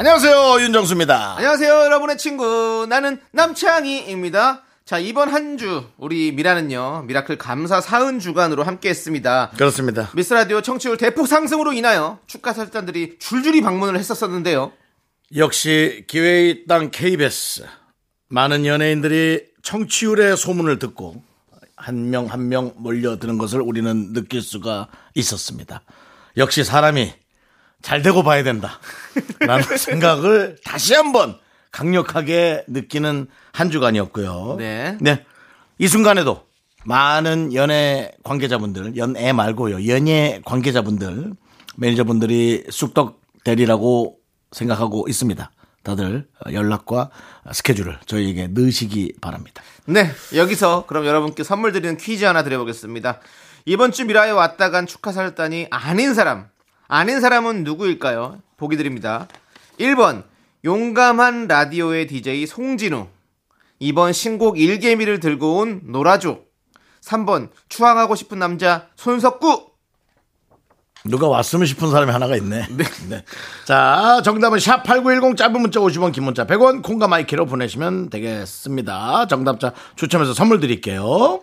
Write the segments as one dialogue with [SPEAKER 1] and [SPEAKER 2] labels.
[SPEAKER 1] 안녕하세요 윤정수입니다.
[SPEAKER 2] 안녕하세요, 여러분의 친구. 나는 남창희입니다. 자, 이번 한 주, 우리 미라는요, 미라클 감사 사은 주간으로 함께 했습니다.
[SPEAKER 1] 그렇습니다.
[SPEAKER 2] 미스 라디오 청취율 대폭 상승으로 인하여 축가 설단들이 줄줄이 방문을 했었었는데요.
[SPEAKER 1] 역시 기회의 땅 KBS 많은 연예인들이 청취율의 소문을 듣고 한 명 한 명 몰려드는 것을 우리는 느낄 수가 있었습니다. 역시 사람이 잘 되고 봐야 된다라는 생각을 다시 한번 강력하게 느끼는 한 주간이었고요.
[SPEAKER 2] 네.
[SPEAKER 1] 이 순간에도 많은 연애 관계자분들, 연애 말고요, 연예 관계자분들, 매니저분들이 쑥떡 대리라고 생각하고 있습니다. 다들 연락과 스케줄을 저희에게 넣으시기 바랍니다.
[SPEAKER 2] 네, 여기서 그럼 여러분께 선물 드리는 퀴즈 하나 드려보겠습니다. 이번 주 미라에 왔다 간 축하 설단이 아닌 사람. 아닌 사람은 누구일까요? 보기 드립니다. 1번, 용감한 라디오의 DJ 송진우. 2번, 신곡 일개미를 들고 온 노라조. 3번, 추앙하고 싶은 남자 손석구.
[SPEAKER 1] 누가 왔으면 싶은 사람이 하나가 있네. 네. 자, 정답은 샵8910 짧은 문자 50원, 긴 문자 100원, 콩과 마이키로 보내시면 되겠습니다. 정답자 추첨해서 선물 드릴게요.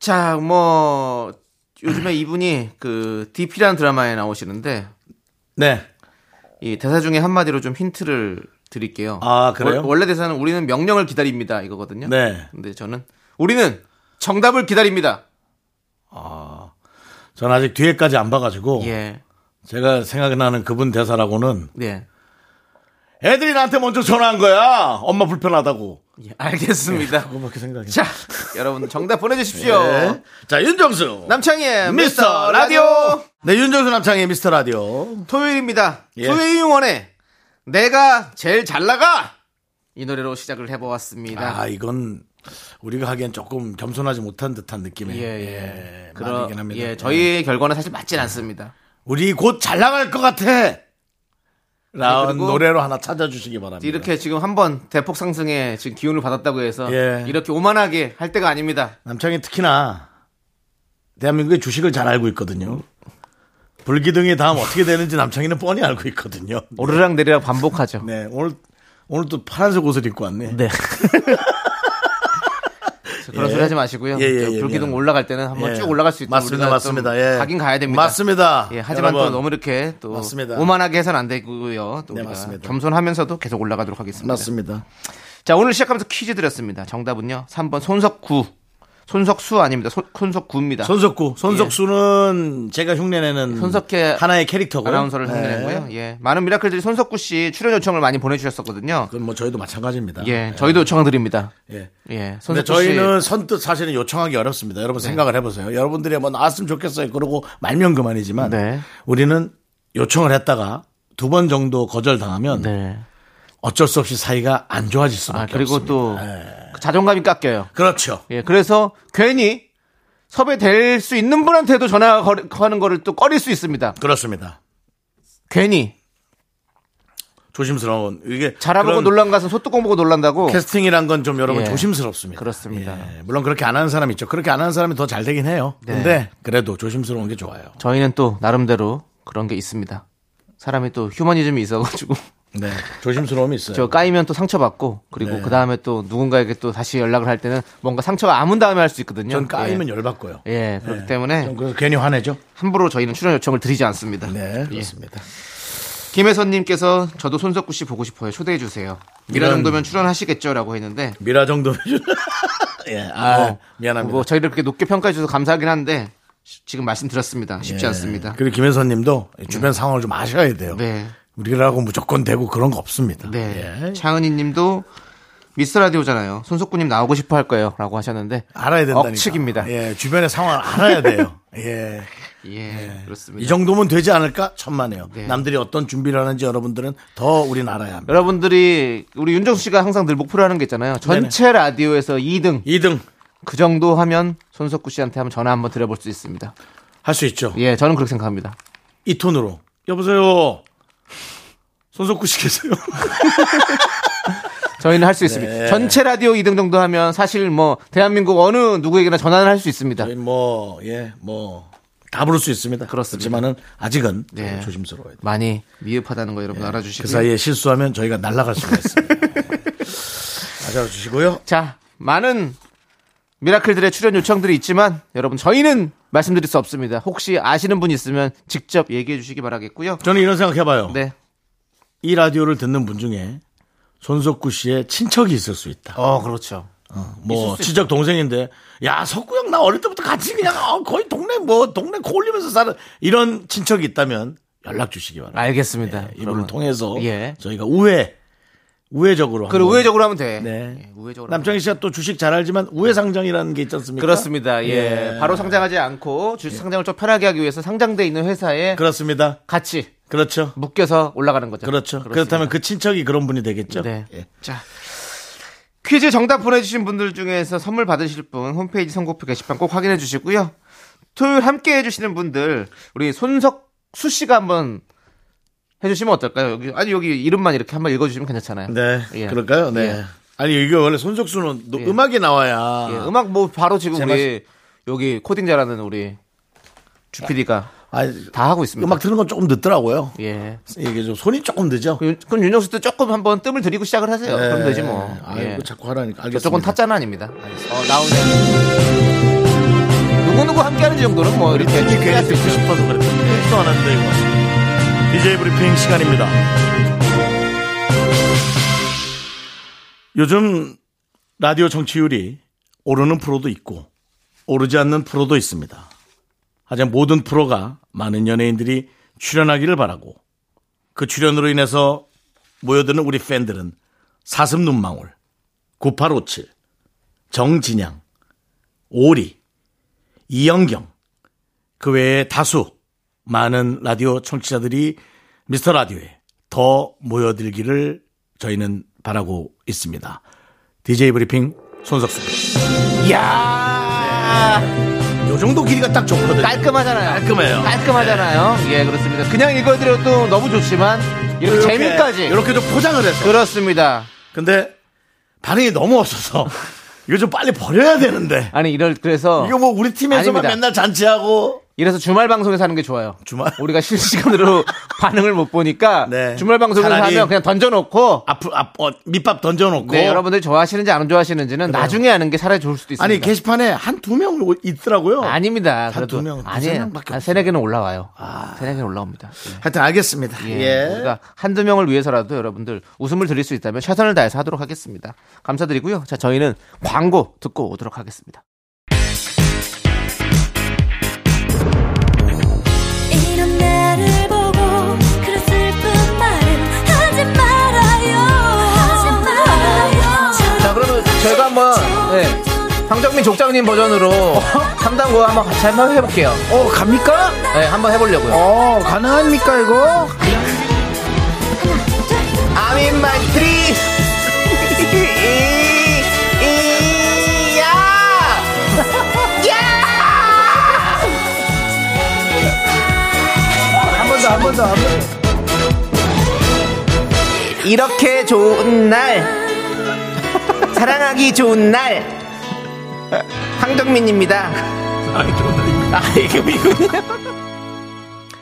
[SPEAKER 2] 자, 뭐, 요즘에 이분이 그 DP라는 드라마에 나오시는데,
[SPEAKER 1] 네.
[SPEAKER 2] 이 대사 중에 한마디로 좀 힌트를 드릴게요.
[SPEAKER 1] 아, 그래요?
[SPEAKER 2] 월- 원래 대사는 우리는 명령을 기다립니다 이거거든요.
[SPEAKER 1] 네.
[SPEAKER 2] 근데 저는 우리는 정답을 기다립니다.
[SPEAKER 1] 전 아직 뒤에까지 안 봐가지고
[SPEAKER 2] 예.
[SPEAKER 1] 제가 생각나는 그분 대사라고는
[SPEAKER 2] 네.
[SPEAKER 1] 애들이 나한테 먼저 전화한 거야. 엄마 불편하다고.
[SPEAKER 2] 예, 알겠습니다.
[SPEAKER 1] 그거밖에 생각이 안
[SPEAKER 2] 자, 여러분 정답 보내주십시오.
[SPEAKER 1] 네. 자, 윤정수.
[SPEAKER 2] 남창희의
[SPEAKER 1] 미스터 라디오. 네, 윤정수 남창의 미스터 라디오.
[SPEAKER 2] 토요일입니다.
[SPEAKER 1] 예.
[SPEAKER 2] 토요일원에 내가 제일 잘 나가 이 노래로 시작을 해보았습니다.
[SPEAKER 1] 아, 이건 우리가 하기엔 조금 겸손하지 못한 듯한 느낌의
[SPEAKER 2] 예,
[SPEAKER 1] 예,
[SPEAKER 2] 예.
[SPEAKER 1] 말이긴
[SPEAKER 2] 그럼
[SPEAKER 1] 합니다.
[SPEAKER 2] 예, 저희의 결과는 사실 맞진 않습니다.
[SPEAKER 1] 우리 곧 잘 나갈 것 같아. 라는
[SPEAKER 2] 네, 그리고
[SPEAKER 1] 노래로 하나 찾아주시기 바랍니다.
[SPEAKER 2] 네. 이렇게 지금 한번 대폭 상승에 지금 기운을 받았다고 해서
[SPEAKER 1] 예.
[SPEAKER 2] 이렇게 오만하게 할 때가 아닙니다.
[SPEAKER 1] 남창이 특히나 대한민국의 주식을 잘 알고 있거든요. 불기둥의 다음 어떻게 되는지 남창이는 뻔히 알고 있거든요.
[SPEAKER 2] 오르락 내리락 반복하죠.
[SPEAKER 1] 네, 오늘 오늘 또 파란색 옷을 입고 왔네.
[SPEAKER 2] 네. 그런
[SPEAKER 1] 예.
[SPEAKER 2] 소리 하지 마시고요.
[SPEAKER 1] 예, 예,
[SPEAKER 2] 저
[SPEAKER 1] 예,
[SPEAKER 2] 불기둥
[SPEAKER 1] 미안.
[SPEAKER 2] 올라갈 때는 한번
[SPEAKER 1] 예.
[SPEAKER 2] 쭉 올라갈 수 있도록
[SPEAKER 1] 맞습니다,
[SPEAKER 2] 우리가
[SPEAKER 1] 맞습니다.
[SPEAKER 2] 좀
[SPEAKER 1] 예.
[SPEAKER 2] 가긴 가야 됩니다.
[SPEAKER 1] 맞습니다.
[SPEAKER 2] 예, 하지만
[SPEAKER 1] 여러분.
[SPEAKER 2] 또 너무 이렇게 또
[SPEAKER 1] 맞습니다.
[SPEAKER 2] 오만하게 해서는 안 되고요. 또
[SPEAKER 1] 네,
[SPEAKER 2] 우리가
[SPEAKER 1] 맞습니다.
[SPEAKER 2] 겸손하면서도 계속 올라가도록 하겠습니다.
[SPEAKER 1] 맞습니다.
[SPEAKER 2] 자, 오늘 시작하면서 퀴즈 드렸습니다. 정답은요. 3번 손석구. 손석수 아닙니다. 손, 손석구입니다.
[SPEAKER 1] 손석구, 손석수는 제가 흉내내는
[SPEAKER 2] 손석희
[SPEAKER 1] 하나의 네. 캐릭터고
[SPEAKER 2] 아나운서를 선정했고요. 예. 많은 미라클들이 손석구 씨 출연 요청을 많이 보내주셨었거든요.
[SPEAKER 1] 그건 뭐 저희도 마찬가지입니다.
[SPEAKER 2] 예, 저희도 요청을 드립니다.
[SPEAKER 1] 예.
[SPEAKER 2] 예,
[SPEAKER 1] 근데
[SPEAKER 2] 손석구 씨. 네.
[SPEAKER 1] 저희는 선뜻 사실은 요청하기 어렵습니다. 여러분 생각을 해보세요. 여러분들이 뭐 나왔으면 좋겠어요. 그러고 말면 그만이지만
[SPEAKER 2] 네.
[SPEAKER 1] 우리는 요청을 했다가 두 번 정도 거절당하면
[SPEAKER 2] 네.
[SPEAKER 1] 어쩔 수 없이 사이가 안 좋아질 수밖에
[SPEAKER 2] 아, 그리고
[SPEAKER 1] 없습니다.
[SPEAKER 2] 또
[SPEAKER 1] 예.
[SPEAKER 2] 그 자존감이 깎여요.
[SPEAKER 1] 그렇죠.
[SPEAKER 2] 예, 그래서 괜히 섭외될 수 있는 분한테도 전화하는 거를 또 꺼릴 수 있습니다.
[SPEAKER 1] 그렇습니다.
[SPEAKER 2] 괜히
[SPEAKER 1] 조심스러운 이게
[SPEAKER 2] 자라보고
[SPEAKER 1] 그런
[SPEAKER 2] 놀란 것은 소뚜껑 보고 놀란다고.
[SPEAKER 1] 캐스팅이란 건 좀 여러분
[SPEAKER 2] 예.
[SPEAKER 1] 조심스럽습니다.
[SPEAKER 2] 그렇습니다. 네.
[SPEAKER 1] 예, 물론 그렇게 안 하는 사람 있죠. 그렇게 안 하는 사람이 더 잘 되긴 해요. 근데 그래도 조심스러운 게 좋아요.
[SPEAKER 2] 저희는 또 나름대로 그런 게 있습니다. 사람이 또 휴머니즘이 있어가지고
[SPEAKER 1] 네. 조심스러움이 있어요.
[SPEAKER 2] 저 까이면 또 상처받고 그리고
[SPEAKER 1] 네.
[SPEAKER 2] 그 다음에 또 누군가에게 또 다시 연락을 할 때는 뭔가 상처가 아문 다음에 할 수 있거든요.
[SPEAKER 1] 전 까이면
[SPEAKER 2] 예.
[SPEAKER 1] 열받고요.
[SPEAKER 2] 예, 그렇기
[SPEAKER 1] 예.
[SPEAKER 2] 때문에
[SPEAKER 1] 전 그래서 괜히 화내죠.
[SPEAKER 2] 함부로 저희는 출연 요청을 드리지 않습니다.
[SPEAKER 1] 네,
[SPEAKER 2] 예.
[SPEAKER 1] 그렇습니다.
[SPEAKER 2] 김혜선님께서 저도 손석구 씨 보고 싶어요. 초대해 주세요. 이런
[SPEAKER 1] 이런-
[SPEAKER 2] 정도면 출연하시겠죠라고 했는데
[SPEAKER 1] 미라 정도면 예, 아,
[SPEAKER 2] 어,
[SPEAKER 1] 미안합니다.
[SPEAKER 2] 뭐 저희를 그렇게 높게 평가해 주셔서 감사하긴 한데 시- 지금 말씀드렸습니다. 쉽지
[SPEAKER 1] 예.
[SPEAKER 2] 않습니다.
[SPEAKER 1] 그리고 김혜선님도 주변 상황을 좀 아셔야 돼요.
[SPEAKER 2] 네.
[SPEAKER 1] 우리라고 무조건 되고 그런 거 없습니다.
[SPEAKER 2] 네.
[SPEAKER 1] 예.
[SPEAKER 2] 차은희님도 미스 라디오잖아요. 손석구님 나오고 싶어 할 거예요. 라고 하셨는데.
[SPEAKER 1] 알아야 된다니까.
[SPEAKER 2] 억측입니다. 예.
[SPEAKER 1] 예, 주변의 상황을 알아야 돼요. 예.
[SPEAKER 2] 그렇습니다.
[SPEAKER 1] 이 정도면 되지 않을까? 천만에요.
[SPEAKER 2] 네.
[SPEAKER 1] 남들이 어떤 준비를 하는지 여러분들은 더 우린 알아야 합니다.
[SPEAKER 2] 여러분들이 우리 윤정수 씨가 항상 늘 목표로 하는 게 있잖아요. 전체 라디오에서 2등.
[SPEAKER 1] 2등
[SPEAKER 2] 그 정도 하면 손석구 씨한테 한번 전화 한번 드려볼 수 있습니다.
[SPEAKER 1] 할 수 있죠.
[SPEAKER 2] 예, 저는 그렇게 생각합니다.
[SPEAKER 1] 이 톤으로. 여보세요. 손석구 씨 계세요?
[SPEAKER 2] 저희는 할 수 있습니다.
[SPEAKER 1] 네.
[SPEAKER 2] 전체 라디오 2등 정도 하면 사실 뭐 대한민국 어느 누구에게나 전화는 할 수 있습니다.
[SPEAKER 1] 저희 뭐, 예, 뭐, 다 부를 수 있습니다.
[SPEAKER 2] 그렇습니다.
[SPEAKER 1] 그렇지만은 아직은
[SPEAKER 2] 네.
[SPEAKER 1] 조심스러워야 돼요.
[SPEAKER 2] 많이 미흡하다는 거 여러분 알아주시고요.
[SPEAKER 1] 그 사이에 실수하면 저희가 날아갈 수가 있습니다. 맞아주시고요.
[SPEAKER 2] 자, 많은 미라클들의 출연 요청들이 있지만 여러분 저희는 말씀드릴 수 없습니다. 혹시 아시는 분 있으면 직접 얘기해 주시기 바라겠고요.
[SPEAKER 1] 저는 이런 생각 해봐요.
[SPEAKER 2] 네.
[SPEAKER 1] 이 라디오를 듣는 분 중에 손석구 씨의 친척이 있을 수 있다.
[SPEAKER 2] 어, 그렇죠.
[SPEAKER 1] 뭐 친척 동생인데 야 석구 형 나 어릴 때부터 같이 그냥 어, 거의 동네 뭐 동네 코 올리면서 사는 이런 친척이 있다면 연락 주시기 바랍니다.
[SPEAKER 2] 알겠습니다.
[SPEAKER 1] 이분을
[SPEAKER 2] 그러면.
[SPEAKER 1] 통해서
[SPEAKER 2] 예.
[SPEAKER 1] 저희가 우회 우회적으로
[SPEAKER 2] 그걸
[SPEAKER 1] 한번.
[SPEAKER 2] 우회적으로 하면 돼.
[SPEAKER 1] 네.
[SPEAKER 2] 예, 우회적으로. 하면 돼.
[SPEAKER 1] 남창희 씨가 또 주식 잘 알지만 우회 상장이라는 게 있지 않습니까?
[SPEAKER 2] 그렇습니다. 예. 바로 상장하지 않고 주식 상장을 좀 편하게 하기 위해서 상장돼 있는 회사에
[SPEAKER 1] 그렇습니다.
[SPEAKER 2] 같이
[SPEAKER 1] 그렇죠.
[SPEAKER 2] 묶여서 올라가는 거죠.
[SPEAKER 1] 그렇죠.
[SPEAKER 2] 그렇습니다.
[SPEAKER 1] 그렇다면그 친척이 그런 분이 되겠죠.
[SPEAKER 2] 네.
[SPEAKER 1] 예.
[SPEAKER 2] 자. 퀴즈 정답 보내주신 분들 중에서 선물 받으실 분 홈페이지 선곡표 게시판 꼭 확인해 주시고요. 토요일 함께 해주시는 분들 우리 손석수 씨가 한번 해주시면 어떨까요? 여기 아니 여기 이름만 이렇게 한번 읽어주시면 괜찮잖아요.
[SPEAKER 1] 네.
[SPEAKER 2] 예.
[SPEAKER 1] 그럴까요? 네.
[SPEAKER 2] 예.
[SPEAKER 1] 아니 이게 원래 손석수는 노- 음악이 나와야
[SPEAKER 2] 예, 음악 뭐 바로 지금
[SPEAKER 1] 제발-
[SPEAKER 2] 우리 여기 코딩 잘하는 우리 주피디가
[SPEAKER 1] 아니,
[SPEAKER 2] 다 하고 있습니다.
[SPEAKER 1] 음악 듣는 건 조금 늦더라고요.
[SPEAKER 2] 예.
[SPEAKER 1] 이게 좀 손이 조금 늦죠.
[SPEAKER 2] 그 윤- 그럼 윤정수 도 조금 한번 뜸을 들이고 시작을 하세요. 그럼 되지 뭐.
[SPEAKER 1] 네. 아이고
[SPEAKER 2] 예.
[SPEAKER 1] 자꾸 하라니까. 알겠습니다.
[SPEAKER 2] 저쪽은 타짜는 아닙니다. 어, 나오네. 누구누구 함께 하는 정도는 뭐 이렇게
[SPEAKER 1] 특히 괜히
[SPEAKER 2] 할수
[SPEAKER 1] 듣고
[SPEAKER 2] 있죠.
[SPEAKER 1] 싶어서 그랬요 필수 안 하는데 이거. DJ 브리핑 시간입니다. 요즘 라디오 정치율이 오르는 프로도 있고 오르지 않는 프로도 있습니다. 하지만 모든 프로가 많은 연예인들이 출연하기를 바라고 그 출연으로 인해서 모여드는 우리 팬들은 사슴 눈망울, 9857, 정진양, 오리, 이영경, 그 외에 다수 많은 라디오 청취자들이 미스터 라디오에 더 모여들기를 저희는 바라고 있습니다. DJ 브리핑 손석수.
[SPEAKER 2] 이야
[SPEAKER 1] 요 정도 길이가 딱 좋거든요.
[SPEAKER 2] 깔끔하잖아요.
[SPEAKER 1] 깔끔해요. 네.
[SPEAKER 2] 깔끔하잖아요. 예 그렇습니다. 그냥 읽어드려도 너무 좋지만 이렇게 재미까지
[SPEAKER 1] 이렇게 좀 포장을 해서.
[SPEAKER 2] 그렇습니다.
[SPEAKER 1] 근데 반응이 너무 없어서 이거 좀 빨리 버려야 되는데.
[SPEAKER 2] 아니 이럴 그래서
[SPEAKER 1] 이거 뭐 우리 팀에서만
[SPEAKER 2] 아닙니다.
[SPEAKER 1] 맨날 잔치하고
[SPEAKER 2] 이래서 주말 방송에서 하는 게 좋아요.
[SPEAKER 1] 주말?
[SPEAKER 2] 우리가 실시간으로 반응을 못 보니까
[SPEAKER 1] 네.
[SPEAKER 2] 주말 방송에서
[SPEAKER 1] 차라리-
[SPEAKER 2] 하면 그냥 던져놓고
[SPEAKER 1] 앞으로 앞 어, 밑밥 던져놓고.
[SPEAKER 2] 네, 여러분들이 좋아하시는지 안 좋아하시는지는 나중에 하는 게 차라리 좋을 수도 있습니다.
[SPEAKER 1] 아니 게시판에 한 두 명 있더라고요.
[SPEAKER 2] 아닙니다.
[SPEAKER 1] 한두 어,
[SPEAKER 2] 그래도
[SPEAKER 1] 명, 두세
[SPEAKER 2] 아니에요.
[SPEAKER 1] 명밖에
[SPEAKER 2] 한 세네 개는 올라와요. 세네 개는 올라옵니다.
[SPEAKER 1] 하여튼 알겠습니다.
[SPEAKER 2] 예.
[SPEAKER 1] 예.
[SPEAKER 2] 우리가 한두 명을 위해서라도 여러분들 웃음을 드릴 수 있다면 최선을 다해서 하도록 하겠습니다. 감사드리고요. 자, 저희는 광고 듣고 오도록 하겠습니다.
[SPEAKER 3] 이런 나를 보고 그런 슬픈 말은 하지 말아요 하지 말아요
[SPEAKER 2] 자, 그러면 저희가 한번 네, 황정민 족장님 버전으로 3단고 한번 같이 한번 해볼게요.
[SPEAKER 1] 어 갑니까?
[SPEAKER 2] 네, 한번 해보려고요.
[SPEAKER 1] 어 가능합니까 이거?
[SPEAKER 2] I'm in my tree. 야! 야! 한 번 더, 한 번 더, 한 번 더. 이렇게 좋은 날. 사랑하기 좋은 날. 황정민입니다. 아, 이게 미군이야?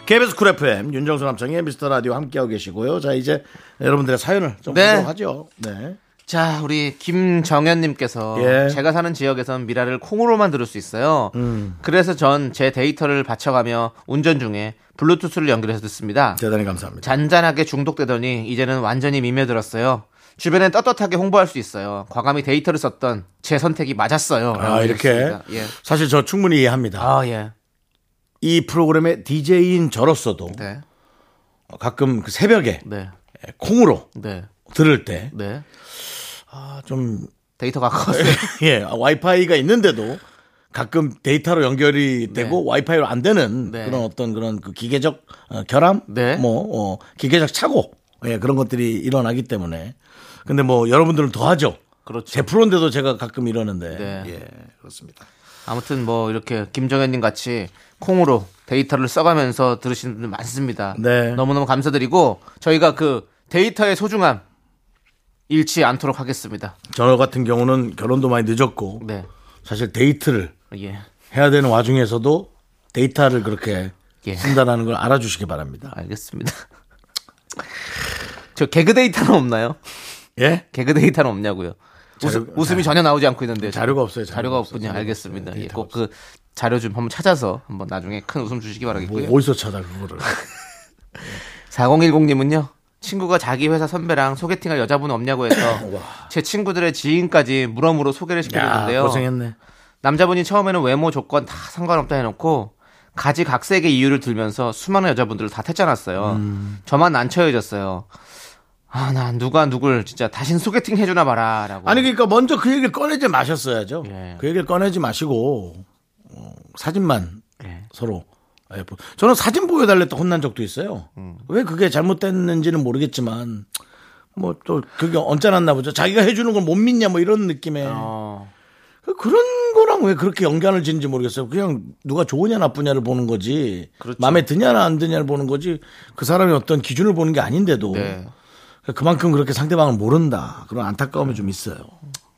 [SPEAKER 1] KBS 쿨 FM 윤정수 남창의 미스터 라디오 함께하고 계시고요. 자 이제 여러분들의 사연을 좀
[SPEAKER 2] 네.
[SPEAKER 1] 보도록 하죠. 네.
[SPEAKER 2] 자, 우리 김정현님께서
[SPEAKER 1] 예.
[SPEAKER 2] 제가 사는 지역에선 미라를 콩으로만 들을 수 있어요.
[SPEAKER 1] 음.
[SPEAKER 2] 그래서 전 제 데이터를 바쳐가며 운전 중에 블루투스를 연결해서 듣습니다.
[SPEAKER 1] 대단히 감사합니다.
[SPEAKER 2] 잔잔하게 중독되더니 이제는 완전히 미매들었어요. 주변엔 떳떳하게 홍보할 수 있어요. 과감히 데이터를 썼던 제 선택이 맞았어요.
[SPEAKER 1] 아 이렇게
[SPEAKER 2] 그렇습니다. 예.
[SPEAKER 1] 사실 저 충분히 이해합니다.
[SPEAKER 2] 아 예.
[SPEAKER 1] 이 프로그램의 DJ인 저로서도
[SPEAKER 2] 네.
[SPEAKER 1] 가끔 그 새벽에
[SPEAKER 2] 네.
[SPEAKER 1] 콩으로
[SPEAKER 2] 네.
[SPEAKER 1] 들을 때
[SPEAKER 2] 네.
[SPEAKER 1] 아, 좀
[SPEAKER 2] 데이터가 아까웠어요.
[SPEAKER 1] 예, 아, 와이파이가 있는데도 가끔 데이터로 연결이 되고 와이파이로 안 되는
[SPEAKER 2] 네.
[SPEAKER 1] 그런 어떤 그런 그 기계적 어, 결함,
[SPEAKER 2] 네.
[SPEAKER 1] 뭐 어, 기계적 착오, 예, 그런 것들이 일어나기 때문에. 근데 뭐 여러분들은 더 하죠.
[SPEAKER 2] 그렇죠.
[SPEAKER 1] 제 프로인데도 제가 가끔 이러는데.
[SPEAKER 2] 네.
[SPEAKER 1] 예, 그렇습니다.
[SPEAKER 2] 아무튼 뭐 이렇게 김정현님 같이 콩으로 데이터를 써가면서 들으시는 분들 많습니다.
[SPEAKER 1] 네.
[SPEAKER 2] 너무너무 감사드리고 저희가 그 데이터의 소중함 잃지 않도록 하겠습니다.
[SPEAKER 1] 저 같은 경우는 결혼도 많이 늦었고
[SPEAKER 2] 네.
[SPEAKER 1] 사실 데이트를
[SPEAKER 2] 예.
[SPEAKER 1] 해야 되는 와중에서도 데이터를 그렇게
[SPEAKER 2] 예.
[SPEAKER 1] 쓴다라는 걸 알아주시기 바랍니다.
[SPEAKER 2] 알겠습니다. 저 개그 데이터는 없나요?
[SPEAKER 1] 예?
[SPEAKER 2] 개그 데이터는 없냐고요. 웃음,
[SPEAKER 1] 자료-
[SPEAKER 2] 웃음이 전혀 나오지 않고 있는데
[SPEAKER 1] 자료가 없어요.
[SPEAKER 2] 자료가 없군요.
[SPEAKER 1] 자료가
[SPEAKER 2] 알겠습니다.
[SPEAKER 1] 없어요.
[SPEAKER 2] 예,
[SPEAKER 1] 데이터가
[SPEAKER 2] 꼭그 자료 좀 한번 찾아서 한번 나중에 큰 웃음 주시기 바라겠고요.
[SPEAKER 1] 뭐 어디서 찾아 그거를.
[SPEAKER 2] 4010님은요. 친구가 자기 회사 선배랑 소개팅할 여자분 없냐고 해서 제 친구들의 지인까지 물어물어 소개를
[SPEAKER 1] 야,
[SPEAKER 2] 시켜줬는데요.
[SPEAKER 1] 고생했네.
[SPEAKER 2] 남자분이 처음에는 외모 조건 다 상관없다 해놓고 가지각색의 이유를 들면서 수많은 여자분들을 다 태짜놨어요.
[SPEAKER 1] 음.
[SPEAKER 2] 저만 난처해졌어요. 아, 나 누가 누굴 진짜 다신 소개팅 해주나 봐라라고.
[SPEAKER 1] 아니 그러니까 먼저 그 얘기를 꺼내지 마셨어야죠.
[SPEAKER 2] 예.
[SPEAKER 1] 그 얘기를 꺼내지 마시고 어, 사진만
[SPEAKER 2] 예.
[SPEAKER 1] 서로. 예, 보- 저는 사진 보여달랬다 혼난 적도 있어요.
[SPEAKER 2] 음.
[SPEAKER 1] 왜 그게 잘못됐는지는 모르겠지만 뭐 또 그게 언짢았나 보죠. 자기가 해주는 걸 못 믿냐 뭐 이런 느낌의
[SPEAKER 2] 어,
[SPEAKER 1] 그- 그런 거랑 왜 그렇게 연관을 짓는지 모르겠어요. 그냥 누가 좋으냐 나쁘냐를 보는 거지.
[SPEAKER 2] 그렇죠.
[SPEAKER 1] 마음에 드냐 안 드냐를 보는 거지. 그 사람이 어떤 기준을 보는 게 아닌데도
[SPEAKER 2] 네.
[SPEAKER 1] 그만큼 그렇게 상대방을 모른다. 그런 안타까움이 좀 있어요.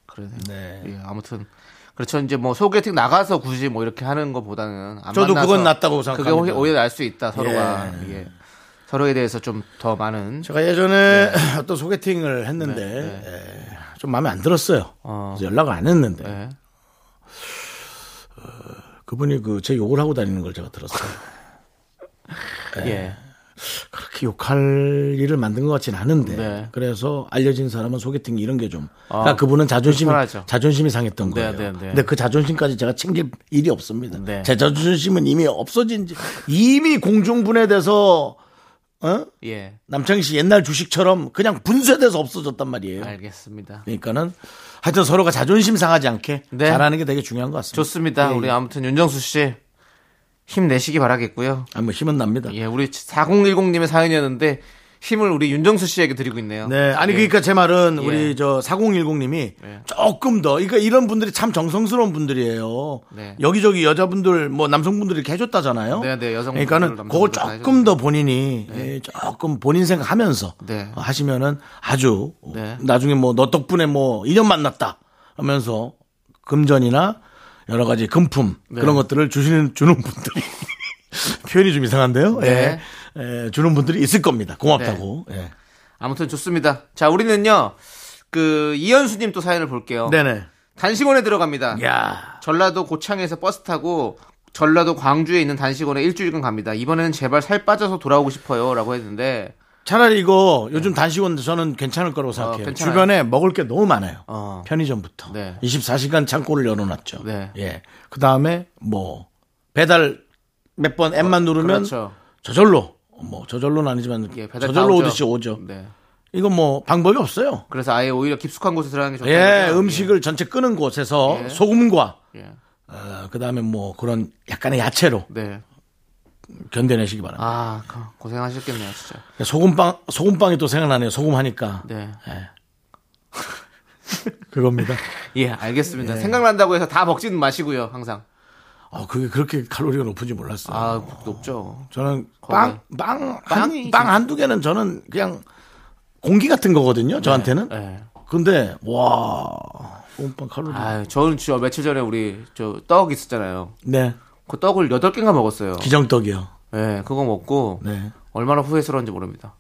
[SPEAKER 2] 그러네요.
[SPEAKER 1] 네.
[SPEAKER 2] 예, 아무튼 그렇죠. 이제 뭐 소개팅 나가서 굳이 뭐 이렇게 하는 것보다는 안
[SPEAKER 1] 저도
[SPEAKER 2] 만나서
[SPEAKER 1] 그건 낫다고
[SPEAKER 2] 그게 오히-
[SPEAKER 1] 생각합니다.
[SPEAKER 2] 오히려 날 수 있다 서로가 예. 서로에 대해서 좀 더 많은
[SPEAKER 1] 제가
[SPEAKER 2] 네.
[SPEAKER 1] 예전에 어떤 소개팅을 했는데 예, 좀 마음에 안 들었어요.
[SPEAKER 2] 어.
[SPEAKER 1] 그래서 연락을 안 했는데
[SPEAKER 2] 예.
[SPEAKER 1] 그분이 그 제 욕을 하고 다니는 걸 제가 들었어요.
[SPEAKER 2] 예.
[SPEAKER 1] 그렇게 욕할 일을 만든 것 같진 않은데
[SPEAKER 2] 네.
[SPEAKER 1] 그래서 알려진 사람은 소개팅 이런 게 좀
[SPEAKER 2] 아,
[SPEAKER 1] 그러니까 그분은 자존심이
[SPEAKER 2] 불편하죠.
[SPEAKER 1] 자존심이 상했던
[SPEAKER 2] 네,
[SPEAKER 1] 거예요.
[SPEAKER 2] 네, 네.
[SPEAKER 1] 근데 그 자존심까지 제가 챙길 일이 없습니다.
[SPEAKER 2] 네.
[SPEAKER 1] 제 자존심은 이미 없어진 지 이미 공중분해돼서 어?
[SPEAKER 2] 예.
[SPEAKER 1] 남창희 씨 옛날 주식처럼 그냥 분쇄돼서 없어졌단 말이에요.
[SPEAKER 2] 알겠습니다.
[SPEAKER 1] 그러니까는 하여튼 서로가 자존심 상하지 않게
[SPEAKER 2] 네.
[SPEAKER 1] 잘하는 게 되게 중요한 것 같습니다.
[SPEAKER 2] 좋습니다.
[SPEAKER 1] 예,
[SPEAKER 2] 우리
[SPEAKER 1] 예.
[SPEAKER 2] 아무튼 윤정수 씨 힘내시기 바라겠고요.
[SPEAKER 1] 아, 뭐 힘은 납니다.
[SPEAKER 2] 예, 우리 4010님의 사연이었는데 힘을 우리 윤정수 씨에게 드리고 있네요.
[SPEAKER 1] 네, 아니
[SPEAKER 2] 예.
[SPEAKER 1] 그러니까 제 말은
[SPEAKER 2] 예.
[SPEAKER 1] 우리 저 4010님이
[SPEAKER 2] 예.
[SPEAKER 1] 조금 더 그러니까 이런 분들이 참 정성스러운 분들이에요.
[SPEAKER 2] 네.
[SPEAKER 1] 여기저기 여자분들 뭐 남성분들이 이렇게 해줬다잖아요.
[SPEAKER 2] 네, 네, 여성분들,
[SPEAKER 1] 그러니까는
[SPEAKER 2] 남성분들
[SPEAKER 1] 그거
[SPEAKER 2] 다
[SPEAKER 1] 조금 더 본인이 예, 조금 본인 생각하면서
[SPEAKER 2] 네.
[SPEAKER 1] 어, 하시면은 아주
[SPEAKER 2] 네.
[SPEAKER 1] 나중에 뭐 너 덕분에 뭐 인연 만났다 하면서 금전이나 여러 가지 금품
[SPEAKER 2] 네.
[SPEAKER 1] 그런 것들을 주시는 주는 분들이 표현이 좀 이상한데요.
[SPEAKER 2] 네.
[SPEAKER 1] 예. 예, 주는 분들이 있을 겁니다. 고맙다고. 예.
[SPEAKER 2] 아무튼 좋습니다. 자, 우리는요. 그 이현수 님 또 사연을 볼게요.
[SPEAKER 1] 네네. 예.
[SPEAKER 2] 단식원에 들어갑니다.
[SPEAKER 1] 야
[SPEAKER 2] 전라도 고창에서 버스 타고 전라도 광주에 있는 단식원에 일주일간 갑니다. 이번에는 제발 살 빠져서 돌아오고 싶어요라고 했는데
[SPEAKER 1] 차라리 이거 요즘 단식원 저는 괜찮을 거라고 생각해요.
[SPEAKER 2] 어, 괜찮아요.
[SPEAKER 1] 주변에 먹을 게 너무 많아요.
[SPEAKER 2] 어.
[SPEAKER 1] 편의점부터
[SPEAKER 2] 네.
[SPEAKER 1] 24시간 창고를 열어놨죠.
[SPEAKER 2] 네.
[SPEAKER 1] 예. 그 다음에 뭐 배달 몇 번 앱만 누르면
[SPEAKER 2] 그렇죠.
[SPEAKER 1] 저절로 뭐 저절로는 아니지만
[SPEAKER 2] 예, 배달 다
[SPEAKER 1] 저절로
[SPEAKER 2] 오죠.
[SPEAKER 1] 오듯이 오죠.
[SPEAKER 2] 네.
[SPEAKER 1] 이건 뭐 방법이 없어요.
[SPEAKER 2] 그래서 아예 오히려 깊숙한 곳에 들어가는 게 좋다.
[SPEAKER 1] 예, 음식을 전체 끄는 곳에서
[SPEAKER 2] 네, 예.
[SPEAKER 1] 소금과
[SPEAKER 2] 예.
[SPEAKER 1] 어, 그 다음에 뭐 그런 약간의 야채로
[SPEAKER 2] 네.
[SPEAKER 1] 견뎌내시기 바랍니다.
[SPEAKER 2] 아, 고- 고생하셨겠네요, 진짜.
[SPEAKER 1] 소금빵 소금빵이 또 생각나네요. 소금 하니까
[SPEAKER 2] 아. 네.
[SPEAKER 1] 예. 그겁니다.
[SPEAKER 2] 예, 알겠습니다. 생각난다고 해서 다 먹지는 마시고요, 항상.
[SPEAKER 1] 어, 그게 그렇게 칼로리가 높은지 몰랐어요.
[SPEAKER 2] 아, 높죠.
[SPEAKER 1] 저는
[SPEAKER 2] 거의.
[SPEAKER 1] 빵, 빵,
[SPEAKER 2] 빵이
[SPEAKER 1] 한, 빵 한두 개는 저는 그냥 공기 같은 거거든요. 저한테는.
[SPEAKER 2] 예.
[SPEAKER 1] 근데, 와, 꼼빵 칼로리.
[SPEAKER 2] 아, 저는 진짜 며칠 전에 우리 저 떡 있었잖아요.
[SPEAKER 1] 네.
[SPEAKER 2] 그 떡을 8개인가 먹었어요.
[SPEAKER 1] 기정떡이요.
[SPEAKER 2] 예, 그거 먹고
[SPEAKER 1] 네. 그
[SPEAKER 2] 얼마나 후회스러운지 모릅니다.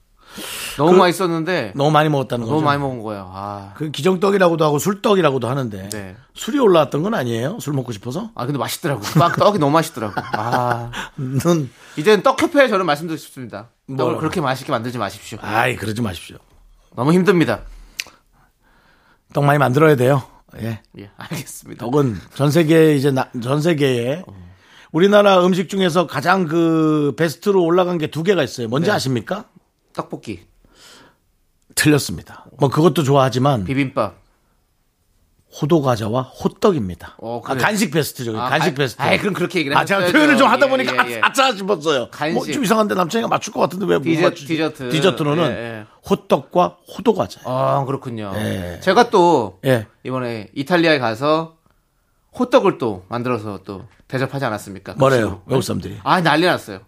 [SPEAKER 2] 너무 맛있었는데
[SPEAKER 1] 너무 많이 먹었다는 거죠.
[SPEAKER 2] 너무 많이 먹은 거예요. 아.
[SPEAKER 1] 그 기정떡이라고도 하고 술떡이라고도 하는데
[SPEAKER 2] 네.
[SPEAKER 1] 술이 올라왔던 건 아니에요? 술 먹고 싶어서?
[SPEAKER 2] 아, 근데 맛있더라고. 막 떡이 너무 맛있더라고. 아.
[SPEAKER 1] 음, 넌,
[SPEAKER 2] 이제는 떡협회에 저는 말씀드리고 싶습니다. 떡을
[SPEAKER 1] 뭐라고?
[SPEAKER 2] 그렇게 맛있게 만들지 마십시오.
[SPEAKER 1] 아이, 그러지 마십시오.
[SPEAKER 2] 너무 힘듭니다.
[SPEAKER 1] 떡 많이 만들어야 돼요. 예.
[SPEAKER 2] 예, 알겠습니다.
[SPEAKER 1] 떡은 전 세계 이제 나- 전 세계에 우리나라 음식 중에서 가장 그 베스트로 올라간 게 두 개가 있어요.
[SPEAKER 2] 네.
[SPEAKER 1] 뭔지 아십니까?
[SPEAKER 2] 떡볶이,
[SPEAKER 1] 틀렸습니다. 뭐 그것도 좋아하지만
[SPEAKER 2] 비빔밥,
[SPEAKER 1] 호도 과자와 호떡입니다.
[SPEAKER 2] 어,
[SPEAKER 1] 아,
[SPEAKER 2] 그래요?
[SPEAKER 1] 간식 베스트죠.
[SPEAKER 2] 아,
[SPEAKER 1] 간식
[SPEAKER 2] 아,
[SPEAKER 1] 베스트.
[SPEAKER 2] 아이, 그럼 그렇게 얘기를
[SPEAKER 1] 아, 제가
[SPEAKER 2] 했어야죠.
[SPEAKER 1] 표현을 좀 하다
[SPEAKER 2] 예,
[SPEAKER 1] 보니까
[SPEAKER 2] 예, 예.
[SPEAKER 1] 아싸 싶었어요.
[SPEAKER 2] 간식.
[SPEAKER 1] 뭐 좀 이상한데 남창이가 맞출 것 같은데 왜못
[SPEAKER 2] 디저트,
[SPEAKER 1] 맞추지?
[SPEAKER 2] 디저트.
[SPEAKER 1] 디저트로는
[SPEAKER 2] 예, 예.
[SPEAKER 1] 호떡과 호도 과자.
[SPEAKER 2] 아, 그렇군요.
[SPEAKER 1] 예.
[SPEAKER 2] 제가 또
[SPEAKER 1] 예.
[SPEAKER 2] 이번에 이탈리아에 가서 호떡을 또 만들어서 또 대접하지 않았습니까?
[SPEAKER 1] 뭐래요?
[SPEAKER 2] 급식으로.
[SPEAKER 1] 외국 사람들이.
[SPEAKER 2] 아, 난리 났어요.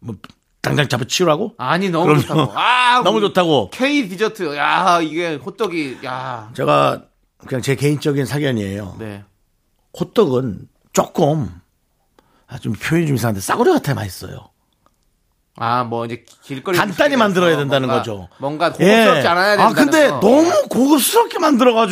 [SPEAKER 1] 뭐 당장 잡아 치우라고?
[SPEAKER 2] 아니, 너무 좋다고. 아,
[SPEAKER 1] 너무 좋다고.
[SPEAKER 2] K 디저트. 야, 이게 호떡이 야.
[SPEAKER 1] 제가 그냥 제 개인적인 사견이에요.
[SPEAKER 2] 네.
[SPEAKER 1] 호떡은 조금 아, 좀 표현이 좀 이상한데 싸구려 같아 맛있어요.
[SPEAKER 2] 아, 뭐 이제 길거리
[SPEAKER 1] 간단히
[SPEAKER 2] 음식이라서
[SPEAKER 1] 만들어야 된다는
[SPEAKER 2] 뭔가-
[SPEAKER 1] 거죠.
[SPEAKER 2] 뭔가 고급스럽지
[SPEAKER 1] 예.
[SPEAKER 2] 않아야
[SPEAKER 1] 아
[SPEAKER 2] 된다는
[SPEAKER 1] 근데
[SPEAKER 2] 거.
[SPEAKER 1] 너무 고급스럽게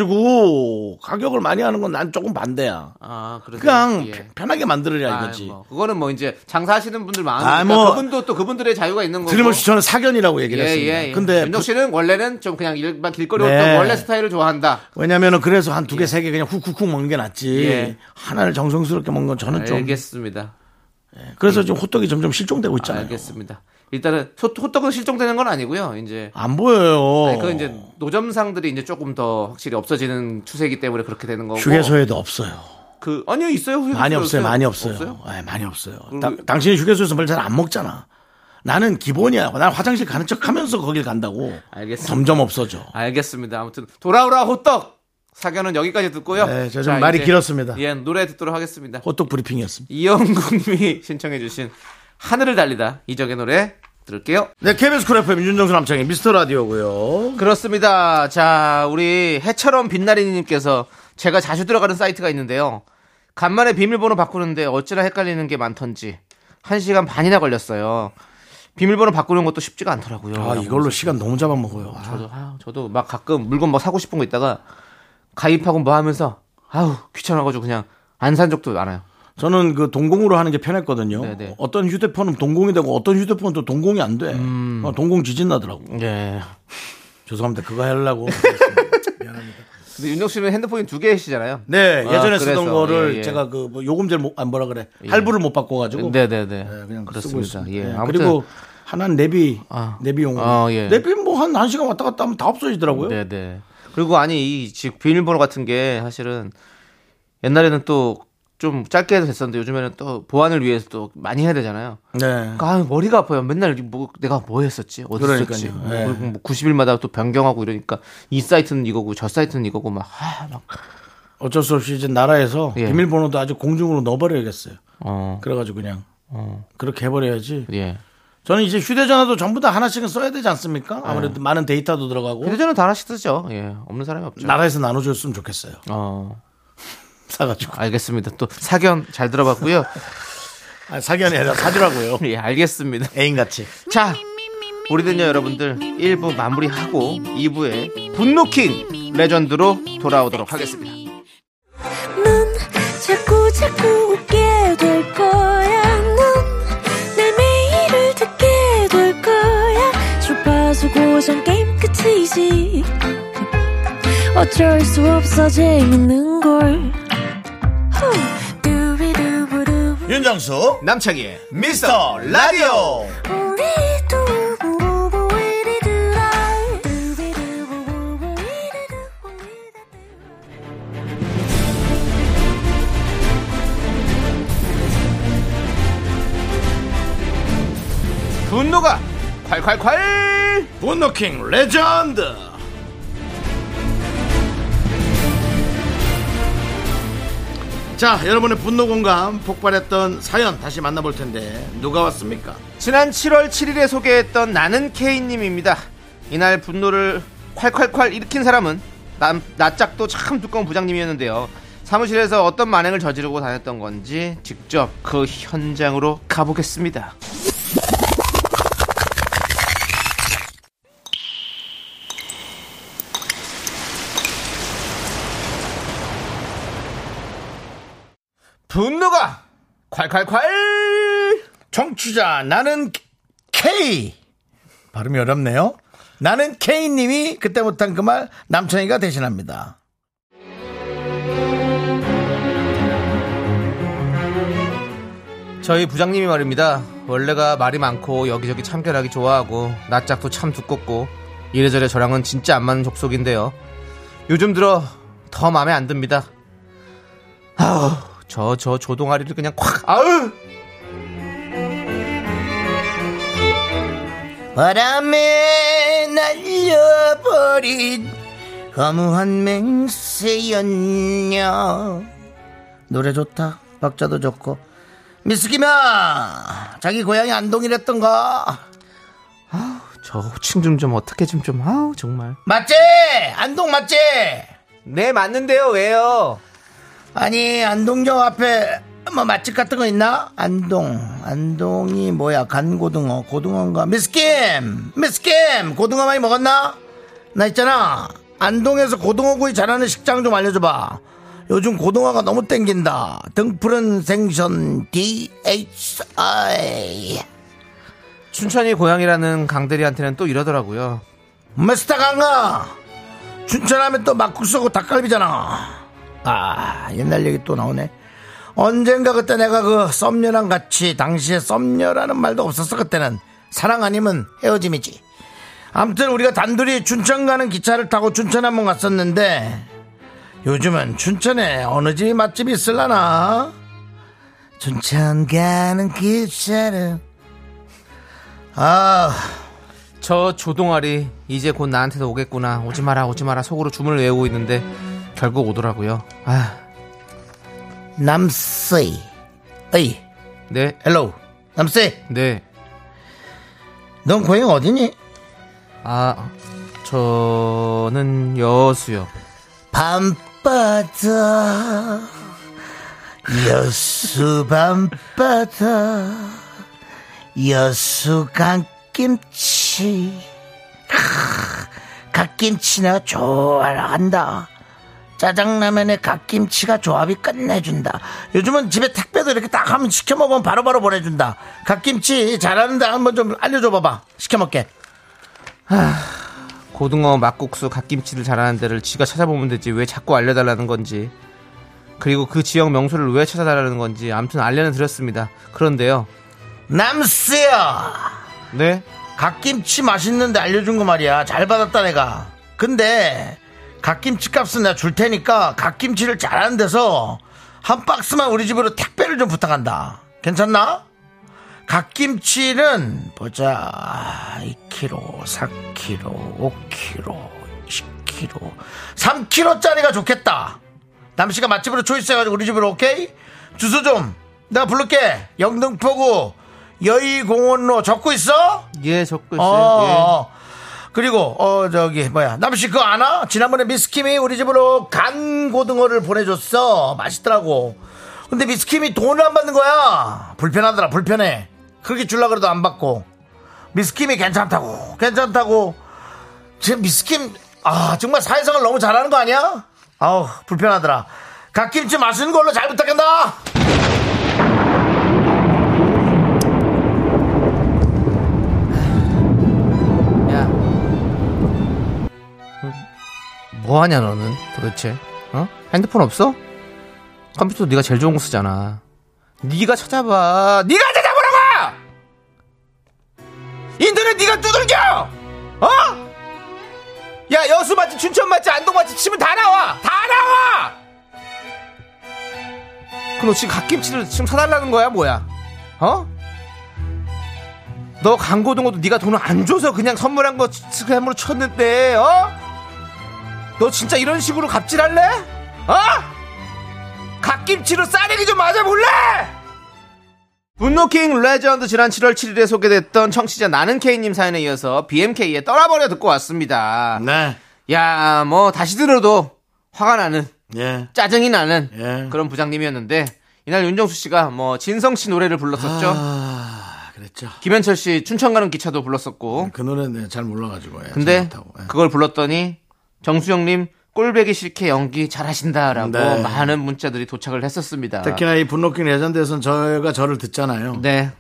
[SPEAKER 1] 만들어가지고 가격을 많이 하는 건 난 조금 반대야.
[SPEAKER 2] 아, 그래요.
[SPEAKER 1] 그냥
[SPEAKER 2] 예.
[SPEAKER 1] 편- 편하게 만들으려
[SPEAKER 2] 아,
[SPEAKER 1] 이거지.
[SPEAKER 2] 뭐, 그거는 뭐 이제 장사하시는 분들 많으니까
[SPEAKER 1] 아, 뭐.
[SPEAKER 2] 그분도 또 그분들의 자유가 있는 거고.
[SPEAKER 1] 틀림없이 저는 사견이라고 얘기를 했습니다.
[SPEAKER 2] 예, 예, 예.
[SPEAKER 1] 근데
[SPEAKER 2] 윤정 씨는 원래는 좀 그냥 일반 길거리
[SPEAKER 1] 네.
[SPEAKER 2] 호떡 원래 스타일을 좋아한다.
[SPEAKER 1] 왜냐면은 그래서 한 두 개 세 개 그냥 훅훅훅 먹는 게 낫지
[SPEAKER 2] 예.
[SPEAKER 1] 하나를 정성스럽게 먹는 건 저는 좀
[SPEAKER 2] 알겠습니다.
[SPEAKER 1] 그래서 지금 호떡이 점점 실종되고 있잖아요.
[SPEAKER 2] 알겠습니다. 일단은 소- 호떡은 실종되는 건 아니고요. 이제
[SPEAKER 1] 안 보여요.
[SPEAKER 2] 아니, 그건 이제 노점상들이 이제 조금 더 확실히 없어지는 추세이기 때문에 그렇게 되는 거고.
[SPEAKER 1] 휴게소에도 없어요.
[SPEAKER 2] 그 아니요 있어요. 휴게소
[SPEAKER 1] 많이 없어요, 많이 없어요. 그 예, 많이 없어요. 당- 당신이 휴게소에서 뭘 잘 안 먹잖아. 나는 기본이야. 난 화장실 가는 척 하면서 거길 간다고.
[SPEAKER 2] 알겠습니다.
[SPEAKER 1] 점점 없어져.
[SPEAKER 2] 알겠습니다. 아무튼 돌아오라 호떡 사견은 여기까지 듣고요.
[SPEAKER 1] 네, 저좀
[SPEAKER 2] 자,
[SPEAKER 1] 말이
[SPEAKER 2] 이제,
[SPEAKER 1] 길었습니다.
[SPEAKER 2] 예, 노래 듣도록 하겠습니다.
[SPEAKER 1] 호떡 브리핑이었습니다.
[SPEAKER 2] 이영국님이 신청해주신 하늘을 달리다 이적의 노래 들을게요.
[SPEAKER 1] 네, KBS 쿨 FM 윤정수 남창의 미스터 라디오고요.
[SPEAKER 2] 그렇습니다. 자, 우리 해처럼 빛나리님께서 제가 자주 들어가는 사이트가 있는데요. 간만에 비밀번호 바꾸는데 어찌나 헷갈리는 게 많던지 1시간 반이나 걸렸어요. 비밀번호 바꾸는 것도 쉽지가 않더라고요.
[SPEAKER 1] 아, 이걸로 시간 너무 잡아먹어요. 아,
[SPEAKER 2] 저도, 아, 저도 막 가끔 물건 막 사고 싶은 거 있다가 가입하고 뭐 하면서 아우 귀찮아가지고 그냥 안 산 적도 많아요.
[SPEAKER 1] 저는 그 동공으로 하는 게 편했거든요.
[SPEAKER 2] 네네.
[SPEAKER 1] 어떤 휴대폰은 동공이 되고 어떤 휴대폰은 또 동공이 안 돼. 어, 동공 지진 나더라고.
[SPEAKER 2] 예.
[SPEAKER 1] 죄송합니다. 그거 하려고.
[SPEAKER 2] 근데 윤정 씨는 핸드폰이 두 개시잖아요.
[SPEAKER 1] 네,
[SPEAKER 2] 아,
[SPEAKER 1] 예전에
[SPEAKER 2] 그래서,
[SPEAKER 1] 쓰던 거를
[SPEAKER 2] 예, 예.
[SPEAKER 1] 제가 그 뭐 요금제를 못, 아, 뭐라 그래. 할부를 못 바꿔가지고.
[SPEAKER 2] 네네네.
[SPEAKER 1] 네, 그냥 쓰고
[SPEAKER 2] 그렇습니다.
[SPEAKER 1] 있습니다.
[SPEAKER 2] 예.
[SPEAKER 1] 네.
[SPEAKER 2] 아무튼
[SPEAKER 1] 그리고 하나는 내비,
[SPEAKER 2] 아.
[SPEAKER 1] 내비용.
[SPEAKER 2] 아, 예.
[SPEAKER 1] 내비 뭐한 한 시간 왔다 갔다 하면 다 없어지더라고요.
[SPEAKER 2] 네네. 그리고 아니 이 지금 비밀번호 같은 게 사실은 옛날에는 또 좀 짧게 해도 됐었는데 요즘에는 또 보안을 위해서 또 많이 해야 되잖아요.
[SPEAKER 1] 네.
[SPEAKER 2] 그러니까 아, 머리가 아파요. 맨날 뭐 내가 뭐 했었지? 어디
[SPEAKER 1] 그러니까요.
[SPEAKER 2] 있었지? 뭐
[SPEAKER 1] 네.
[SPEAKER 2] 그리고 뭐 90일마다 또 변경하고 이러니까 이 사이트는 이거고 저 사이트는 이거고 막, 아, 막
[SPEAKER 1] 어쩔 수 없이 이제 나라에서
[SPEAKER 2] 예.
[SPEAKER 1] 비밀번호도 아주 공중으로 넣어버려야겠어요.
[SPEAKER 2] 어.
[SPEAKER 1] 그래가지고 그냥 그렇게 해버려야지.
[SPEAKER 2] 예.
[SPEAKER 1] 저는 이제 휴대전화도 전부 다 하나씩은 써야 되지 않습니까? 아무래도 많은 데이터도 들어가고
[SPEAKER 2] 예. 휴대전화 다 하나씩 쓰죠. 예. 없는 사람이 없죠.
[SPEAKER 1] 나라에서 나눠줬으면 좋겠어요.
[SPEAKER 2] 어.
[SPEAKER 1] 사가지고
[SPEAKER 2] 알겠습니다. 또 사견 잘 들어봤고요.
[SPEAKER 1] 아, 사견이 아니라 사주라고요.
[SPEAKER 2] 예, 알겠습니다.
[SPEAKER 1] 애인같이.
[SPEAKER 2] 자, 우리는요 여러분들 1부 마무리하고 2부에 분노킹 레전드로 돌아오도록 하겠습니다.
[SPEAKER 3] 넌 자꾸 자꾸 웃게 될 거야. 넌내 매일을 듣게 될 거야. 주파수 고정 게임 끝이지. 어쩔 수 없어 재밌는 걸. 후. 두비두부두.
[SPEAKER 1] 윤정수
[SPEAKER 2] 남창희의
[SPEAKER 1] 미스터 라디오.
[SPEAKER 3] 우리 두부부부 우리 두라. 두비두부부부 우리 두부 우리 두부.
[SPEAKER 2] 분노가 아, 콸콸콸!
[SPEAKER 1] 분노킹 레전드. 자, 여러분의 분노 공감 폭발했던 사연 다시 만나볼 텐데 누가 왔습니까?
[SPEAKER 2] 지난 7월 7일에 소개했던 나는 케이님입니다. 이날 분노를 콸콸콸 일으킨 사람은 남, 낯짝도 참 두꺼운 부장님이었는데요. 사무실에서 어떤 만행을 저지르고 다녔던 건지 직접 그 현장으로 가보겠습니다. 분노가 콸콸콸!
[SPEAKER 1] 정취자 나는 K 발음이 어렵네요. 나는 K님이 그때 못한 그 말 남창희가 대신합니다.
[SPEAKER 2] 저희 부장님이 말입니다. 원래가 말이 많고 여기저기 참견하기 좋아하고 낯짝도 참 두껍고 이래저래 저랑은 진짜 안 맞는 족속인데요. 요즘 들어 더 마음에 안 듭니다. 아우, 저, 저 조동아리를 그냥 콱, 아우! 바람에 날려버린 허무한 맹세였냐. 노래 좋다. 박자도 좋고. 미스김아! 자기 고향이 안동이랬던가? 저 호칭 좀, 좀 어떻게 좀, 좀, 아우, 정말. 맞지? 안동 맞지? 네, 맞는데요, 왜요? 아니, 안동역 앞에 뭐 맛집 같은 거 있나? 안동, 안동이 뭐야, 간고등어, 고등어인가? 미스김! 미스김! 고등어 많이 먹었나? 나 있잖아. 안동에서 고등어구이 잘하는 식당 좀 알려줘봐. 요즘 고등어가 너무 땡긴다. 등푸른 생선 DHI. 춘천이 고향이라는 강대리한테는 또 이러더라고요. 미스터 강아! 춘천하면 또 막국수고 닭갈비잖아. 아, 옛날 얘기 또 나오네. 언젠가 그때 내가 그 썸녀랑 같이 당시에 썸녀라는 말도 없었어 그때는 사랑 아니면 헤어짐이지. 아무튼 우리가 단둘이 춘천 가는 기차를 타고 춘천 한 번 갔었는데 요즘은 춘천에 어느 집이 맛집이 있을라나? 춘천 가는 기차를 아. 저 조동아리 이제 곧 나한테도 오겠구나 오지 마라 오지 마라 속으로 주문을 외우고 있는데 결국 오더라고요. 아. 남세이. 에이. 네. 헬로우. 남세이. 네. 넌 고향 어디니? 아, 저는 여수요. 밤바다. 여수 밤바다. 여수 갓김치. 크, 갓김치 내가 좋아한다. 짜장라면에 갓김치가 조합이 끝내준다. 요즘은 집에 택배도 이렇게 딱 하면 시켜 먹으면 바로바로 보내준다. 갓김치 잘하는데 한번 좀 알려줘 봐봐. 시켜 먹게. 고등어, 막국수, 갓김치를 잘하는 데를 지가 찾아보면 되지 왜 자꾸 알려달라는 건지 그리고 그 지역 명소를 왜 찾아달라는 건지 아무튼 알려는 드렸습니다. 그런데요. 남스야. 네. 갓김치 맛있는데 알려준 거 말이야. 잘 받았다 내가. 근데 갓김치 값은 내가 줄 테니까 갓김치를 잘하는 데서 한 박스만 우리 집으로 택배를 좀 부탁한다. 괜찮나? 갓김치는 보자 2kg, 4kg, 5kg, 10kg, 3kg짜리가 좋겠다. 남씨가 맛집으로 초이스해가지고 우리 집으로 오케이? 주소 좀 내가 부를게. 영등포구 여의공원로 적고 있어?
[SPEAKER 4] 예, 적고
[SPEAKER 2] 어, 어. 그리고 어 저기 뭐야 남씨 그거 아나? 지난번에 미스킴이 우리 집으로 간 고등어를 보내줬어 맛있더라고 근데 미스킴이 돈을 안 받는 거야 불편하더라 불편해 그렇게 줄라 그래도 안 받고 미스킴이 괜찮다고 괜찮다고 지금 미스킴 아 정말 사회생활 너무 잘하는 거 아니야? 아우 불편하더라 갓김치 맛있는 걸로 잘 부탁한다 야. 뭐 하냐 너는 도대체? 어? 핸드폰 없어? 컴퓨터 네가 제일 좋은 거 쓰잖아. 네가 찾아봐. 네가 찾아보라고! 인터넷 네가 두들겨! 어? 야 여수 맛집, 춘천 맛집, 안동 맛집 치면 다 나와. 다 나와. 그럼 너 지금 갓김치를 지금 사달라는 거야 뭐야? 어? 너 강고등어도 네가 돈을 안 줘서 그냥 선물한 거 스크램으로 쳤는데 어? 너 진짜 이런 식으로 갑질할래? 어? 갓김치로 싸대기 좀 맞아볼래? 분노킹 레전드 지난 7월 7일에 소개됐던 청취자 나는 케이님 사연에 이어서 BMK의 떠나버려 듣고 왔습니다.
[SPEAKER 1] 네.
[SPEAKER 2] 야 뭐 다시 들어도 화가 나는
[SPEAKER 1] 예.
[SPEAKER 2] 짜증이 나는
[SPEAKER 1] 예.
[SPEAKER 2] 그런 부장님이었는데 이날 윤정수 씨가 뭐 진성 씨 노래를 불렀었죠.
[SPEAKER 1] 아, 그랬죠.
[SPEAKER 2] 김현철 씨 춘천 가는 기차도 불렀었고.
[SPEAKER 1] 그 노래 내가 잘 몰라가지고. 예, 잘
[SPEAKER 2] 근데
[SPEAKER 1] 못하고, 예.
[SPEAKER 2] 그걸 불렀더니 정수영님 꼴배기 싫게 연기 잘하신다라고
[SPEAKER 1] 네.
[SPEAKER 2] 많은 문자들이 도착을 했었습니다.
[SPEAKER 1] 특히나 이그 분노킹 레전드에서는 저희가 저를 듣잖아요.
[SPEAKER 2] 네.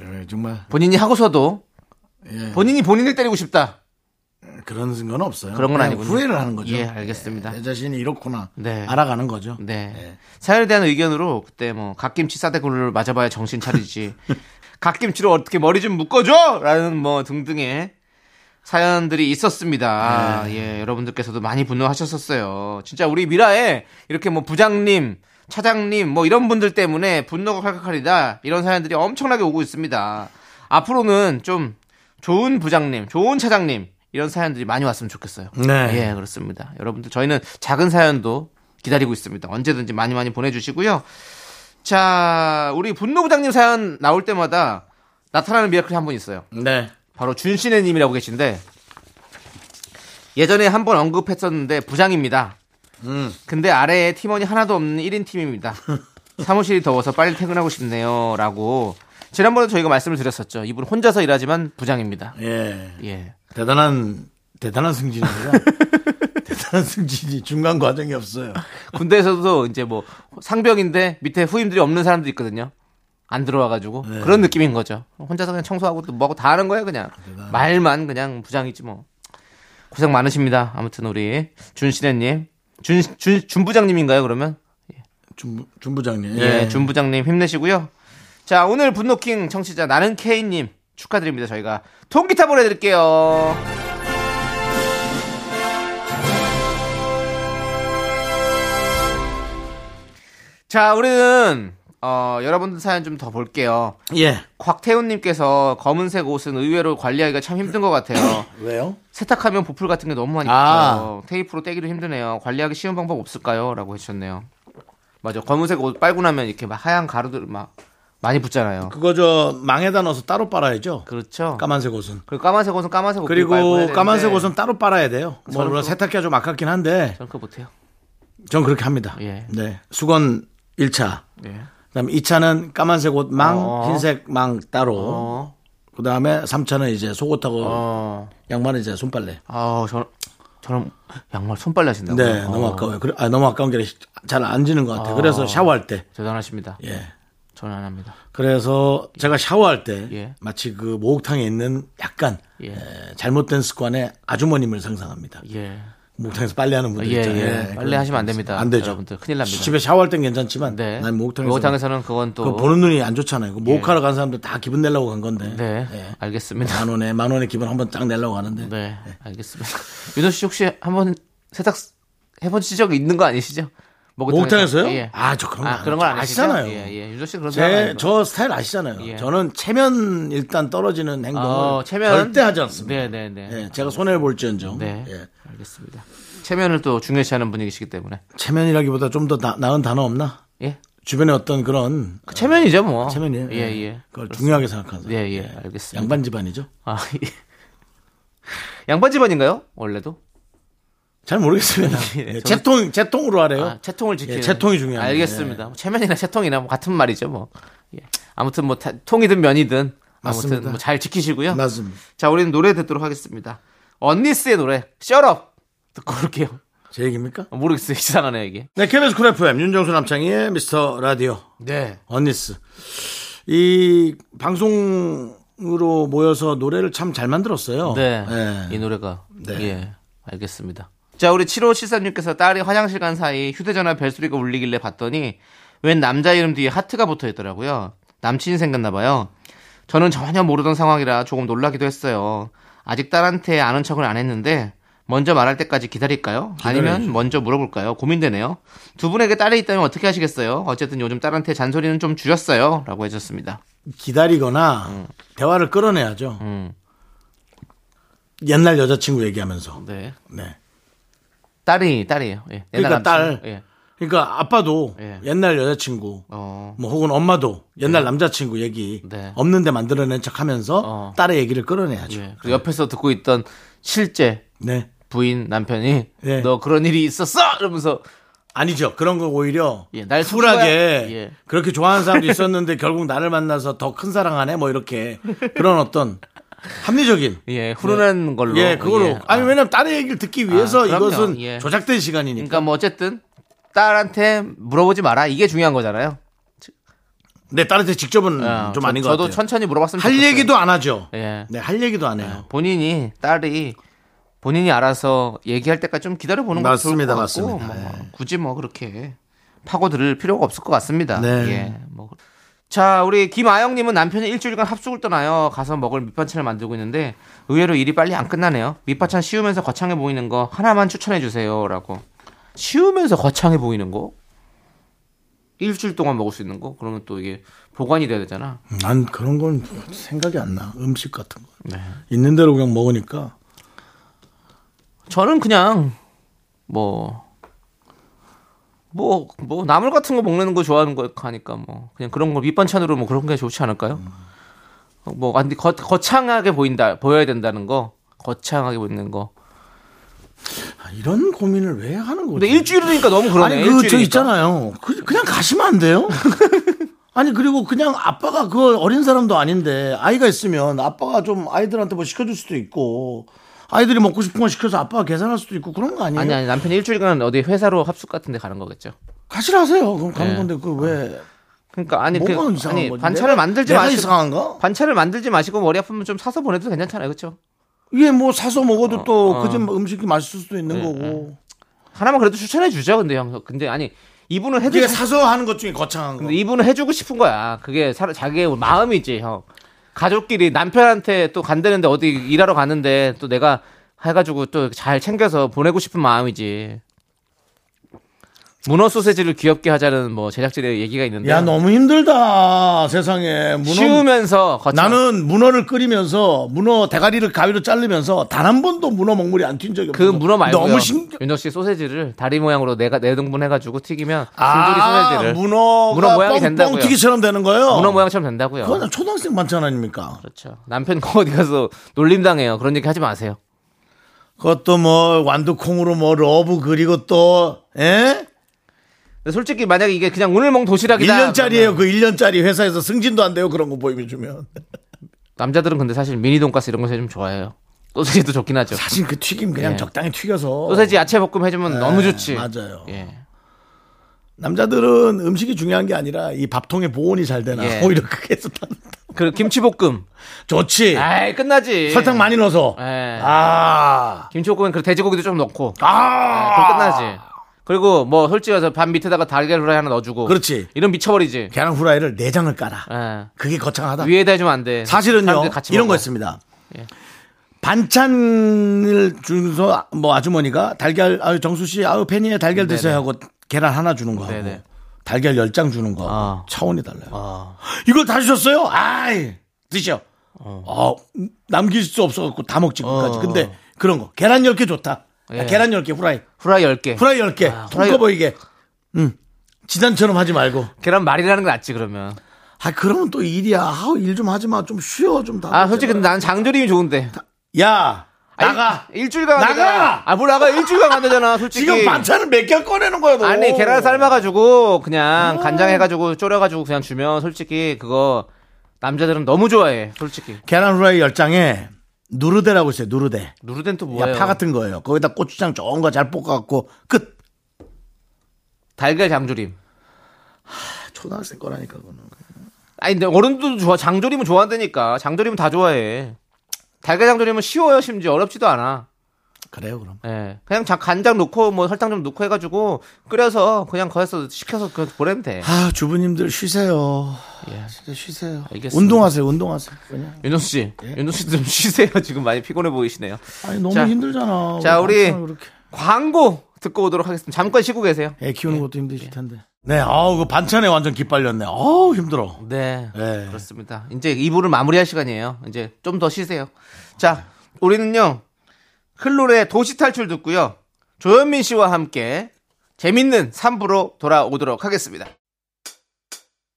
[SPEAKER 1] 예, 정말
[SPEAKER 2] 본인이 하고서도
[SPEAKER 1] 예,
[SPEAKER 2] 본인이 본인을 때리고 싶다.
[SPEAKER 1] 그런 건 없어요.
[SPEAKER 2] 그런 건
[SPEAKER 1] 그냥
[SPEAKER 2] 아니군요.
[SPEAKER 1] 후회를 하는 거죠.
[SPEAKER 2] 예, 알겠습니다.
[SPEAKER 1] 내 자신이 이렇구나
[SPEAKER 2] 네.
[SPEAKER 1] 알아가는 거죠.
[SPEAKER 2] 네.
[SPEAKER 1] 예.
[SPEAKER 2] 사연에 대한 의견으로 그때 뭐 갓김치 싸대굴을 맞아봐야 정신 차리지. 갓김치로 어떻게 머리 좀 묶어줘! 라는 뭐 등등의 사연들이 있었습니다. 예, 여러분들께서도 많이 분노하셨었어요. 진짜 우리 미라에 이렇게 뭐 부장님, 차장님 뭐 이런 분들 때문에 분노가 칼칼칼이다 이런 사연들이 엄청나게 오고 있습니다. 앞으로는 좀 좋은 부장님, 좋은 차장님 이런 사연들이 많이 왔으면 좋겠어요.
[SPEAKER 1] 네.
[SPEAKER 2] 예, 그렇습니다. 여러분들 저희는 작은 사연도 기다리고 있습니다. 언제든지 많이 많이 보내주시고요. 자, 우리 분노 부장님 사연 나올 때마다 나타나는 미라클이 한 분 있어요.
[SPEAKER 1] 네.
[SPEAKER 2] 바로 준신혜님이라고 계신데 예전에 한 번 언급했었는데 부장입니다. 근데 아래에 팀원이 하나도 없는 1인 팀입니다. 사무실이 더워서 빨리 퇴근하고 싶네요라고 지난번에 저희가 말씀을 드렸었죠. 이분 혼자서 일하지만 부장입니다.
[SPEAKER 1] 예.
[SPEAKER 2] 예.
[SPEAKER 1] 대단한 대단한 승진입니다. 대단한 승진이 중간 과정이 없어요.
[SPEAKER 2] 군대에서도 이제 뭐 상병인데 밑에 후임들이 없는 사람도 있거든요. 안 들어와가지고 그런 느낌인 거죠. 혼자서 그냥 청소하고 또 뭐하고 다 하는 거예요 그냥 말만 그냥 부장이지 뭐 고생 많으십니다. 아무튼 우리 준신혜님 준준 부장님인가요 그러면
[SPEAKER 1] 준 중부장님.
[SPEAKER 2] 예, 준 부장님 힘내시고요. 자 오늘 분노킹 청취자 나는 케이님 축하드립니다. 저희가 통기타 보내드릴게요. 자 우리는 어, 여러분들 사연 좀 더 볼게요.
[SPEAKER 1] 예.
[SPEAKER 2] 곽태훈님께서 검은색 옷은 의외로 관리하기가 참 힘든 것 같아요.
[SPEAKER 1] 왜요?
[SPEAKER 2] 세탁하면 보풀 같은 게 너무 많이
[SPEAKER 1] 아.
[SPEAKER 2] 붙어요. 테이프로 떼기도 힘드네요. 관리하기 쉬운 방법 없을까요? 라고 해주셨네요. 맞아. 검은색 옷 빨고 나면 이렇게 막 하얀 가루들 막 많이 붙잖아요.
[SPEAKER 1] 그거 저 망에다 넣어서 따로 빨아야죠.
[SPEAKER 2] 그렇죠.
[SPEAKER 1] 까만색 옷은.
[SPEAKER 2] 그리고 까만색 옷은 까만색 옷
[SPEAKER 1] 그리고 까만색 옷은 따로 빨아야 돼요. 뭐
[SPEAKER 2] 저는
[SPEAKER 1] 물론
[SPEAKER 2] 그-
[SPEAKER 1] 세탁기가 좀 아깝긴 한데
[SPEAKER 2] 저는 그거 못해요.
[SPEAKER 1] 전 그렇게 합니다.
[SPEAKER 2] 예.
[SPEAKER 1] 네. 수건 1차.
[SPEAKER 2] 예.
[SPEAKER 1] 그다음에 2차는 까만색 옷 망,
[SPEAKER 2] 어.
[SPEAKER 1] 흰색 망 따로.
[SPEAKER 2] 어.
[SPEAKER 1] 그다음에 3차는 이제 속옷하고
[SPEAKER 2] 어.
[SPEAKER 1] 양말은 이제 손빨래.
[SPEAKER 2] 아, 저는 저는 양말 손빨래 하신다고.
[SPEAKER 1] 네, 너무 아까워요. 그래- 아, 너무 아까운 게 잘 안 지는 것
[SPEAKER 2] 어.
[SPEAKER 1] 같아요. 그래서 샤워할 때.
[SPEAKER 2] 대단하십니다.
[SPEAKER 1] 예.
[SPEAKER 2] 저는 안 합니다.
[SPEAKER 1] 그래서 제가 샤워할 때
[SPEAKER 2] 예.
[SPEAKER 1] 마치 그 목욕탕에 있는 약간
[SPEAKER 2] 예.
[SPEAKER 1] 에, 잘못된 습관의 아주머님을 상상합니다.
[SPEAKER 2] 예.
[SPEAKER 1] 목욕탕에서 빨래하는 분들
[SPEAKER 2] 예,
[SPEAKER 1] 있잖아요.
[SPEAKER 2] 예. 빨래
[SPEAKER 1] 그런
[SPEAKER 2] 하시면
[SPEAKER 1] 분들 있어요.
[SPEAKER 2] 안 됩니다.
[SPEAKER 1] 안 되죠.
[SPEAKER 2] 여러분들, 큰일 납니다.
[SPEAKER 1] 집에 샤워할 땐 괜찮지만
[SPEAKER 2] 네.
[SPEAKER 1] 난 목욕탕에서
[SPEAKER 2] 목욕탕에서는 뭐 그건 또
[SPEAKER 1] 그거 보는 눈이 안 좋잖아요. 그 목욕하러 간 사람들 다 기분 내려고 간 건데.
[SPEAKER 2] 네.
[SPEAKER 1] 예.
[SPEAKER 2] 알겠습니다.
[SPEAKER 1] 만 원에 만 원에 기분 한번 쫙 내려고 하는데.
[SPEAKER 2] 네, 알겠습니다. 윤호 씨 혹시 한번 세탁 해본 적이 있는 거 아니시죠?
[SPEAKER 1] 목욕탕에서요?
[SPEAKER 2] 예.
[SPEAKER 1] 아, 저 그런 거
[SPEAKER 2] 아,
[SPEAKER 1] 안-
[SPEAKER 2] 그런 건 아시죠?
[SPEAKER 1] 아시잖아요.
[SPEAKER 2] 예, 예. 윤호 씨 그런 사람
[SPEAKER 1] 제
[SPEAKER 2] 아니에요.
[SPEAKER 1] 저 스타일 아시잖아요.
[SPEAKER 2] 예.
[SPEAKER 1] 저는 체면 일단 떨어지는 행동을
[SPEAKER 2] 어, 체면
[SPEAKER 1] 절대 하지 않습니다.
[SPEAKER 2] 네, 네, 네.
[SPEAKER 1] 예, 제가 손해를 볼지언정.
[SPEAKER 2] 네.
[SPEAKER 1] 예.
[SPEAKER 2] 알겠습니다. 체면을 또 중요시하는 분이시기 때문에.
[SPEAKER 1] 체면이라기보다 좀 더 나은 단어 없나?
[SPEAKER 2] 예.
[SPEAKER 1] 주변에 어떤 그런
[SPEAKER 2] 그 체면이죠, 뭐.
[SPEAKER 1] 아, 체면이에요.
[SPEAKER 2] 예, 예.
[SPEAKER 1] 그걸 중요하게 생각하는
[SPEAKER 2] 예,
[SPEAKER 1] 사람.
[SPEAKER 2] 예. 알겠습니다.
[SPEAKER 1] 양반 집안이죠?
[SPEAKER 2] 아, 예. 양반 집안인가요? 원래도?
[SPEAKER 1] 잘 모르겠습니다.
[SPEAKER 2] 예,
[SPEAKER 1] 예,
[SPEAKER 2] 저는-
[SPEAKER 1] 재통 재통으로 하래요.
[SPEAKER 2] 아, 채통을 지키는.
[SPEAKER 1] 예, 채통이 중요합니다. 예.
[SPEAKER 2] 알겠습니다. 뭐 체면이나 채통이나 뭐 같은 말이죠, 뭐. 예. 아무튼 뭐 다- 통이든 면이든 아무튼
[SPEAKER 1] 맞습니다.
[SPEAKER 2] 뭐 잘 지키시고요.
[SPEAKER 1] 맞습니다.
[SPEAKER 2] 자, 우리는 노래 듣도록 하겠습니다. 언니스의 노래, Shut Up! 듣고 올게요.
[SPEAKER 1] 제 얘기입니까?
[SPEAKER 2] 모르겠어요. 이상하네, 이게.
[SPEAKER 1] 네, KBS 쿨 FM 윤정수 남창희의 미스터 라디오
[SPEAKER 2] 네.
[SPEAKER 1] 언니스 이 방송으로 모여서 노래를 참 잘 만들었어요.
[SPEAKER 2] 네.
[SPEAKER 1] 예.
[SPEAKER 2] 이 노래가.
[SPEAKER 1] 네.
[SPEAKER 2] 예. 알겠습니다. 자, 우리 7호시사님께서 딸이 화장실 간 사이 휴대전화 벨소리가 울리길래 봤더니 웬 남자 이름 뒤에 하트가 붙어 있더라고요. 남친이 생겼나봐요. 저는 전혀 모르던 상황이라 조금 놀라기도 했어요. 아직 딸한테 아는 척을 안 했는데 먼저 말할 때까지 기다릴까요? 아니면 먼저 물어볼까요? 고민되네요. 두 분에게 딸이 있다면 어떻게 하시겠어요? 어쨌든 요즘 딸한테 잔소리는 좀 줄였어요. 라고 해줬습니다.
[SPEAKER 1] 기다리거나 대화를 끌어내야죠.
[SPEAKER 2] 음.
[SPEAKER 1] 옛날 여자친구 얘기하면서.
[SPEAKER 2] 네.
[SPEAKER 1] 네.
[SPEAKER 2] 딸이, 딸이에요. 예.
[SPEAKER 1] 그러니까
[SPEAKER 2] 옛날 남친.
[SPEAKER 1] 딸.
[SPEAKER 2] 예.
[SPEAKER 1] 그러니까 아빠도
[SPEAKER 2] 예.
[SPEAKER 1] 옛날 여자친구
[SPEAKER 2] 어.
[SPEAKER 1] 뭐 혹은 엄마도 옛날 남자친구 얘기
[SPEAKER 2] 네.
[SPEAKER 1] 없는데 만들어낸 척하면서
[SPEAKER 2] 어.
[SPEAKER 1] 딸의 얘기를 끌어내야죠.
[SPEAKER 2] 예. 그리고 옆에서 듣고 있던 실제
[SPEAKER 1] 네.
[SPEAKER 2] 부인 남편이
[SPEAKER 1] 예.
[SPEAKER 2] 너 그런 일이 있었어 이러면서
[SPEAKER 1] 아니죠. 그런 거 오히려
[SPEAKER 2] 예, 날 속인
[SPEAKER 1] 쿨하게
[SPEAKER 2] 거야. 예.
[SPEAKER 1] 그렇게 좋아하는 사람도 있었는데 결국 나를 만나서 더 큰 사랑하네 뭐 이렇게 그런 어떤 합리적인
[SPEAKER 2] 예 훈훈한 걸로
[SPEAKER 1] 예 그걸로
[SPEAKER 2] 예.
[SPEAKER 1] 아니
[SPEAKER 2] 아,
[SPEAKER 1] 왜냐면 딸의 얘기를 듣기 위해서
[SPEAKER 2] 아, 그럼요.
[SPEAKER 1] 이것은
[SPEAKER 2] 예.
[SPEAKER 1] 조작된 시간이니까
[SPEAKER 2] 그러니까 뭐 어쨌든 딸한테 물어보지 마라 이게 중요한 거잖아요.
[SPEAKER 1] 네 딸한테 직접은
[SPEAKER 2] 아,
[SPEAKER 1] 좀
[SPEAKER 2] 저-
[SPEAKER 1] 아닌 것
[SPEAKER 2] 저도
[SPEAKER 1] 같아요.
[SPEAKER 2] 천천히 물어봤으면
[SPEAKER 1] 할
[SPEAKER 2] 좋겠어요.
[SPEAKER 1] 얘기도 안 하죠.
[SPEAKER 2] 예.
[SPEAKER 1] 네 할 얘기도 안 해요.
[SPEAKER 2] 본인이 딸이 본인이 알아서 얘기할 때까지 좀 기다려 보는 것도 좋을
[SPEAKER 1] 맞습니다,
[SPEAKER 2] 것 같고
[SPEAKER 1] 맞습니다. 네.
[SPEAKER 2] 뭐 굳이 뭐 그렇게 파고들을 필요가 없을 것 같습니다.
[SPEAKER 1] 네.
[SPEAKER 2] 예. 뭐 자, 우리 김아영님은 남편이 일주일간 합숙을 떠나요. 가서 먹을 밑반찬을 만들고 있는데 의외로 일이 빨리 안 끝나네요. 밑반찬 쉬우면서 거창해 보이는 거 하나만 추천해 주세요라고. 쉬우면서 거창해 보이는 거? 일주일 동안 먹을 수 있는 거? 그러면 또 이게 보관이 돼야 되잖아.
[SPEAKER 1] 난 그런 건 생각이 안 나. 음식 같은 거.
[SPEAKER 2] 네.
[SPEAKER 1] 있는 대로 그냥 먹으니까.
[SPEAKER 2] 저는 그냥 뭐. 뭐, 뭐, 나물 같은 거 먹는 거 좋아하는 거 하니까 뭐, 그냥 그런 거 밑반찬으로 뭐 그런 게 좋지 않을까요? 어, 뭐, 안, 거, 거창하게 보인다, 보여야 된다는 거, 거창하게 보이는 거.
[SPEAKER 1] 아, 이런 고민을 왜 하는 거지?
[SPEAKER 2] 근데 일주일이니까 너무
[SPEAKER 1] 그렇죠.
[SPEAKER 2] 그러네.
[SPEAKER 1] 아니 그 저
[SPEAKER 2] 일주일이니까.
[SPEAKER 1] 있잖아요. 그, 그냥 가시면 안 돼요? 아니 그리고 그냥 아빠가 그 어린 사람도 아닌데 아이가 있으면 아빠가 좀 아이들한테 뭐 시켜줄 수도 있고 아이들이 먹고 싶은 거 시켜서 아빠가 계산할 수도 있고 그런 거 아니에요?
[SPEAKER 2] 아니 아니 남편이 일주일간 어디 회사로 합숙 같은데 가는 거겠죠.
[SPEAKER 1] 가시라세요. 그럼 가는
[SPEAKER 2] 예.
[SPEAKER 1] 건데 그왜
[SPEAKER 2] 그러니까 아니 그
[SPEAKER 1] 뭐가 이상한
[SPEAKER 2] 아니
[SPEAKER 1] 거지?
[SPEAKER 2] 반찬을
[SPEAKER 1] 내가-
[SPEAKER 2] 만들지
[SPEAKER 1] 내가
[SPEAKER 2] 마시고
[SPEAKER 1] 이상한가?
[SPEAKER 2] 반찬을 만들지 마시고 머리 아프면 좀 사서 보내도 괜찮잖아요, 그렇죠?
[SPEAKER 1] 이게 뭐 사서 먹어도 네, 또
[SPEAKER 2] 어.
[SPEAKER 1] 그 집 음식이 맛있을 수도 있는
[SPEAKER 2] 예,
[SPEAKER 1] 거고
[SPEAKER 2] 하나만 그래도 추천해 주죠, 근데 형. 근데 아니 이분은 해주
[SPEAKER 1] 이게 사서 하는 것 중에 거창한 거.
[SPEAKER 2] 근데 이분은 해주고 싶은 거야. 그게 사, 자기의 마음이지, 형. 가족끼리 남편한테 또 간다는데 어디 일하러 가는데 또 내가 해가지고 또 잘 챙겨서 보내고 싶은 마음이지. 문어 소세지를 귀엽게 하자는 뭐 제작진의 얘기가 있는데.
[SPEAKER 1] 야 너무 힘들다 세상에 문어
[SPEAKER 2] 쉬우면서 거쳐.
[SPEAKER 1] 나는 문어를 끓이면서 문어 대가리를 가위로 자르면서 단 한 번도 문어 먹물이 안 튄 적이
[SPEAKER 2] 그
[SPEAKER 1] 없어.
[SPEAKER 2] 문어 말고요. 그
[SPEAKER 1] 너무 신경.
[SPEAKER 2] 윤정 씨 소세지를 다리 모양으로 내가 네 등분 해가지고 튀기면 줄줄이
[SPEAKER 1] 아,
[SPEAKER 2] 소세지를
[SPEAKER 1] 문어가
[SPEAKER 2] 문어 모양이 된다고요.
[SPEAKER 1] 뻥튀기처럼 되는 거예요.
[SPEAKER 2] 문어 모양처럼 된다고요.
[SPEAKER 1] 그건 초등학생 반찬 아닙니까?
[SPEAKER 2] 그렇죠. 남편 거 어디 가서 놀림 당해요. 그런 얘기 하지 마세요.
[SPEAKER 1] 그것도 뭐 완두콩으로 뭐 러브 그리고 또 예?
[SPEAKER 2] 근데 솔직히 만약에 이게 그냥 오늘 먹 도시락이다.
[SPEAKER 1] 1년짜리예요. 그 1년짜리 회사에서 승진도 안 돼요. 그런 거 보이면 주면.
[SPEAKER 2] 남자들은 근데 사실 미니 돈가스 이런 거좀 좋아해요. 소세지도 좋긴 하죠.
[SPEAKER 1] 사실 그 튀김 그냥
[SPEAKER 2] 예.
[SPEAKER 1] 적당히 튀겨서
[SPEAKER 2] 소세지 야채 볶음 해주면 너무 좋지.
[SPEAKER 1] 맞아요.
[SPEAKER 2] 예.
[SPEAKER 1] 남자들은 음식이 중요한 게 아니라 이 밥통에 보온이 잘 되나
[SPEAKER 2] 예.
[SPEAKER 1] 오히려 그게 해서
[SPEAKER 2] 그 김치 볶음.
[SPEAKER 1] 좋지.
[SPEAKER 2] 아이 예. 끝나지.
[SPEAKER 1] 예. 설탕 많이 넣어서.
[SPEAKER 2] 예.
[SPEAKER 1] 아.
[SPEAKER 2] 김치 볶음은 그 돼지고기도 좀 넣고. 아,
[SPEAKER 1] 아,
[SPEAKER 2] 그럼 끝나지. 그리고 뭐 솔직히 해서 밥 밑에다가 달걀 후라이 하나 넣어주고.
[SPEAKER 1] 그렇지.
[SPEAKER 2] 이런 미쳐버리지.
[SPEAKER 1] 계란 후라이를 내장을 깔아.
[SPEAKER 2] 예.
[SPEAKER 1] 그게 거창하다.
[SPEAKER 2] 위에다 해주면 안 돼.
[SPEAKER 1] 사실은요
[SPEAKER 2] 사람들이 같이
[SPEAKER 1] 이런
[SPEAKER 2] 먹어.
[SPEAKER 1] 거
[SPEAKER 2] 예.
[SPEAKER 1] 있습니다. 반찬을 주면서 뭐 아주머니가 달걀 아유 정수 씨 아유 팬이에 달걀 드세요 하고 계란 하나 주는 거 하고
[SPEAKER 2] 네네.
[SPEAKER 1] 달걀 열 장 주는 거
[SPEAKER 2] 아.
[SPEAKER 1] 하고 차원이 달라요. 이걸 다 주셨어요? 아이 드셔. 어. 남길 수 없어갖고 다 먹지 끝까지.
[SPEAKER 2] 어.
[SPEAKER 1] 근데 그런 거 계란 열 개 좋다. 야,
[SPEAKER 2] 예.
[SPEAKER 1] 계란 열 개 후라이
[SPEAKER 2] 후라이 10개.
[SPEAKER 1] 후라이 열 개
[SPEAKER 2] 아, 후라이-
[SPEAKER 1] 통커 보이게. 음 지단처럼 하지 말고.
[SPEAKER 2] 계란 말이라는 게 낫지 그러면.
[SPEAKER 1] 아 그러면 또 일이야. 아우 일 좀 하지 마. 좀 쉬어 좀 다.
[SPEAKER 2] 아 솔직히 근데 나는 장조림이 좋은데.
[SPEAKER 1] 야
[SPEAKER 2] 아니,
[SPEAKER 1] 나가.
[SPEAKER 2] 일주일간
[SPEAKER 1] 나가!
[SPEAKER 2] 간다잖아. 아, 뭘 나가 일주일간 간다잖아. 솔직히.
[SPEAKER 1] 지금 반찬을 몇 개 꺼내는 거야 너.
[SPEAKER 2] 아니 계란 삶아가지고 그냥 간장 해가지고 졸여가지고 그냥 주면 솔직히 그거 남자들은 너무 좋아해 솔직히
[SPEAKER 1] 계란 후라이 열 장에 누르데라고 있어요. 누르데.
[SPEAKER 2] 누르덴 또 뭐예요?
[SPEAKER 1] 야파 같은 거예요. 거기다 고추장 좋은 거 잘 볶아갖고 끝.
[SPEAKER 2] 달걀 장조림.
[SPEAKER 1] 초등학생 거라니까 그거는.
[SPEAKER 2] 아니 근데 어른도 좋아 장조림은 좋아한다니까 장조림은 다 좋아해. 달걀 장조림은 쉬워요 심지어 어렵지도 않아.
[SPEAKER 1] 그래요 그럼.
[SPEAKER 2] 예. 그냥 자- 간장 넣고 뭐 설탕 좀 넣고 해가지고 끓여서 그냥 거기서 시켜서 그 보내면 돼.
[SPEAKER 1] 아 주부님들 쉬세요. 아,
[SPEAKER 2] 예.
[SPEAKER 1] 진짜 쉬세요.
[SPEAKER 2] 알겠습니다.
[SPEAKER 1] 운동하세요. 운동하세요. 그냥.
[SPEAKER 2] 윤정 씨,
[SPEAKER 1] 예?
[SPEAKER 2] 윤정 씨좀 쉬세요. 지금 많이 피곤해 보이시네요.
[SPEAKER 1] 아니 너무
[SPEAKER 2] 자,
[SPEAKER 1] 힘들잖아.
[SPEAKER 2] 자, 우리-
[SPEAKER 1] 항상 그렇게.
[SPEAKER 2] 광고 듣고 오도록 하겠습니다. 잠깐 쉬고 계세요.
[SPEAKER 1] 애 키우는 것도
[SPEAKER 2] 예.
[SPEAKER 1] 힘드실 텐데. 네, 아우 그 반찬에 완전 기빨렸네. 아우 힘들어.
[SPEAKER 2] 네.
[SPEAKER 1] 네.
[SPEAKER 2] 그렇습니다. 이제 2부를 마무리할 시간이에요. 이제 좀 더 쉬세요. 자, 우리는요. 클로의 도시 탈출 듣고요. 조현민 씨와 함께 재밌는 3부로 돌아오도록 하겠습니다.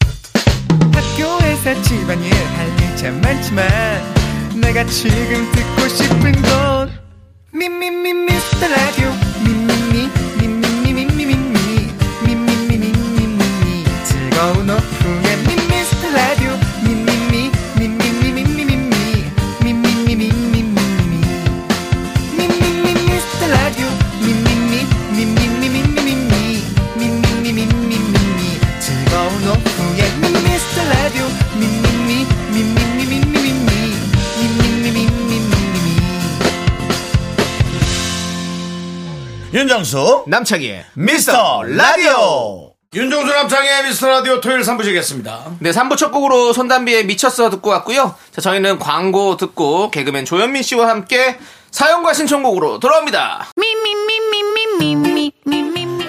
[SPEAKER 4] 학교에서 집안일 할 일 참 많지만 내가 지금 듣고 싶은 건 미미미 미스터 라디오 미미미 미미미 미미미 미미미 미미미 즐거운 오후에 미스터 라디오 미미미 미미미 미미미 미미미 미미미 미미미
[SPEAKER 1] 윤정수 예,
[SPEAKER 2] 남창희의
[SPEAKER 1] 미스터 라디오. 윤종수 남창의 미스터 라디오 토요일 3부 시겠습니다.
[SPEAKER 2] 네, 3부 첫 곡으로 손담비의 미쳤어 듣고 왔고요. 자, 저희는 광고 듣고 개그맨 조현민 씨와 함께 사연과 신청곡으로 돌아옵니다.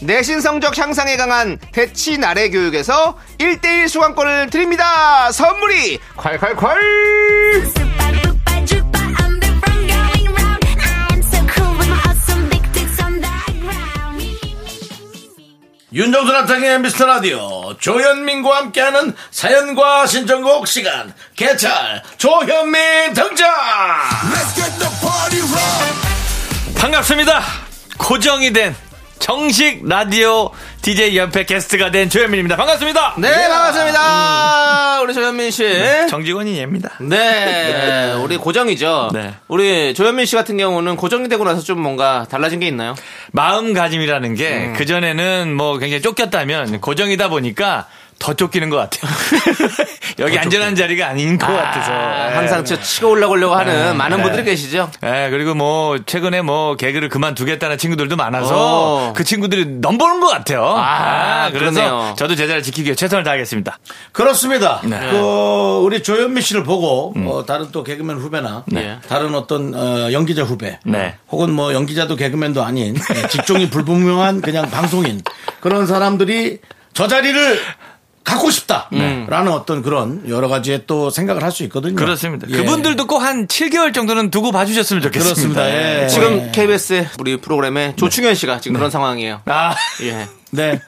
[SPEAKER 2] 내신 성적 향상에 강한 대치 나래 교육에서 1대1 수강권을 드립니다. 선물이 콸콸콸!
[SPEAKER 1] 윤정수 남창의 미스터 라디오 조현민과 함께하는 사연과 신청곡 시간 개찰 조현민 등장
[SPEAKER 5] 반갑습니다. 고정이 된 정식 라디오 DJ 연패 게스트가 된 조현민입니다. 반갑습니다.
[SPEAKER 2] 네, 반갑습니다. 음. 네. 우리 조현민 씨.
[SPEAKER 5] 정직원이 얘입니다.
[SPEAKER 2] 네, 우리 고정이죠.
[SPEAKER 5] 네.
[SPEAKER 2] 우리 조현민 씨 같은 경우는 고정이 되고 나서 좀 뭔가 달라진 게 있나요?
[SPEAKER 5] 마음가짐이라는 게 그전에는 뭐 굉장히 쫓겼다면 고정이다 보니까 더 쫓기는 것 같아요. 여기 안전한 자리가 아닌 것 같아서.
[SPEAKER 2] 아,
[SPEAKER 5] 예.
[SPEAKER 2] 항상 저 치고 올라오려고 하는 많은 분들이 계시죠.
[SPEAKER 5] 예, 그리고 뭐, 최근에 뭐, 개그를 그만두겠다는 친구들도 많아서
[SPEAKER 4] 어.
[SPEAKER 2] 오.
[SPEAKER 5] 그 친구들이 넘보는 것 같아요. 예,
[SPEAKER 2] 아,
[SPEAKER 5] 그래서
[SPEAKER 2] 그러네요.
[SPEAKER 5] 저도 제자를 지키기 위해 최선을 다하겠습니다.
[SPEAKER 1] 그렇습니다.
[SPEAKER 5] 네.
[SPEAKER 1] 그 우리 조현민 씨를 보고
[SPEAKER 5] 음.
[SPEAKER 1] 뭐 다른 또 개그맨 후배나
[SPEAKER 2] 네.
[SPEAKER 1] 다른 어떤 어, 연기자 후배
[SPEAKER 5] 네.
[SPEAKER 1] 혹은 뭐 연기자도 개그맨도 아닌 네, 직종이 불분명한 그냥 방송인 그런 사람들이 저 자리를 갖고
[SPEAKER 5] 네.
[SPEAKER 1] 싶다라는 어떤 그런 여러 가지의 또 생각을 할 수 있거든요.
[SPEAKER 5] 음. 그렇습니다.
[SPEAKER 1] 예.
[SPEAKER 5] 그분들도 꼭 한 7개월 정도는 두고 봐주셨으면 좋겠습니다.
[SPEAKER 1] 그렇습니다. 예.
[SPEAKER 2] 지금 KBS 우리 프로그램에 조충현 씨가 지금 그런 상황이에요.
[SPEAKER 5] 아,
[SPEAKER 2] 예.
[SPEAKER 1] 네.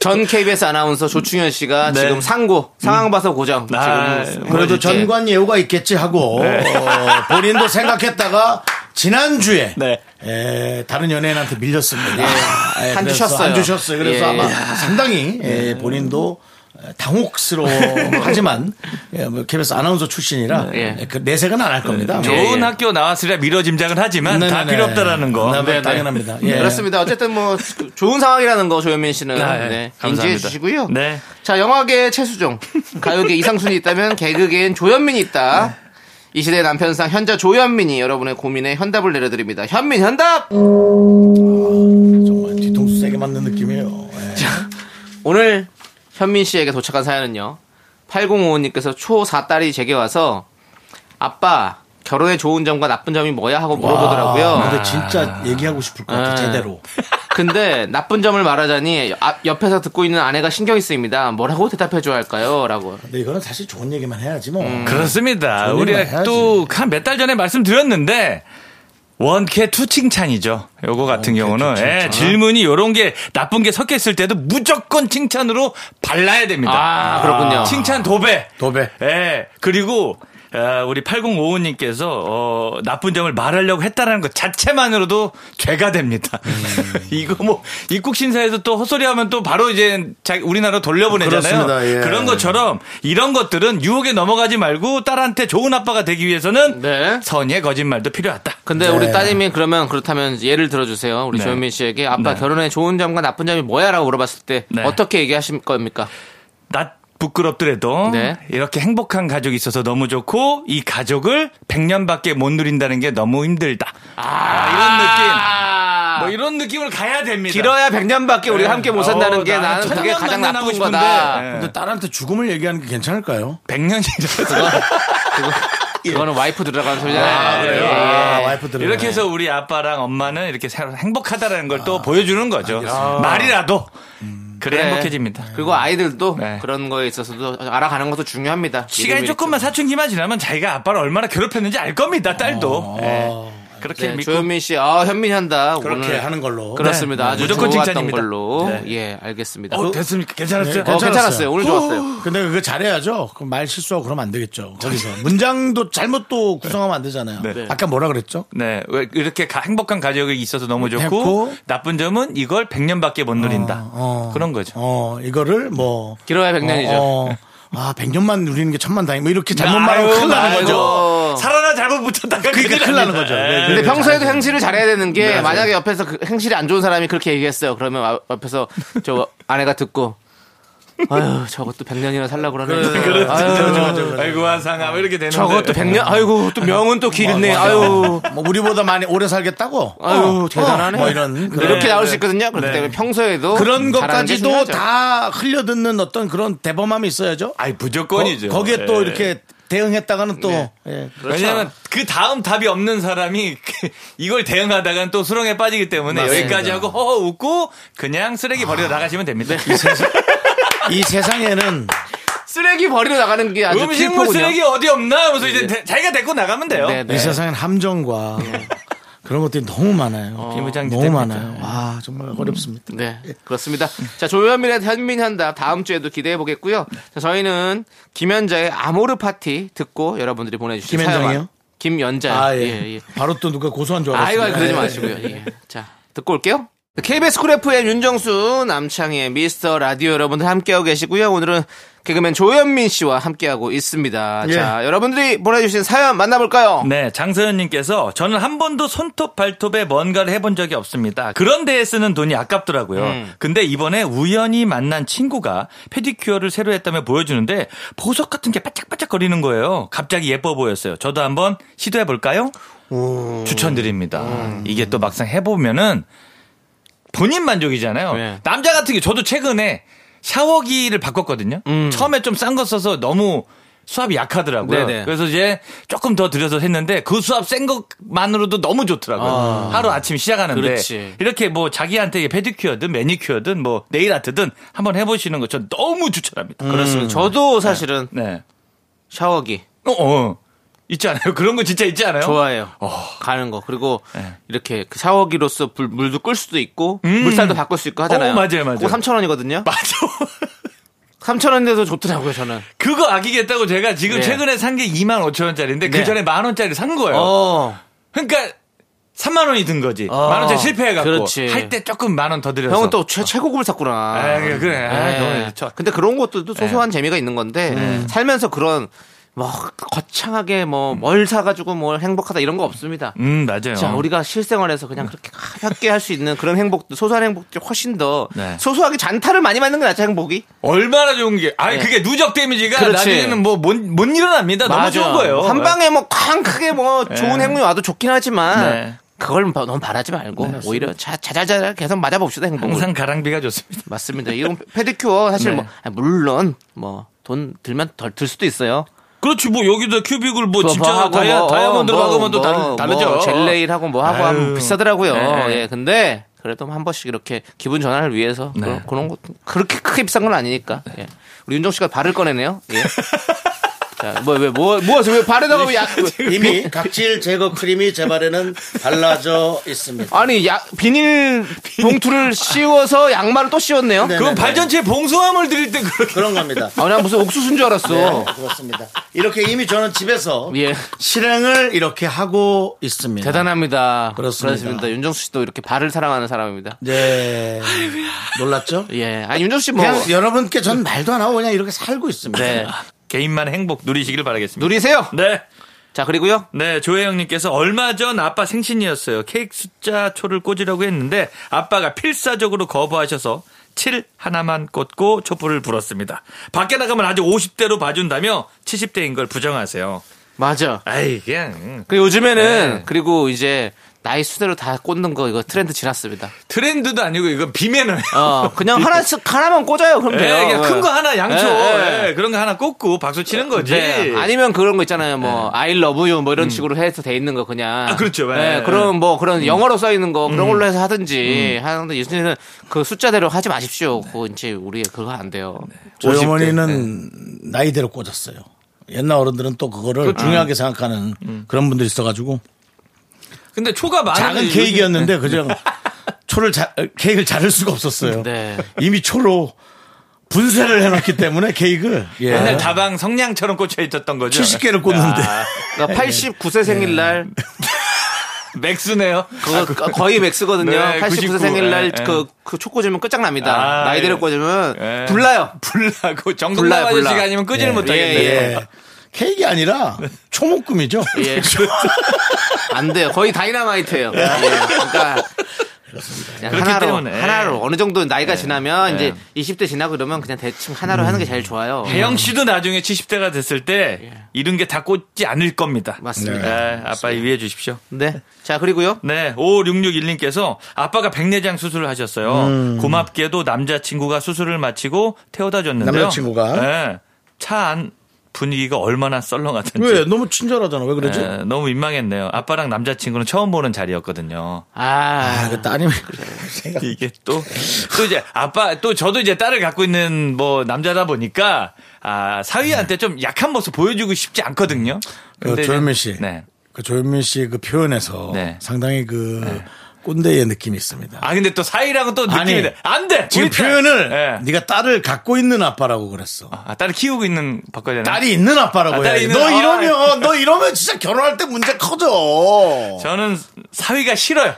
[SPEAKER 2] 전 KBS 아나운서 조충현 씨가
[SPEAKER 5] 네.
[SPEAKER 2] 지금 상고 상황 봐서 고정
[SPEAKER 5] 아,
[SPEAKER 2] 지금
[SPEAKER 1] 예, 그래도
[SPEAKER 2] 보여줄게.
[SPEAKER 1] 전관 예우가 있겠지 하고 어, 본인도 생각했다가 지난주에
[SPEAKER 5] 네.
[SPEAKER 1] 에, 다른 연예인한테 밀렸습니다. 예,
[SPEAKER 2] 한
[SPEAKER 1] 그래서
[SPEAKER 2] 주셨어요.
[SPEAKER 1] 한 주셨어요. 그래서
[SPEAKER 2] 예.
[SPEAKER 1] 아마 상당히 예,
[SPEAKER 5] 네.
[SPEAKER 1] 본인도 당혹스러워하지만 예, 뭐 KBS 아나운서 출신이라
[SPEAKER 2] 예.
[SPEAKER 1] 예, 그 내색은 안 할 겁니다. 뭐.
[SPEAKER 5] 네, 좋은
[SPEAKER 2] 예.
[SPEAKER 5] 학교 나왔으리라 미뤄 짐작은 하지만
[SPEAKER 1] 네,
[SPEAKER 5] 다
[SPEAKER 1] 네,
[SPEAKER 5] 필요
[SPEAKER 1] 네.
[SPEAKER 5] 없다라는 거.
[SPEAKER 1] 네, 네, 당연합니다. 예.
[SPEAKER 2] 그렇습니다. 어쨌든 뭐 좋은 상황이라는 거 조현민 씨는
[SPEAKER 5] 아, 예.
[SPEAKER 2] 네,
[SPEAKER 5] 감사합니다.
[SPEAKER 2] 인지해 주시고요.
[SPEAKER 5] 네.
[SPEAKER 2] 자 영화계의 최수종, 가요계 이상순이 있다면 개그계엔 조현민이 있다. 이 시대 의 남편상 현자 조현민이 여러분의 고민에 현답을 내려드립니다. 현민 현답.
[SPEAKER 1] 정말 뒤통수 세게 맞는 느낌이에요. 예.
[SPEAKER 2] 오늘 현민 씨에게 도착한 사연은요. 8055님께서 초4 딸이 제게 와서 아빠 결혼의 좋은 점과 나쁜 점이 뭐야 하고 물어보더라고요.
[SPEAKER 1] 아, 근데 진짜 얘기하고 싶을 것 같아
[SPEAKER 2] 예.
[SPEAKER 1] 제대로.
[SPEAKER 2] 근데 나쁜 점을 말하자니 앞- 옆에서 듣고 있는 아내가 신경이 쓰입니다. 뭐라고 대답해 줘야 할까요? 라고.
[SPEAKER 1] 근데 이거는 사실 좋은 얘기만 해야지 뭐.
[SPEAKER 5] 음. 그렇습니다.
[SPEAKER 1] 좋은 일만
[SPEAKER 5] 우리가
[SPEAKER 1] 해야지.
[SPEAKER 5] 또 한 몇 달 전에 말씀드렸는데 원캐 투칭찬이죠. 요거 같은 경우는 예, 질문이 요런 게 나쁜 게 섞였을 때도 무조건 칭찬으로 발라야 됩니다.
[SPEAKER 2] 아, 그렇군요.
[SPEAKER 5] 칭찬 도배.
[SPEAKER 1] 도배.
[SPEAKER 5] 예. 그리고 어, 우리 8055님께서 어, 나쁜 점을 말하려고 했다라는 것 자체만으로도 죄가 됩니다.
[SPEAKER 1] 음.
[SPEAKER 5] 이거 뭐 입국 심사에서 또 헛소리하면 또 바로 이제 자- 우리나라로 돌려보내잖아요.
[SPEAKER 1] 그렇습니다. 예.
[SPEAKER 5] 그런 것처럼 이런 것들은 유혹에 넘어가지 말고 딸한테 좋은 아빠가 되기 위해서는
[SPEAKER 2] 네.
[SPEAKER 5] 선의의 거짓말도 필요하다.
[SPEAKER 2] 근데 우리 따님이 그러면 그렇다면 예를 들어주세요. 우리
[SPEAKER 5] 네.
[SPEAKER 2] 조현민 씨에게 아빠 결혼의 좋은 점과 나쁜 점이 뭐야? 라고 물어봤을 때
[SPEAKER 5] 네.
[SPEAKER 2] 어떻게 얘기하실 겁니까?
[SPEAKER 5] 낯 부끄럽더라도
[SPEAKER 2] 네.
[SPEAKER 5] 이렇게 행복한 가족이 있어서 너무 좋고 이 가족을 100년밖에 못 누린다는 게 너무 힘들다. 아, 이런 느낌. 뭐 이런 느낌을 가야 됩니다.
[SPEAKER 2] 길어야 100년밖에 우리가 함께 못 산다는
[SPEAKER 5] 어,
[SPEAKER 2] 게
[SPEAKER 5] 나는
[SPEAKER 2] 나는 그게
[SPEAKER 5] 천년만
[SPEAKER 2] 가장
[SPEAKER 5] 만나고
[SPEAKER 2] 나쁜
[SPEAKER 5] 싶은데.
[SPEAKER 2] 거다.
[SPEAKER 5] 예.
[SPEAKER 1] 근데 딸한테 죽음을 얘기하는 게 괜찮을까요?
[SPEAKER 5] 100년이죠.
[SPEAKER 2] 이거는 와이프 들어가는 소리잖아요.
[SPEAKER 5] 그래요?
[SPEAKER 2] 예.
[SPEAKER 1] 아, 와이프 들으네.
[SPEAKER 5] 이렇게 해서 우리 아빠랑 엄마는 이렇게 새로 행복하다라는 걸 또 보여주는 거죠. 말이라도. 그래
[SPEAKER 2] 그래.
[SPEAKER 5] 행복해집니다.
[SPEAKER 2] 그리고 아이들도
[SPEAKER 5] 네.
[SPEAKER 2] 그런 거에 있어서도 알아가는 것도 중요합니다.
[SPEAKER 5] 시간이
[SPEAKER 2] 이름이
[SPEAKER 5] 조금만 사춘기만 지나면 자기가 아빠를 얼마나 괴롭혔는지 알 겁니다, 딸도. 예.
[SPEAKER 4] 네. 그렇게
[SPEAKER 2] 네,
[SPEAKER 4] 믿고
[SPEAKER 2] 조현민 씨, 아 현민이 한다.
[SPEAKER 1] 그렇게
[SPEAKER 2] 오늘.
[SPEAKER 1] 하는 걸로.
[SPEAKER 2] 그렇습니다.
[SPEAKER 4] 네,
[SPEAKER 2] 아주
[SPEAKER 4] 무조건
[SPEAKER 2] 좋았던
[SPEAKER 4] 칭찬입니다.
[SPEAKER 2] 걸로.
[SPEAKER 4] 네.
[SPEAKER 2] 예, 알겠습니다.
[SPEAKER 4] 어, 됐습니까? 괜찮았어요?
[SPEAKER 1] 네,
[SPEAKER 2] 어, 괜찮았어요. 오늘 좋았어요.
[SPEAKER 1] 근데 그거 잘해야죠. 그럼 말 실수하고 그러면 안 되겠죠. 거기서 문장도 잘못 또 구성하면 안 되잖아요.
[SPEAKER 4] 네.
[SPEAKER 1] 아까 뭐라 그랬죠?
[SPEAKER 4] 네, 왜 이렇게 가- 행복한 가족이 있어서 너무 좋고
[SPEAKER 1] 됐고.
[SPEAKER 4] 나쁜 점은 이걸 100년밖에 못 누린다.
[SPEAKER 1] 어.
[SPEAKER 4] 그런 거죠.
[SPEAKER 1] 어 이거를 뭐
[SPEAKER 2] 길어야 백년이죠. 네,
[SPEAKER 1] 어, 어, 아 100년만 누리는 게 천만 다행. 뭐 이렇게 잘못
[SPEAKER 4] 아유,
[SPEAKER 1] 말하면 큰일 나는
[SPEAKER 4] 아이고.
[SPEAKER 1] 거죠.
[SPEAKER 4] 살아나 잘못 붙였다가
[SPEAKER 1] 그러니까 큰일 나는 거죠. 네, 네,
[SPEAKER 2] 근데 평소에도
[SPEAKER 1] 잘하세요.
[SPEAKER 2] 행실을 잘해야 되는 게 만약에 옆에서 그 행실이 안 좋은 사람이 그렇게 얘기했어요. 그러면 아- 옆에서 저 아내가 듣고 아유 저것도 100년이나 살라고 그러네.
[SPEAKER 4] 그렇죠.
[SPEAKER 2] 아유,
[SPEAKER 4] 아이고 화상아 뭐 이렇게 되는
[SPEAKER 2] 저것도 100년 아이고 또 명은 또 길네. 아유
[SPEAKER 1] 뭐 우리보다 많이 오래 살겠다고.
[SPEAKER 2] 아유
[SPEAKER 1] 어,
[SPEAKER 2] 대단하네.
[SPEAKER 1] 어, 뭐 이런 그런,
[SPEAKER 2] 이렇게 나올 수 있거든요. 그렇기 때문에 평소에도
[SPEAKER 1] 그런
[SPEAKER 2] 잘하는 게
[SPEAKER 1] 것까지도
[SPEAKER 2] 중요하죠.
[SPEAKER 1] 다 흘려듣는 어떤 그런 대범함이 있어야죠.
[SPEAKER 4] 아이 무조건이죠. 예.
[SPEAKER 1] 거, 기에또 이렇게 대응했다가는 또
[SPEAKER 2] 네.
[SPEAKER 1] 예.
[SPEAKER 4] 왜냐면 그 다음 답이 없는 사람이 이걸 대응하다간 또 수렁에 빠지기 때문에 여기까지 하고 허허 웃고 그냥
[SPEAKER 5] 아.
[SPEAKER 4] 쓰레기 버리러 나가시면 됩니다.
[SPEAKER 5] 네.
[SPEAKER 1] 이 세상에는
[SPEAKER 2] 쓰레기 버리러 나가는 게 아주
[SPEAKER 4] 음식물
[SPEAKER 2] 필포군요.
[SPEAKER 4] 뭐 쓰레기 어디 없나? 하면서 이제
[SPEAKER 5] 예.
[SPEAKER 4] 대- 자기가 데리고 나가면 돼요.
[SPEAKER 2] 네, 네.
[SPEAKER 1] 이 세상엔 함정과 그런 것들이 너무 많아요.
[SPEAKER 4] 비무장지대
[SPEAKER 1] 너무
[SPEAKER 4] 됩니다.
[SPEAKER 1] 많아요. 와 정말 어렵습니다.
[SPEAKER 2] 네, 그렇습니다. 자, 조현민의 현민 한다. 다음 주에도 기대해 보겠고요. 자, 저희는 김연자의 아모르 파티 듣고 여러분들이 보내주신
[SPEAKER 1] 김연장이요?
[SPEAKER 2] 사연. 김연자요.
[SPEAKER 1] 아 예.
[SPEAKER 2] 예, 예.
[SPEAKER 1] 바로 또 누가 고소한 줄 알았어요.
[SPEAKER 2] 아이고, 아이고, 그러지 마시고요. 예. 자, 듣고 올게요. KBS 쿨 FM 윤정수, 남창희의 미스터 라디오 여러분들 함께하고 계시고요. 오늘은 개그맨 조현민 씨와 함께하고 있습니다.
[SPEAKER 1] 예.
[SPEAKER 2] 자, 여러분들이 보내주신 사연 만나볼까요?
[SPEAKER 4] 네, 장서연님께서 저는 한 번도 손톱 발톱에 뭔가를 해본 적이 없습니다. 그런 데에 쓰는 돈이 아깝더라고요. 근데 이번에 우연히 만난 친구가 페디큐어를 새로 했다며 보여주는데 보석 같은 게 바짝바짝 거리는 거예요. 갑자기 예뻐 보였어요. 저도 한번 시도해 볼까요? 추천드립니다. 이게 또 막상 해보면은 본인 만족이잖아요.
[SPEAKER 2] 네.
[SPEAKER 4] 남자 같은 게 저도 최근에 샤워기를 바꿨거든요. 처음에 좀 싼 거 써서 너무 수압이 약하더라고요.
[SPEAKER 2] 네네.
[SPEAKER 4] 그래서 이제 조금 더 들여서 했는데 그 수압 센 것만으로도 너무 좋더라고요. 하루 아침 시작하는데
[SPEAKER 2] 그렇지.
[SPEAKER 4] 이렇게 뭐 자기한테 이게 페디큐어든 매니큐어든 뭐 네일 아트든 한번 해보시는 거 전 너무 추천합니다.
[SPEAKER 2] 그렇습니다. 저도 사실은
[SPEAKER 4] 음. 네.
[SPEAKER 2] 샤워기
[SPEAKER 4] 어, 어. 있지 않아요? 그런 거 진짜 있지 않아요? 어. 네.
[SPEAKER 2] 좋아해요. 가는 거. 그리고 이렇게 그 샤워기로서 불, 물도 끌 수도 있고 물살도 바꿀 수 있고 하잖아요.
[SPEAKER 4] 음. 어, 맞아요, 맞아요.
[SPEAKER 2] 그거 3천 원이거든요.
[SPEAKER 4] 맞아.
[SPEAKER 2] 3천 원인데도 좋더라고요 저는.
[SPEAKER 4] 그거 아끼겠다고 제가 지금
[SPEAKER 2] 네.
[SPEAKER 4] 최근에 산 게 2만 5천 원짜리인데
[SPEAKER 2] 네.
[SPEAKER 4] 그 전에 만 원짜리 산 거예요.
[SPEAKER 2] 어.
[SPEAKER 4] 그러니까 3만 원이 든 거지.
[SPEAKER 2] 어.
[SPEAKER 4] 만 원짜리 실패해갖고
[SPEAKER 2] 그렇지.
[SPEAKER 4] 할 때 조금 만 원 더 들여서.
[SPEAKER 2] 형은 또 최, 최고급을 샀구나.
[SPEAKER 4] 아, 그래, 그래. 아,
[SPEAKER 2] 예.
[SPEAKER 4] 너무 좋죠. 네.
[SPEAKER 2] 근데 그런 것도 또 소소한 재미가 있는 건데 살면서 그런 뭐 거창하게 뭐 뭘 사가지고 뭘 행복하다 이런 거 없습니다.
[SPEAKER 4] 음 맞아요.
[SPEAKER 2] 자, 우리가 실생활에서 그냥 그렇게 가볍게 할 수 있는 그런 행복도 소소한 행복도 훨씬 더
[SPEAKER 4] 네.
[SPEAKER 2] 소소하게 잔타를 많이 맞는 게 낫죠 행복이.
[SPEAKER 4] 얼마나 좋은 게. 아니
[SPEAKER 2] 네.
[SPEAKER 4] 그게 누적 데미지가
[SPEAKER 2] 그렇지.
[SPEAKER 4] 나중에는 뭐 못 일어납니다. 너무 좋은 거예요.
[SPEAKER 2] 한 방에 뭐쾅 크게 뭐 좋은 행운이 와도 좋긴 하지만
[SPEAKER 4] 네.
[SPEAKER 2] 그걸 바- 너무 바라지 말고 오히려 자- 자자자자 계속 맞아봅시다 행복을.
[SPEAKER 4] 항상 가랑비가 좋습니다.
[SPEAKER 2] 맞습니다. 이런 페디큐어 사실
[SPEAKER 4] 네.
[SPEAKER 2] 뭐 아, 물론 뭐 돈 들면 덜 들 수도 있어요.
[SPEAKER 4] 그렇지 뭐 여기도 큐빅을 뭐 진짜
[SPEAKER 2] 하고
[SPEAKER 4] 다이아,
[SPEAKER 2] 뭐,
[SPEAKER 4] 다이아몬드로
[SPEAKER 2] 뭐,
[SPEAKER 4] 박으면 또
[SPEAKER 2] 뭐,
[SPEAKER 4] 다르,
[SPEAKER 2] 뭐,
[SPEAKER 4] 다르죠.
[SPEAKER 2] 젤레일하고 뭐 하고 하면
[SPEAKER 4] 아유.
[SPEAKER 2] 비싸더라고요.
[SPEAKER 4] 네.
[SPEAKER 2] 예, 근데 그래도 한 번씩 이렇게 기분 전환을 위해서
[SPEAKER 4] 네.
[SPEAKER 2] 그런, 그런 것 그렇게 크게 비싼 건 아니니까. 예. 우리 윤정 씨가 발을 꺼내네요. 예. 자, 뭐, 왜, 뭐, 무엇을 왜 발에다가 왜 약,
[SPEAKER 1] 이미 각질 제거 크림이 제 발에는 발라져 있습니다.
[SPEAKER 2] 아니 야, 비닐 봉투를 씌워서 양말을 또 씌웠네요.
[SPEAKER 1] 네.
[SPEAKER 4] 그건 발전체에 봉숭아물 드릴 때 그렇게.
[SPEAKER 1] 그런 겁니다.
[SPEAKER 2] 아, 난 무슨 옥수수인 줄 알았어.
[SPEAKER 1] 네, 그렇습니다. 이렇게 이미 저는 집에서
[SPEAKER 4] 네.
[SPEAKER 2] 예.
[SPEAKER 1] 실행을 이렇게 하고 있습니다.
[SPEAKER 2] 대단합니다.
[SPEAKER 1] 그렇습니다.
[SPEAKER 2] 윤정수 씨도 이렇게 발을 사랑하는 사람입니다.
[SPEAKER 1] 네. 놀랐죠?
[SPEAKER 2] 예. 아니 윤정수 씨 뭐.
[SPEAKER 1] 그냥 여러분께 전 말도 안 하고 그냥 이렇게 살고 있습니다.
[SPEAKER 2] 네.
[SPEAKER 4] 개인만 행복 누리시길 바라겠습니다.
[SPEAKER 2] 누리세요.
[SPEAKER 4] 네.
[SPEAKER 2] 자, 그리고요.
[SPEAKER 4] 네, 조혜영님께서 얼마 전 아빠 생신이었어요. 케이크 숫자 초를 꽂으려고 했는데 아빠가 필사적으로 거부하셔서 7 하나만 꽂고 촛불을 불었습니다. 밖에 나가면 아직 50대로 봐준다며 70대인 걸 부정하세요.
[SPEAKER 2] 맞아.
[SPEAKER 4] 아이, 그냥 음.
[SPEAKER 2] 그 요즘에는
[SPEAKER 4] 네.
[SPEAKER 2] 그리고 이제 나이 수대로 다 꽂는 거 이거 트렌드 지났습니다.
[SPEAKER 4] 트렌드도 아니고 이건 비매너예요.
[SPEAKER 2] 어, 그냥 하나씩 하나만 꽂아요. 네, 그럼
[SPEAKER 4] 예,
[SPEAKER 2] 돼요.
[SPEAKER 4] 그냥 큰 거 하나 양초
[SPEAKER 2] 예, 예.
[SPEAKER 4] 예, 그런 거 하나 꽂고 박수 치는 거지.
[SPEAKER 2] 네. 아니면 그런 거 있잖아요. 뭐 I love you 뭐 이런 식으로 해서 돼 있는 거 그냥.
[SPEAKER 4] 아, 그렇죠.
[SPEAKER 2] 네.
[SPEAKER 4] 예.
[SPEAKER 2] 그런 뭐 그런 영어로 써 있는 거 그런 걸로 해서 하든지 하는데 요즘에는 그 숫자대로 하지 마십시오. 그거 이제 우리 그거 안 돼요. 뭐
[SPEAKER 1] 저희
[SPEAKER 2] 50대.
[SPEAKER 1] 어머니는
[SPEAKER 5] 네.
[SPEAKER 1] 나이대로 꽂았어요.
[SPEAKER 5] 그렇죠.
[SPEAKER 1] 옛날 어른들은 또 그거를 중요하게 생각하는 그런 분들이 있어가지고
[SPEAKER 5] 음. 근데 초가 많은 네.
[SPEAKER 1] 작은 케이크였는데 그죠? 초를 자, 케이크를 자를 수가 없었어요.
[SPEAKER 2] 네.
[SPEAKER 1] 이미 초로 분쇄를 해놨기 때문에 케이크를 예.
[SPEAKER 5] 맨날 다방 아. 성냥처럼 꽂혀 있었던 거죠.
[SPEAKER 1] 70개를 꽂는데
[SPEAKER 2] 그러니까 89세 생일날
[SPEAKER 5] 맥스네요.
[SPEAKER 2] 그거 거의 맥스거든요.
[SPEAKER 5] 네,
[SPEAKER 2] 89세
[SPEAKER 5] 99,
[SPEAKER 2] 생일날
[SPEAKER 5] 예,
[SPEAKER 2] 그, 그 초꽂으면 끝장납니다.
[SPEAKER 5] 아,
[SPEAKER 2] 나이대로
[SPEAKER 5] 예.
[SPEAKER 2] 꽂으면
[SPEAKER 5] 예.
[SPEAKER 2] 불나요.
[SPEAKER 5] 불나고
[SPEAKER 2] 불나요,
[SPEAKER 5] 정글라 아저씨가
[SPEAKER 2] 불나.
[SPEAKER 5] 아니면 끄지를 못하겠네요.
[SPEAKER 1] 예. 케이크 아니라 초목금이죠.
[SPEAKER 2] 예. 안 돼요. 거의 다이나마이트예요. 예. 그러니까 그냥
[SPEAKER 5] 그렇기
[SPEAKER 2] 하나로
[SPEAKER 5] 때문에.
[SPEAKER 2] 하나로 어느 정도 나이가 지나면 이제 20대 지나고 그러면 그냥 대충 하나로 하는 게 제일 좋아요.
[SPEAKER 4] 예.
[SPEAKER 5] 혜영 씨도 나중에 70대가 됐을 때 이런 게 다 꽂지 않을 겁니다.
[SPEAKER 2] 맞습니다.
[SPEAKER 5] 예, 아빠 위해 주십시오.
[SPEAKER 2] 네. 자, 그리고요.
[SPEAKER 5] 네, 5661님께서 아빠가 백내장 수술을 하셨어요.
[SPEAKER 1] 음.
[SPEAKER 5] 고맙게도 남자친구가 수술을 마치고 태워다 줬는데요.
[SPEAKER 1] 남자친구가?
[SPEAKER 5] 네, 차안 분위기가 얼마나 썰렁하던지.
[SPEAKER 1] 왜 너무 친절하잖아. 왜 그러지?
[SPEAKER 5] 네, 너무 민망했네요. 아빠랑 남자친구는 처음 보는 자리였거든요.
[SPEAKER 2] 아,
[SPEAKER 1] 아, 그 따님
[SPEAKER 5] 이게 또, 또 이제 아빠, 또 저도 이제 딸을 갖고 있는 뭐 남자다 보니까 아, 사위한테 좀 약한 모습 보여주고 싶지 않거든요.
[SPEAKER 1] 그
[SPEAKER 5] 근데
[SPEAKER 1] 조현민
[SPEAKER 5] 이제-
[SPEAKER 1] 씨,
[SPEAKER 5] 네.
[SPEAKER 1] 그 조현민 씨의 그 표현에서
[SPEAKER 5] 네.
[SPEAKER 1] 상당히 그 꼰대의 느낌이 있습니다.
[SPEAKER 5] 아, 근데 또 사위랑은 또 느낌이
[SPEAKER 1] 아니,
[SPEAKER 5] 돼. 안 돼!
[SPEAKER 1] 지금
[SPEAKER 5] 우리 딸!
[SPEAKER 1] 표현을
[SPEAKER 5] 예.
[SPEAKER 1] 네가 딸을 갖고 있는 아빠라고 그랬어.
[SPEAKER 5] 아, 딸을 키우고 있는 바꿔야 되나?
[SPEAKER 1] 딸이 있는 아빠라고
[SPEAKER 5] 아,
[SPEAKER 1] 해.
[SPEAKER 5] 딸이
[SPEAKER 1] 야지
[SPEAKER 5] 있는-
[SPEAKER 1] 너
[SPEAKER 5] 아.
[SPEAKER 1] 이러면 너 이러면 진짜 결혼할 때 문제 커져.
[SPEAKER 5] 저는 사위가 싫어요.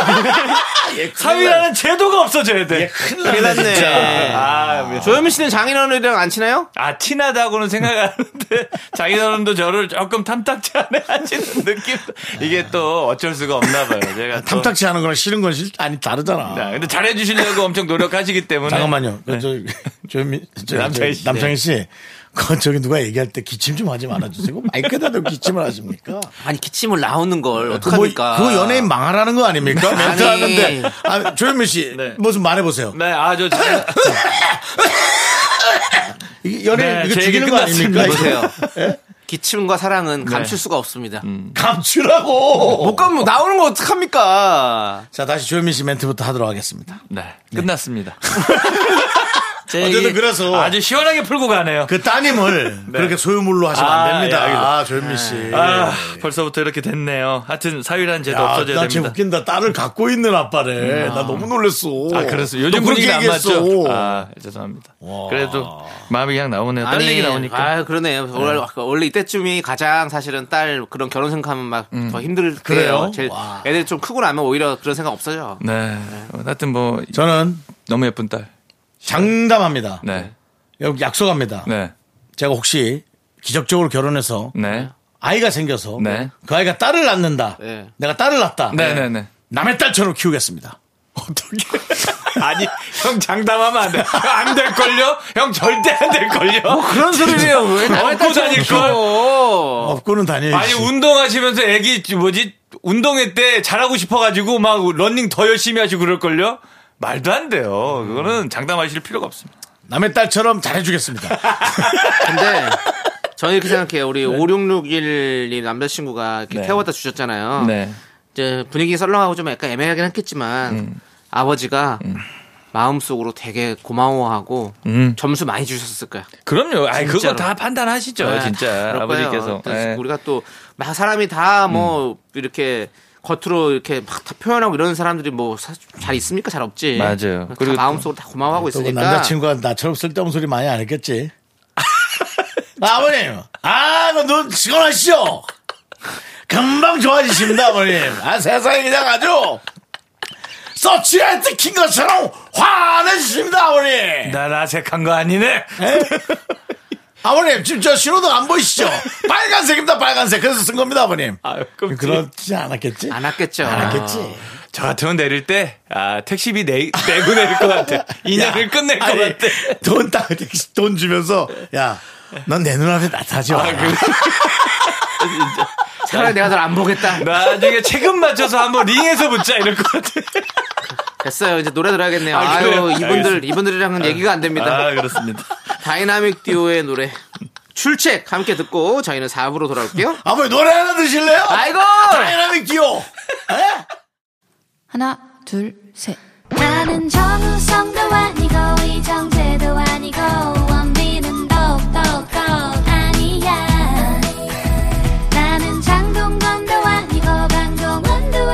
[SPEAKER 1] 아, 예,
[SPEAKER 5] 사위라는 제도가 없어져야 돼.
[SPEAKER 2] 큰일 났네.
[SPEAKER 5] 아, 왜-
[SPEAKER 2] 조현민 씨는 장인어른이랑 안 친해요?
[SPEAKER 5] 아, 친하다고는 생각하는데, 자기 사람도 저를 조금 탐탁지 않아 하시는 느낌. 이게 또 어쩔 수가 없나 봐요. 제가. 또-
[SPEAKER 1] 탐탁치 않은 거랑 싫은 건 싫, 아니 다르잖아.
[SPEAKER 5] 아, 근데 잘해주시려고 엄청 노력하시기 때문에.
[SPEAKER 2] 네.
[SPEAKER 1] 잠깐만요. 그 저, 조현민, 저,
[SPEAKER 5] 남창희
[SPEAKER 1] 그 남창희
[SPEAKER 5] 씨.
[SPEAKER 1] 씨. 남창희 씨. 그 저기 누가 얘기할 때 기침 좀 하지 말아주세요. 그거 마이크에다 대고 기침을 하십니까?
[SPEAKER 2] 아니, 기침을 나오는 걸
[SPEAKER 1] 그거 뭐-
[SPEAKER 2] 어떡합니까?
[SPEAKER 1] 그거 연예인 망하라는 거 아닙니까? 멘트
[SPEAKER 2] 아니.
[SPEAKER 1] 하는데. 아, 조현민 씨.
[SPEAKER 5] 네.
[SPEAKER 1] 무슨 말해보세요.
[SPEAKER 5] 네, 아, 저, 진짜-
[SPEAKER 1] 이게 연예인
[SPEAKER 5] 네,
[SPEAKER 1] 이거
[SPEAKER 5] 제
[SPEAKER 1] 죽이는
[SPEAKER 5] 얘기
[SPEAKER 1] 거
[SPEAKER 5] 끝났습니다.
[SPEAKER 1] 아닙니까?
[SPEAKER 2] 보세요. 기침과 사랑은 감출 수가 없습니다.
[SPEAKER 5] 어.
[SPEAKER 1] 감추라고.
[SPEAKER 2] 못 가면 나오는 거 어떡합니까?
[SPEAKER 1] 자, 다시 조현민 씨 멘트부터 하도록 하겠습니다.
[SPEAKER 5] 네, 끝났습니다.
[SPEAKER 2] 제
[SPEAKER 1] 어쨌든
[SPEAKER 2] 이-
[SPEAKER 1] 그래서
[SPEAKER 5] 예. 아주 시원하게 풀고 가네요.
[SPEAKER 1] 그 따님을 그렇게 소유물로 하시면
[SPEAKER 5] 아,
[SPEAKER 1] 안 됩니다.
[SPEAKER 5] 예, 알겠습니다.
[SPEAKER 1] 아, 조현민 씨.
[SPEAKER 5] 아, 벌써부터 이렇게 됐네요. 하여튼 사위라는 제도
[SPEAKER 1] 네. 야,
[SPEAKER 5] 없어져야
[SPEAKER 1] 나쟤
[SPEAKER 5] 됩니다. 음,
[SPEAKER 1] 웃긴다. 딸을 갖고 있는 아빠래. 나 너무 놀랬어.
[SPEAKER 5] 아, 그래서 요즘
[SPEAKER 1] 너 그렇게
[SPEAKER 5] 분위기가 안 맞죠?
[SPEAKER 1] 얘기했어.
[SPEAKER 5] 아, 죄송합니다. 그래도 마음이 그냥 나오네요. 딸 얘기 나오니까.
[SPEAKER 2] 아, 그러네요. 원래, 원래 이때쯤이 가장 사실은 딸 그런 결혼 생각하면 막
[SPEAKER 5] 음.
[SPEAKER 2] 더 힘들 때요.
[SPEAKER 1] 그래요?
[SPEAKER 2] 제일
[SPEAKER 1] 와.
[SPEAKER 2] 애들 좀 크고 나면 오히려 그런 생각 없어져.
[SPEAKER 5] 네. 어, 하여튼 뭐
[SPEAKER 1] 저는
[SPEAKER 5] 너무 예쁜 딸.
[SPEAKER 1] 장담합니다.
[SPEAKER 5] 네.
[SPEAKER 1] 여러분 약속합니다.
[SPEAKER 5] 네.
[SPEAKER 1] 제가 혹시 기적적으로 결혼해서
[SPEAKER 5] 네.
[SPEAKER 1] 아이가 생겨서
[SPEAKER 5] 네.
[SPEAKER 1] 그 아이가 딸을 낳는다.
[SPEAKER 2] 네.
[SPEAKER 1] 내가 딸을 낳았다.
[SPEAKER 5] 네, 네, 네.
[SPEAKER 1] 남의 딸처럼 키우겠습니다.
[SPEAKER 5] 아니, 형 장담하면 안 돼. 안 될걸요? 형 절대 안 될걸요?
[SPEAKER 2] 뭐 그런 소리예요. 왜
[SPEAKER 5] 남의 딸처럼
[SPEAKER 2] 거?
[SPEAKER 1] 업고는 다니지.
[SPEAKER 5] 아니, 운동하시면서 애기, 뭐지, 운동회 때 잘하고 싶어가지고 막 런닝 더 열심히 하시고 그럴걸요? 말도 안 돼요. 그거는 장담하실 필요가 없습니다.
[SPEAKER 1] 남의 딸처럼 잘해주겠습니다.
[SPEAKER 2] 근데 저는 이렇게 생각해요. 우리 5661님 남자친구가 이렇게
[SPEAKER 5] 네.
[SPEAKER 2] 태워다 주셨잖아요. 이제 분위기 썰렁하고 좀 약간 애매하긴 했겠지만
[SPEAKER 5] 음.
[SPEAKER 2] 아버지가 마음속으로 되게 고마워하고
[SPEAKER 5] 음.
[SPEAKER 2] 점수 많이 주셨을 거야.
[SPEAKER 5] 그럼요. 아이, 그거
[SPEAKER 2] 진짜로.
[SPEAKER 5] 다 판단하시죠.
[SPEAKER 2] 네,
[SPEAKER 5] 진짜.
[SPEAKER 2] 그럴
[SPEAKER 5] 아버지께서. 음.
[SPEAKER 2] 거예요. 또
[SPEAKER 5] 예.
[SPEAKER 2] 우리가 또 막 사람이 다 뭐 이렇게 겉으로 이렇게 막 다 표현하고 이런 사람들이 뭐 잘 있습니까? 잘 없지.
[SPEAKER 5] 맞아요.
[SPEAKER 2] 다
[SPEAKER 5] 그리고 또-
[SPEAKER 2] 마음속으로 다 고마워하고
[SPEAKER 1] 또
[SPEAKER 2] 있으니까.
[SPEAKER 1] 남자친구가 나처럼 쓸데없는 소리 많이 안 했겠지. 아, 아버님, 아, 그눈 직원하시죠? 금방 좋아지십니다, 아버님. 아, 세상에 그냥 아주 서치라이트 킨 것처럼 환해지십니다, 아버님.
[SPEAKER 5] 나 라색한 거 아니네.
[SPEAKER 1] 예? 아버님, 지금 저 신호등 안 보이시죠? 빨간색입니다, 빨간색. 그래서 쓴 겁니다, 아버님.
[SPEAKER 5] 아유, 끔찍.
[SPEAKER 1] 그렇지 않았겠지? 아.
[SPEAKER 2] 안 왔겠죠.
[SPEAKER 5] 아,
[SPEAKER 1] 안 했겠지.
[SPEAKER 5] 저 같으면 내릴 때, 아, 택시비 내, 내고 내릴 것 같아. 인연을 끝낼 것
[SPEAKER 1] 아니, 예.
[SPEAKER 5] 같아.
[SPEAKER 1] 돈, 딱, 돈 주면서, 야, 넌 내 눈앞에 나타나지 마.
[SPEAKER 2] 차라리 내가 널 안 보겠다.
[SPEAKER 5] 나중에 책임 맞춰서 한번 링에서 붙자, 이럴 것 같아.
[SPEAKER 2] 됐어요. 이제 노래 들어야겠네요.
[SPEAKER 5] 아,
[SPEAKER 2] 아,
[SPEAKER 5] 그래요?
[SPEAKER 2] 유 이분들 이분들이랑은 얘기가 안 됩니다.
[SPEAKER 5] 아, 그렇습니다.
[SPEAKER 2] 다이나믹 듀오의 노래 출첵 함께 듣고 저희는 4부로 돌아올게요.
[SPEAKER 1] 아버님, 노래 하나 드실래요?
[SPEAKER 2] 아이고!
[SPEAKER 1] 다이나믹 듀오!
[SPEAKER 6] 하나, 둘, 셋.
[SPEAKER 3] 나는 정우성도 아니고 이정재도 아니고 원빈은 더욱더 아니야 나는 장동건도 아니고 강동원도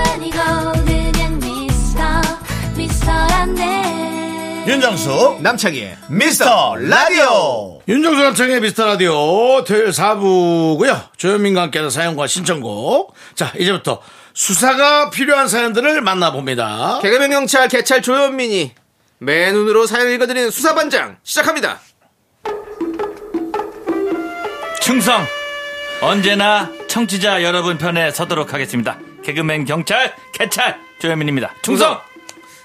[SPEAKER 1] 윤정수
[SPEAKER 2] 남창희의 미스터 라디오
[SPEAKER 1] 윤정수 남창의 미스터라디오 토요일 4부고요 조현민과 함께하는 사연과 신청곡 자 이제부터 수사가 필요한 사연들을 만나봅니다
[SPEAKER 2] 개그맨 경찰 개찰 조현민이 맨 눈으로 사연을 읽어드리는 수사반장 시작합니다
[SPEAKER 5] 충성 언제나 청취자 여러분 편에 서도록 하겠습니다. 개그맨 경찰 개찰 조현민입니다. 충성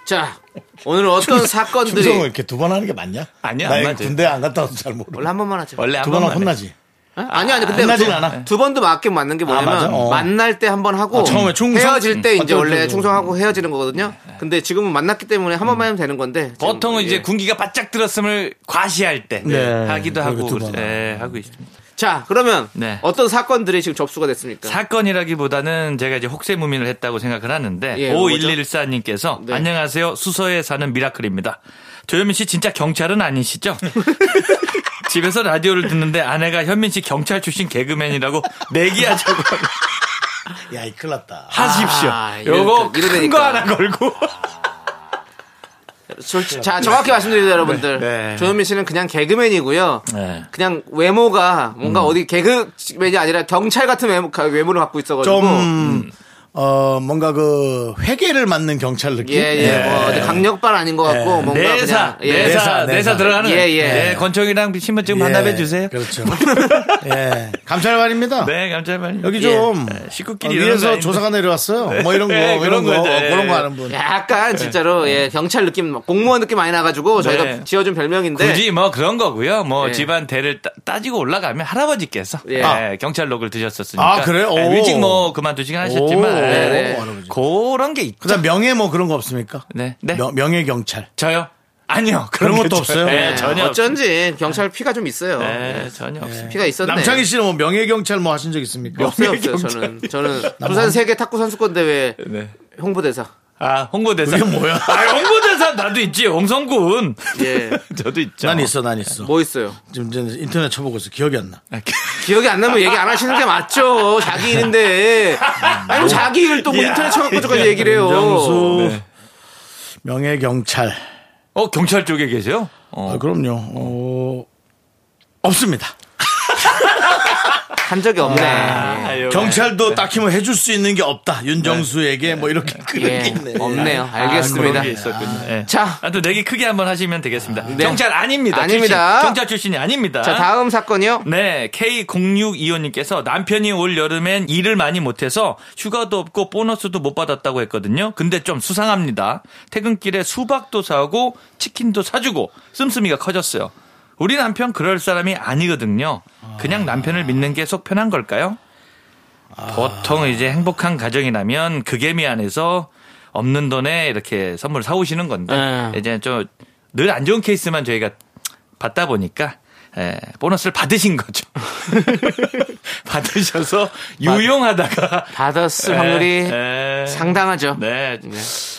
[SPEAKER 2] 자 오늘 어떤 사건들이
[SPEAKER 1] 충성을 이렇게 두 번 하는 게 맞냐?
[SPEAKER 5] 아니야,
[SPEAKER 1] 나
[SPEAKER 5] 안
[SPEAKER 1] 이거
[SPEAKER 5] 맞아.
[SPEAKER 1] 군대 안 갔다 와서 잘 모르.
[SPEAKER 2] 원래 한 번만 하죠
[SPEAKER 5] 원래
[SPEAKER 1] 두번
[SPEAKER 5] 한번
[SPEAKER 1] 혼나지.
[SPEAKER 2] 어? 아니 아니 근데
[SPEAKER 1] 만나진
[SPEAKER 2] 두,
[SPEAKER 1] 않아.
[SPEAKER 2] 두 번도 맞게 맞는 게 뭐냐면
[SPEAKER 1] 맞아? 어.
[SPEAKER 2] 만날 때 한 번 하고
[SPEAKER 1] 아, 처음에 충성?
[SPEAKER 2] 헤어질 때
[SPEAKER 1] 음. 네, 음.
[SPEAKER 2] 이제
[SPEAKER 1] 맞죠,
[SPEAKER 2] 원래
[SPEAKER 1] 맞죠.
[SPEAKER 2] 충성하고 헤어지는 거거든요. 근데 지금은 만났기 때문에 한 번만 하면 되는 건데 지금,
[SPEAKER 5] 보통은
[SPEAKER 2] 예.
[SPEAKER 5] 이제 군기가 바짝 들었음을 과시할 때
[SPEAKER 1] 네.
[SPEAKER 5] 하기도 하고
[SPEAKER 1] 그렇게 두 번.
[SPEAKER 5] 예, 하고 있습니다.
[SPEAKER 2] 자 그러면
[SPEAKER 5] 네.
[SPEAKER 2] 어떤 사건들이 지금 접수가 됐습니까?
[SPEAKER 5] 사건이라기보다는 제가 이제 혹세무민을 했다고 생각을 하는데
[SPEAKER 2] 예, 뭐죠?
[SPEAKER 5] 5114님께서
[SPEAKER 2] 네.
[SPEAKER 5] 안녕하세요 수서에 사는 미라클입니다. 조현민 씨 진짜 경찰은 아니시죠? 집에서 라디오를 듣는데 아내가 현민 씨 경찰 출신 개그맨이라고 내기하자고
[SPEAKER 1] 야, 이 큰일 났다.
[SPEAKER 5] 하십시오.
[SPEAKER 2] 아,
[SPEAKER 5] 요거
[SPEAKER 2] 이러니까,
[SPEAKER 5] 큰 거
[SPEAKER 2] 이러니까.
[SPEAKER 5] 하나 걸고
[SPEAKER 2] 저- 자 정확히 말씀드리자 여러분들
[SPEAKER 5] 네, 네.
[SPEAKER 2] 조현민 씨는 그냥 개그맨이고요.
[SPEAKER 5] 네. 음.
[SPEAKER 2] 그냥 외모가 뭔가 어디 개그맨이 아니라 경찰 같은 외모, 외모를 갖고 있어가지고
[SPEAKER 1] 좀, 어, 뭔가 그, 회계를 맞는 경찰 느낌?
[SPEAKER 2] 예예 뭐 어디 강력반 아닌 것 같고 뭔가
[SPEAKER 5] 네. 내사,
[SPEAKER 2] 그냥 예.
[SPEAKER 5] 내사, 내사,
[SPEAKER 1] 내사, 내사.
[SPEAKER 5] 들어가는.
[SPEAKER 2] 예, 예.
[SPEAKER 5] 네, 권총이랑 신분증 반납해 주세요.
[SPEAKER 1] 예. 그렇죠. 예. 감찰관입니다.
[SPEAKER 5] 네, 감사합니다.
[SPEAKER 1] 여기 좀,
[SPEAKER 5] 예.
[SPEAKER 1] 어,
[SPEAKER 5] 식구끼리 이런 거
[SPEAKER 1] 위에서
[SPEAKER 5] 아닌데.
[SPEAKER 1] 조사가 내려왔어요. 뭐 이런 거,
[SPEAKER 5] 네, 그런
[SPEAKER 1] 이런 거,
[SPEAKER 5] 거죠.
[SPEAKER 1] 어,
[SPEAKER 5] 예.
[SPEAKER 1] 그런 거 하는 분.
[SPEAKER 2] 약간 진짜로 예 경찰 느낌 막 공무원 느낌 많이 나가지고 저희가
[SPEAKER 5] 네.
[SPEAKER 2] 지어준 별명인데
[SPEAKER 5] 굳이 뭐 그런 거고요. 뭐
[SPEAKER 2] 예.
[SPEAKER 5] 집안 대를 따, 지고 올라가면 할아버지께서
[SPEAKER 2] 예.
[SPEAKER 5] 예, 경찰록을 드셨었으니까.
[SPEAKER 1] 아, 그래요? 오.
[SPEAKER 5] 예, 일찍 뭐 그만두시긴 하셨지만
[SPEAKER 1] 오,
[SPEAKER 5] 예,
[SPEAKER 2] 네.
[SPEAKER 1] 할아버지.
[SPEAKER 5] 그런 게 있.
[SPEAKER 1] 그 다음 명예 뭐 그런 거 없습니까?
[SPEAKER 5] 네, 네.
[SPEAKER 1] 명, 예 경찰.
[SPEAKER 5] 저요? 아니요.
[SPEAKER 1] 그런
[SPEAKER 5] 게
[SPEAKER 1] 것도
[SPEAKER 5] 저-
[SPEAKER 1] 없어요?
[SPEAKER 5] 예,
[SPEAKER 1] 네,
[SPEAKER 5] 전혀. 네.
[SPEAKER 2] 어쩐지 경찰 피가 좀 있어요.
[SPEAKER 5] 없- 예, 전혀 없습니다.
[SPEAKER 2] 피가 있었네.
[SPEAKER 1] 남창희 씨는 뭐 명예 경찰 뭐 하신 적 있습니까?
[SPEAKER 2] 없어요, 없어요. 저는 저는 부산 세계 탁구 선수권 대회
[SPEAKER 5] 네.
[SPEAKER 2] 홍보대사.
[SPEAKER 5] 아, 홍보대사.
[SPEAKER 1] 그게 뭐야?
[SPEAKER 5] 아, 홍보대사 나도 있지. 홍성군.
[SPEAKER 2] 예.
[SPEAKER 5] 저도 있죠.
[SPEAKER 1] 난 있어, 난 있어.
[SPEAKER 2] 뭐 있어요?
[SPEAKER 1] 지금 이제 인터넷 쳐보고 있어. 기억이 안 나.
[SPEAKER 2] 기억이 안 나면 얘기 안 하시는 게 맞죠. 자기 일인데. 아니 자기 일을 또뭐 인터넷 쳐갖고 저까지 얘기를 해요.
[SPEAKER 1] 윤정수
[SPEAKER 5] 네.
[SPEAKER 1] 명예 경찰.
[SPEAKER 5] 어, 경찰 쪽에 계세요?
[SPEAKER 1] 아, 그럼요. 어, 없습니다.
[SPEAKER 2] 한 적이 없네. 예,
[SPEAKER 5] 아유,
[SPEAKER 1] 경찰도
[SPEAKER 5] 네.
[SPEAKER 1] 딱히 뭐 해줄 수 있는 게 없다. 윤정수에게 뭐 이렇게 그런
[SPEAKER 2] 예.
[SPEAKER 1] 게 있네.
[SPEAKER 2] 없네요.
[SPEAKER 5] 아, 그런
[SPEAKER 2] 알겠습니다.
[SPEAKER 5] 게 있었군요. 예.
[SPEAKER 2] 자.
[SPEAKER 5] 아무튼 내기 크게 한번 하시면 되겠습니다. 경찰 아닙니다.
[SPEAKER 2] 아닙니다.
[SPEAKER 5] 출신. 경찰 출신이 아닙니다.
[SPEAKER 2] 자 다음 사건이요.
[SPEAKER 5] 네, K0625님께서 남편이 올 여름엔 일을 많이 못해서 휴가도 없고 보너스도 못 받았다고 했거든요. 근데 좀 수상합니다. 퇴근길에 수박도 사고 치킨도 사주고 씀씀이가 커졌어요. 우리 남편 그럴 사람이 아니거든요. 그냥 남편을 믿는 게 속 편한 걸까요? 보통 이제 행복한 가정이라면 극애미 안에서 없는 돈에 이렇게 선물 사오시는 건데
[SPEAKER 2] 네.
[SPEAKER 5] 이제 좀 늘 안 좋은 케이스만 저희가 받다 보니까 예, 보너스를 받으신 거죠. 받으셔서 유용하다가
[SPEAKER 2] 받았을
[SPEAKER 5] 예,
[SPEAKER 2] 확률이
[SPEAKER 5] 예.
[SPEAKER 2] 상당하죠.
[SPEAKER 5] 네.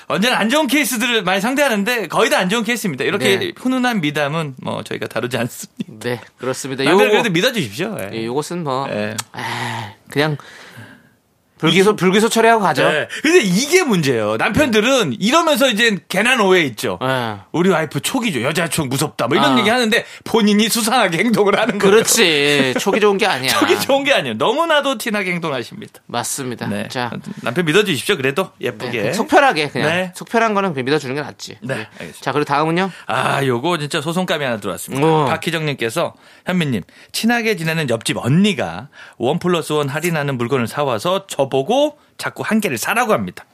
[SPEAKER 5] 언제나 안 좋은 케이스들을 많이 상대하는데 거의 다 안 좋은 케이스입니다. 이렇게
[SPEAKER 2] 네.
[SPEAKER 5] 훈훈한 미담은 뭐 저희가 다루지 않습니다.
[SPEAKER 2] 네, 그렇습니다.
[SPEAKER 5] 남들
[SPEAKER 2] 요거
[SPEAKER 5] 그래도 믿어주십시오. 예.
[SPEAKER 2] 예, 요것은 뭐
[SPEAKER 5] 예.
[SPEAKER 2] 아, 그냥 불기소 불기소 처리하고 가죠.
[SPEAKER 5] 네. 근데 이게 문제예요. 남편들은 이러면서 이제 괜한 오해 있죠.
[SPEAKER 2] 예.
[SPEAKER 5] 우리 와이프 촉이죠. 여자 촉 무섭다. 뭐 이런
[SPEAKER 2] 아.
[SPEAKER 5] 얘기 하는데 본인이 수상하게 행동을 하는 거예요.
[SPEAKER 2] 그렇지. 촉이 좋은 게 아니야.
[SPEAKER 5] 촉이 좋은 게 아니에요. 너무나도 티나게 행동하십니다.
[SPEAKER 2] 맞습니다.
[SPEAKER 5] 네.
[SPEAKER 2] 자,
[SPEAKER 5] 남편 믿어주십시오. 그래도
[SPEAKER 2] 네,
[SPEAKER 5] 예쁘게.
[SPEAKER 2] 그냥 속편하게 그냥
[SPEAKER 5] 네.
[SPEAKER 2] 속편한 거는 그냥 믿어주는 게 낫지. 예.
[SPEAKER 5] 네, 알겠습니다.
[SPEAKER 2] 자, 그리고 다음은요.
[SPEAKER 5] 아, 요거 진짜 소송감이 하나 들어왔습니다.
[SPEAKER 2] 어.
[SPEAKER 5] 박희정님께서 현민님 친하게 지내는 옆집 언니가 원 플러스 원 할인하는 물건을 사와서 저보고 자꾸 한 개를 사라고 합니다.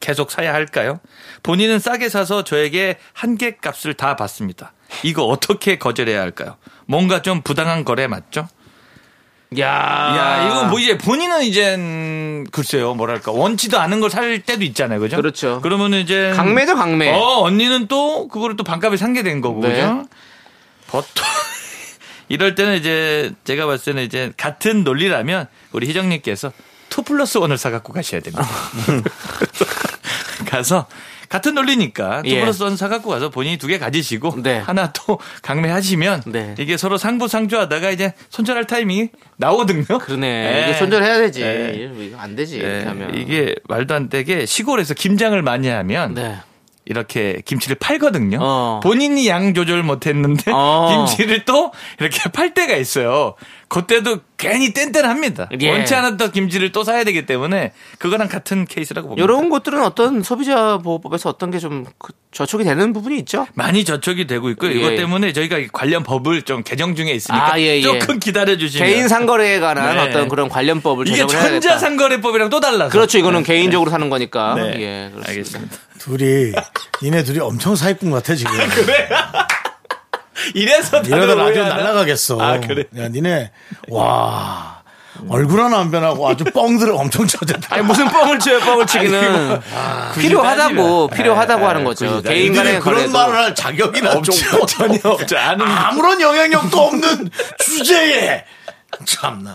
[SPEAKER 5] 계속 사야 할까요? 본인은 싸게 사서 저에게 한 개 값을 다 받습니다. 이거 어떻게 거절해야 할까요? 뭔가 좀 부당한 거래 맞죠?
[SPEAKER 2] 야, 아.
[SPEAKER 5] 야, 이거 뭐 이제 본인은 이젠 글쎄요, 뭐랄까 원치도 않은 걸 살 때도 있잖아요, 그죠?
[SPEAKER 2] 그렇죠.
[SPEAKER 5] 그러면은 이제
[SPEAKER 2] 강매죠, 강매.
[SPEAKER 5] 어, 언니는 또 그거를 또 반값에 산 게 된 거고,
[SPEAKER 2] 네.
[SPEAKER 5] 그죠? 보통 이럴 때는 이제 제가 봤을 때는 이제 같은 논리라면 우리 희정님께서 투 플러스 원을 사갖고 가셔야 됩니다. 가서 같은 논리니까 투
[SPEAKER 2] 예.
[SPEAKER 5] 플러스 원 사갖고 가서 본인이 두 개 가지시고
[SPEAKER 2] 네.
[SPEAKER 5] 하나 또 강매하시면
[SPEAKER 2] 네.
[SPEAKER 5] 이게 서로 상부상조하다가 이제 손절할 타이밍이 나오거든요.
[SPEAKER 2] 그러네.
[SPEAKER 5] 예.
[SPEAKER 2] 이게 손절해야 되지.
[SPEAKER 5] 예.
[SPEAKER 2] 이거 안
[SPEAKER 5] 예.
[SPEAKER 2] 되지. 이렇게 하면.
[SPEAKER 5] 이게 말도 안 되게 시골에서 김장을 많이 하면
[SPEAKER 2] 네.
[SPEAKER 5] 이렇게 김치를 팔거든요.
[SPEAKER 2] 어.
[SPEAKER 5] 본인이 양 조절 못했는데
[SPEAKER 2] 어.
[SPEAKER 5] 김치를 또 이렇게 팔 때가 있어요. 그때도 괜히 뗀뗀합니다.
[SPEAKER 2] 예.
[SPEAKER 5] 원치 않았던 김치를 또 사야 되기 때문에 그거랑 같은 케이스라고 봅니다.
[SPEAKER 2] 이런 것들은 어떤 소비자 보호법에서 어떤 게 좀그 저촉이 되는 부분이 있죠.
[SPEAKER 5] 많이 저촉이 되고 있고 요
[SPEAKER 2] 예.
[SPEAKER 5] 이것 때문에 저희가 관련 법을 좀 개정 중에 있으니까
[SPEAKER 2] 아, 예, 예.
[SPEAKER 5] 조금 기다려 주시면
[SPEAKER 2] 개인 상거래에 관한
[SPEAKER 5] 네.
[SPEAKER 2] 어떤 그런 관련법을
[SPEAKER 5] 이게
[SPEAKER 2] 제정을 해야겠다.
[SPEAKER 5] 전자 상거래법이랑 또 달라서
[SPEAKER 2] 그렇죠. 이거는 개인적으로 사는 거니까.
[SPEAKER 5] 네.
[SPEAKER 2] 예, 그렇습니다.
[SPEAKER 5] 알겠습니다.
[SPEAKER 1] 둘이 니네 둘이 엄청 사기꾼 같아 지금.
[SPEAKER 5] 이래서 다들
[SPEAKER 1] 이러다 라디오
[SPEAKER 5] 오해하나?
[SPEAKER 1] 날라가겠어.
[SPEAKER 5] 아, 그래.
[SPEAKER 1] 야 니네 와 얼굴 하나 안 변하고 아주 뻥들을 엄청 쳐댄다.
[SPEAKER 2] 아니 무슨 뻥을 쳐요 뻥을 치기는 필요하다고 필요하다고 하는 거죠 개인 간의
[SPEAKER 1] 니네
[SPEAKER 2] 거래도
[SPEAKER 1] 그런 말을 할 자격이나 없죠. 전혀
[SPEAKER 5] 없죠. 아는
[SPEAKER 1] 뭐, 아무런 영향력도 없는 주제에 참나.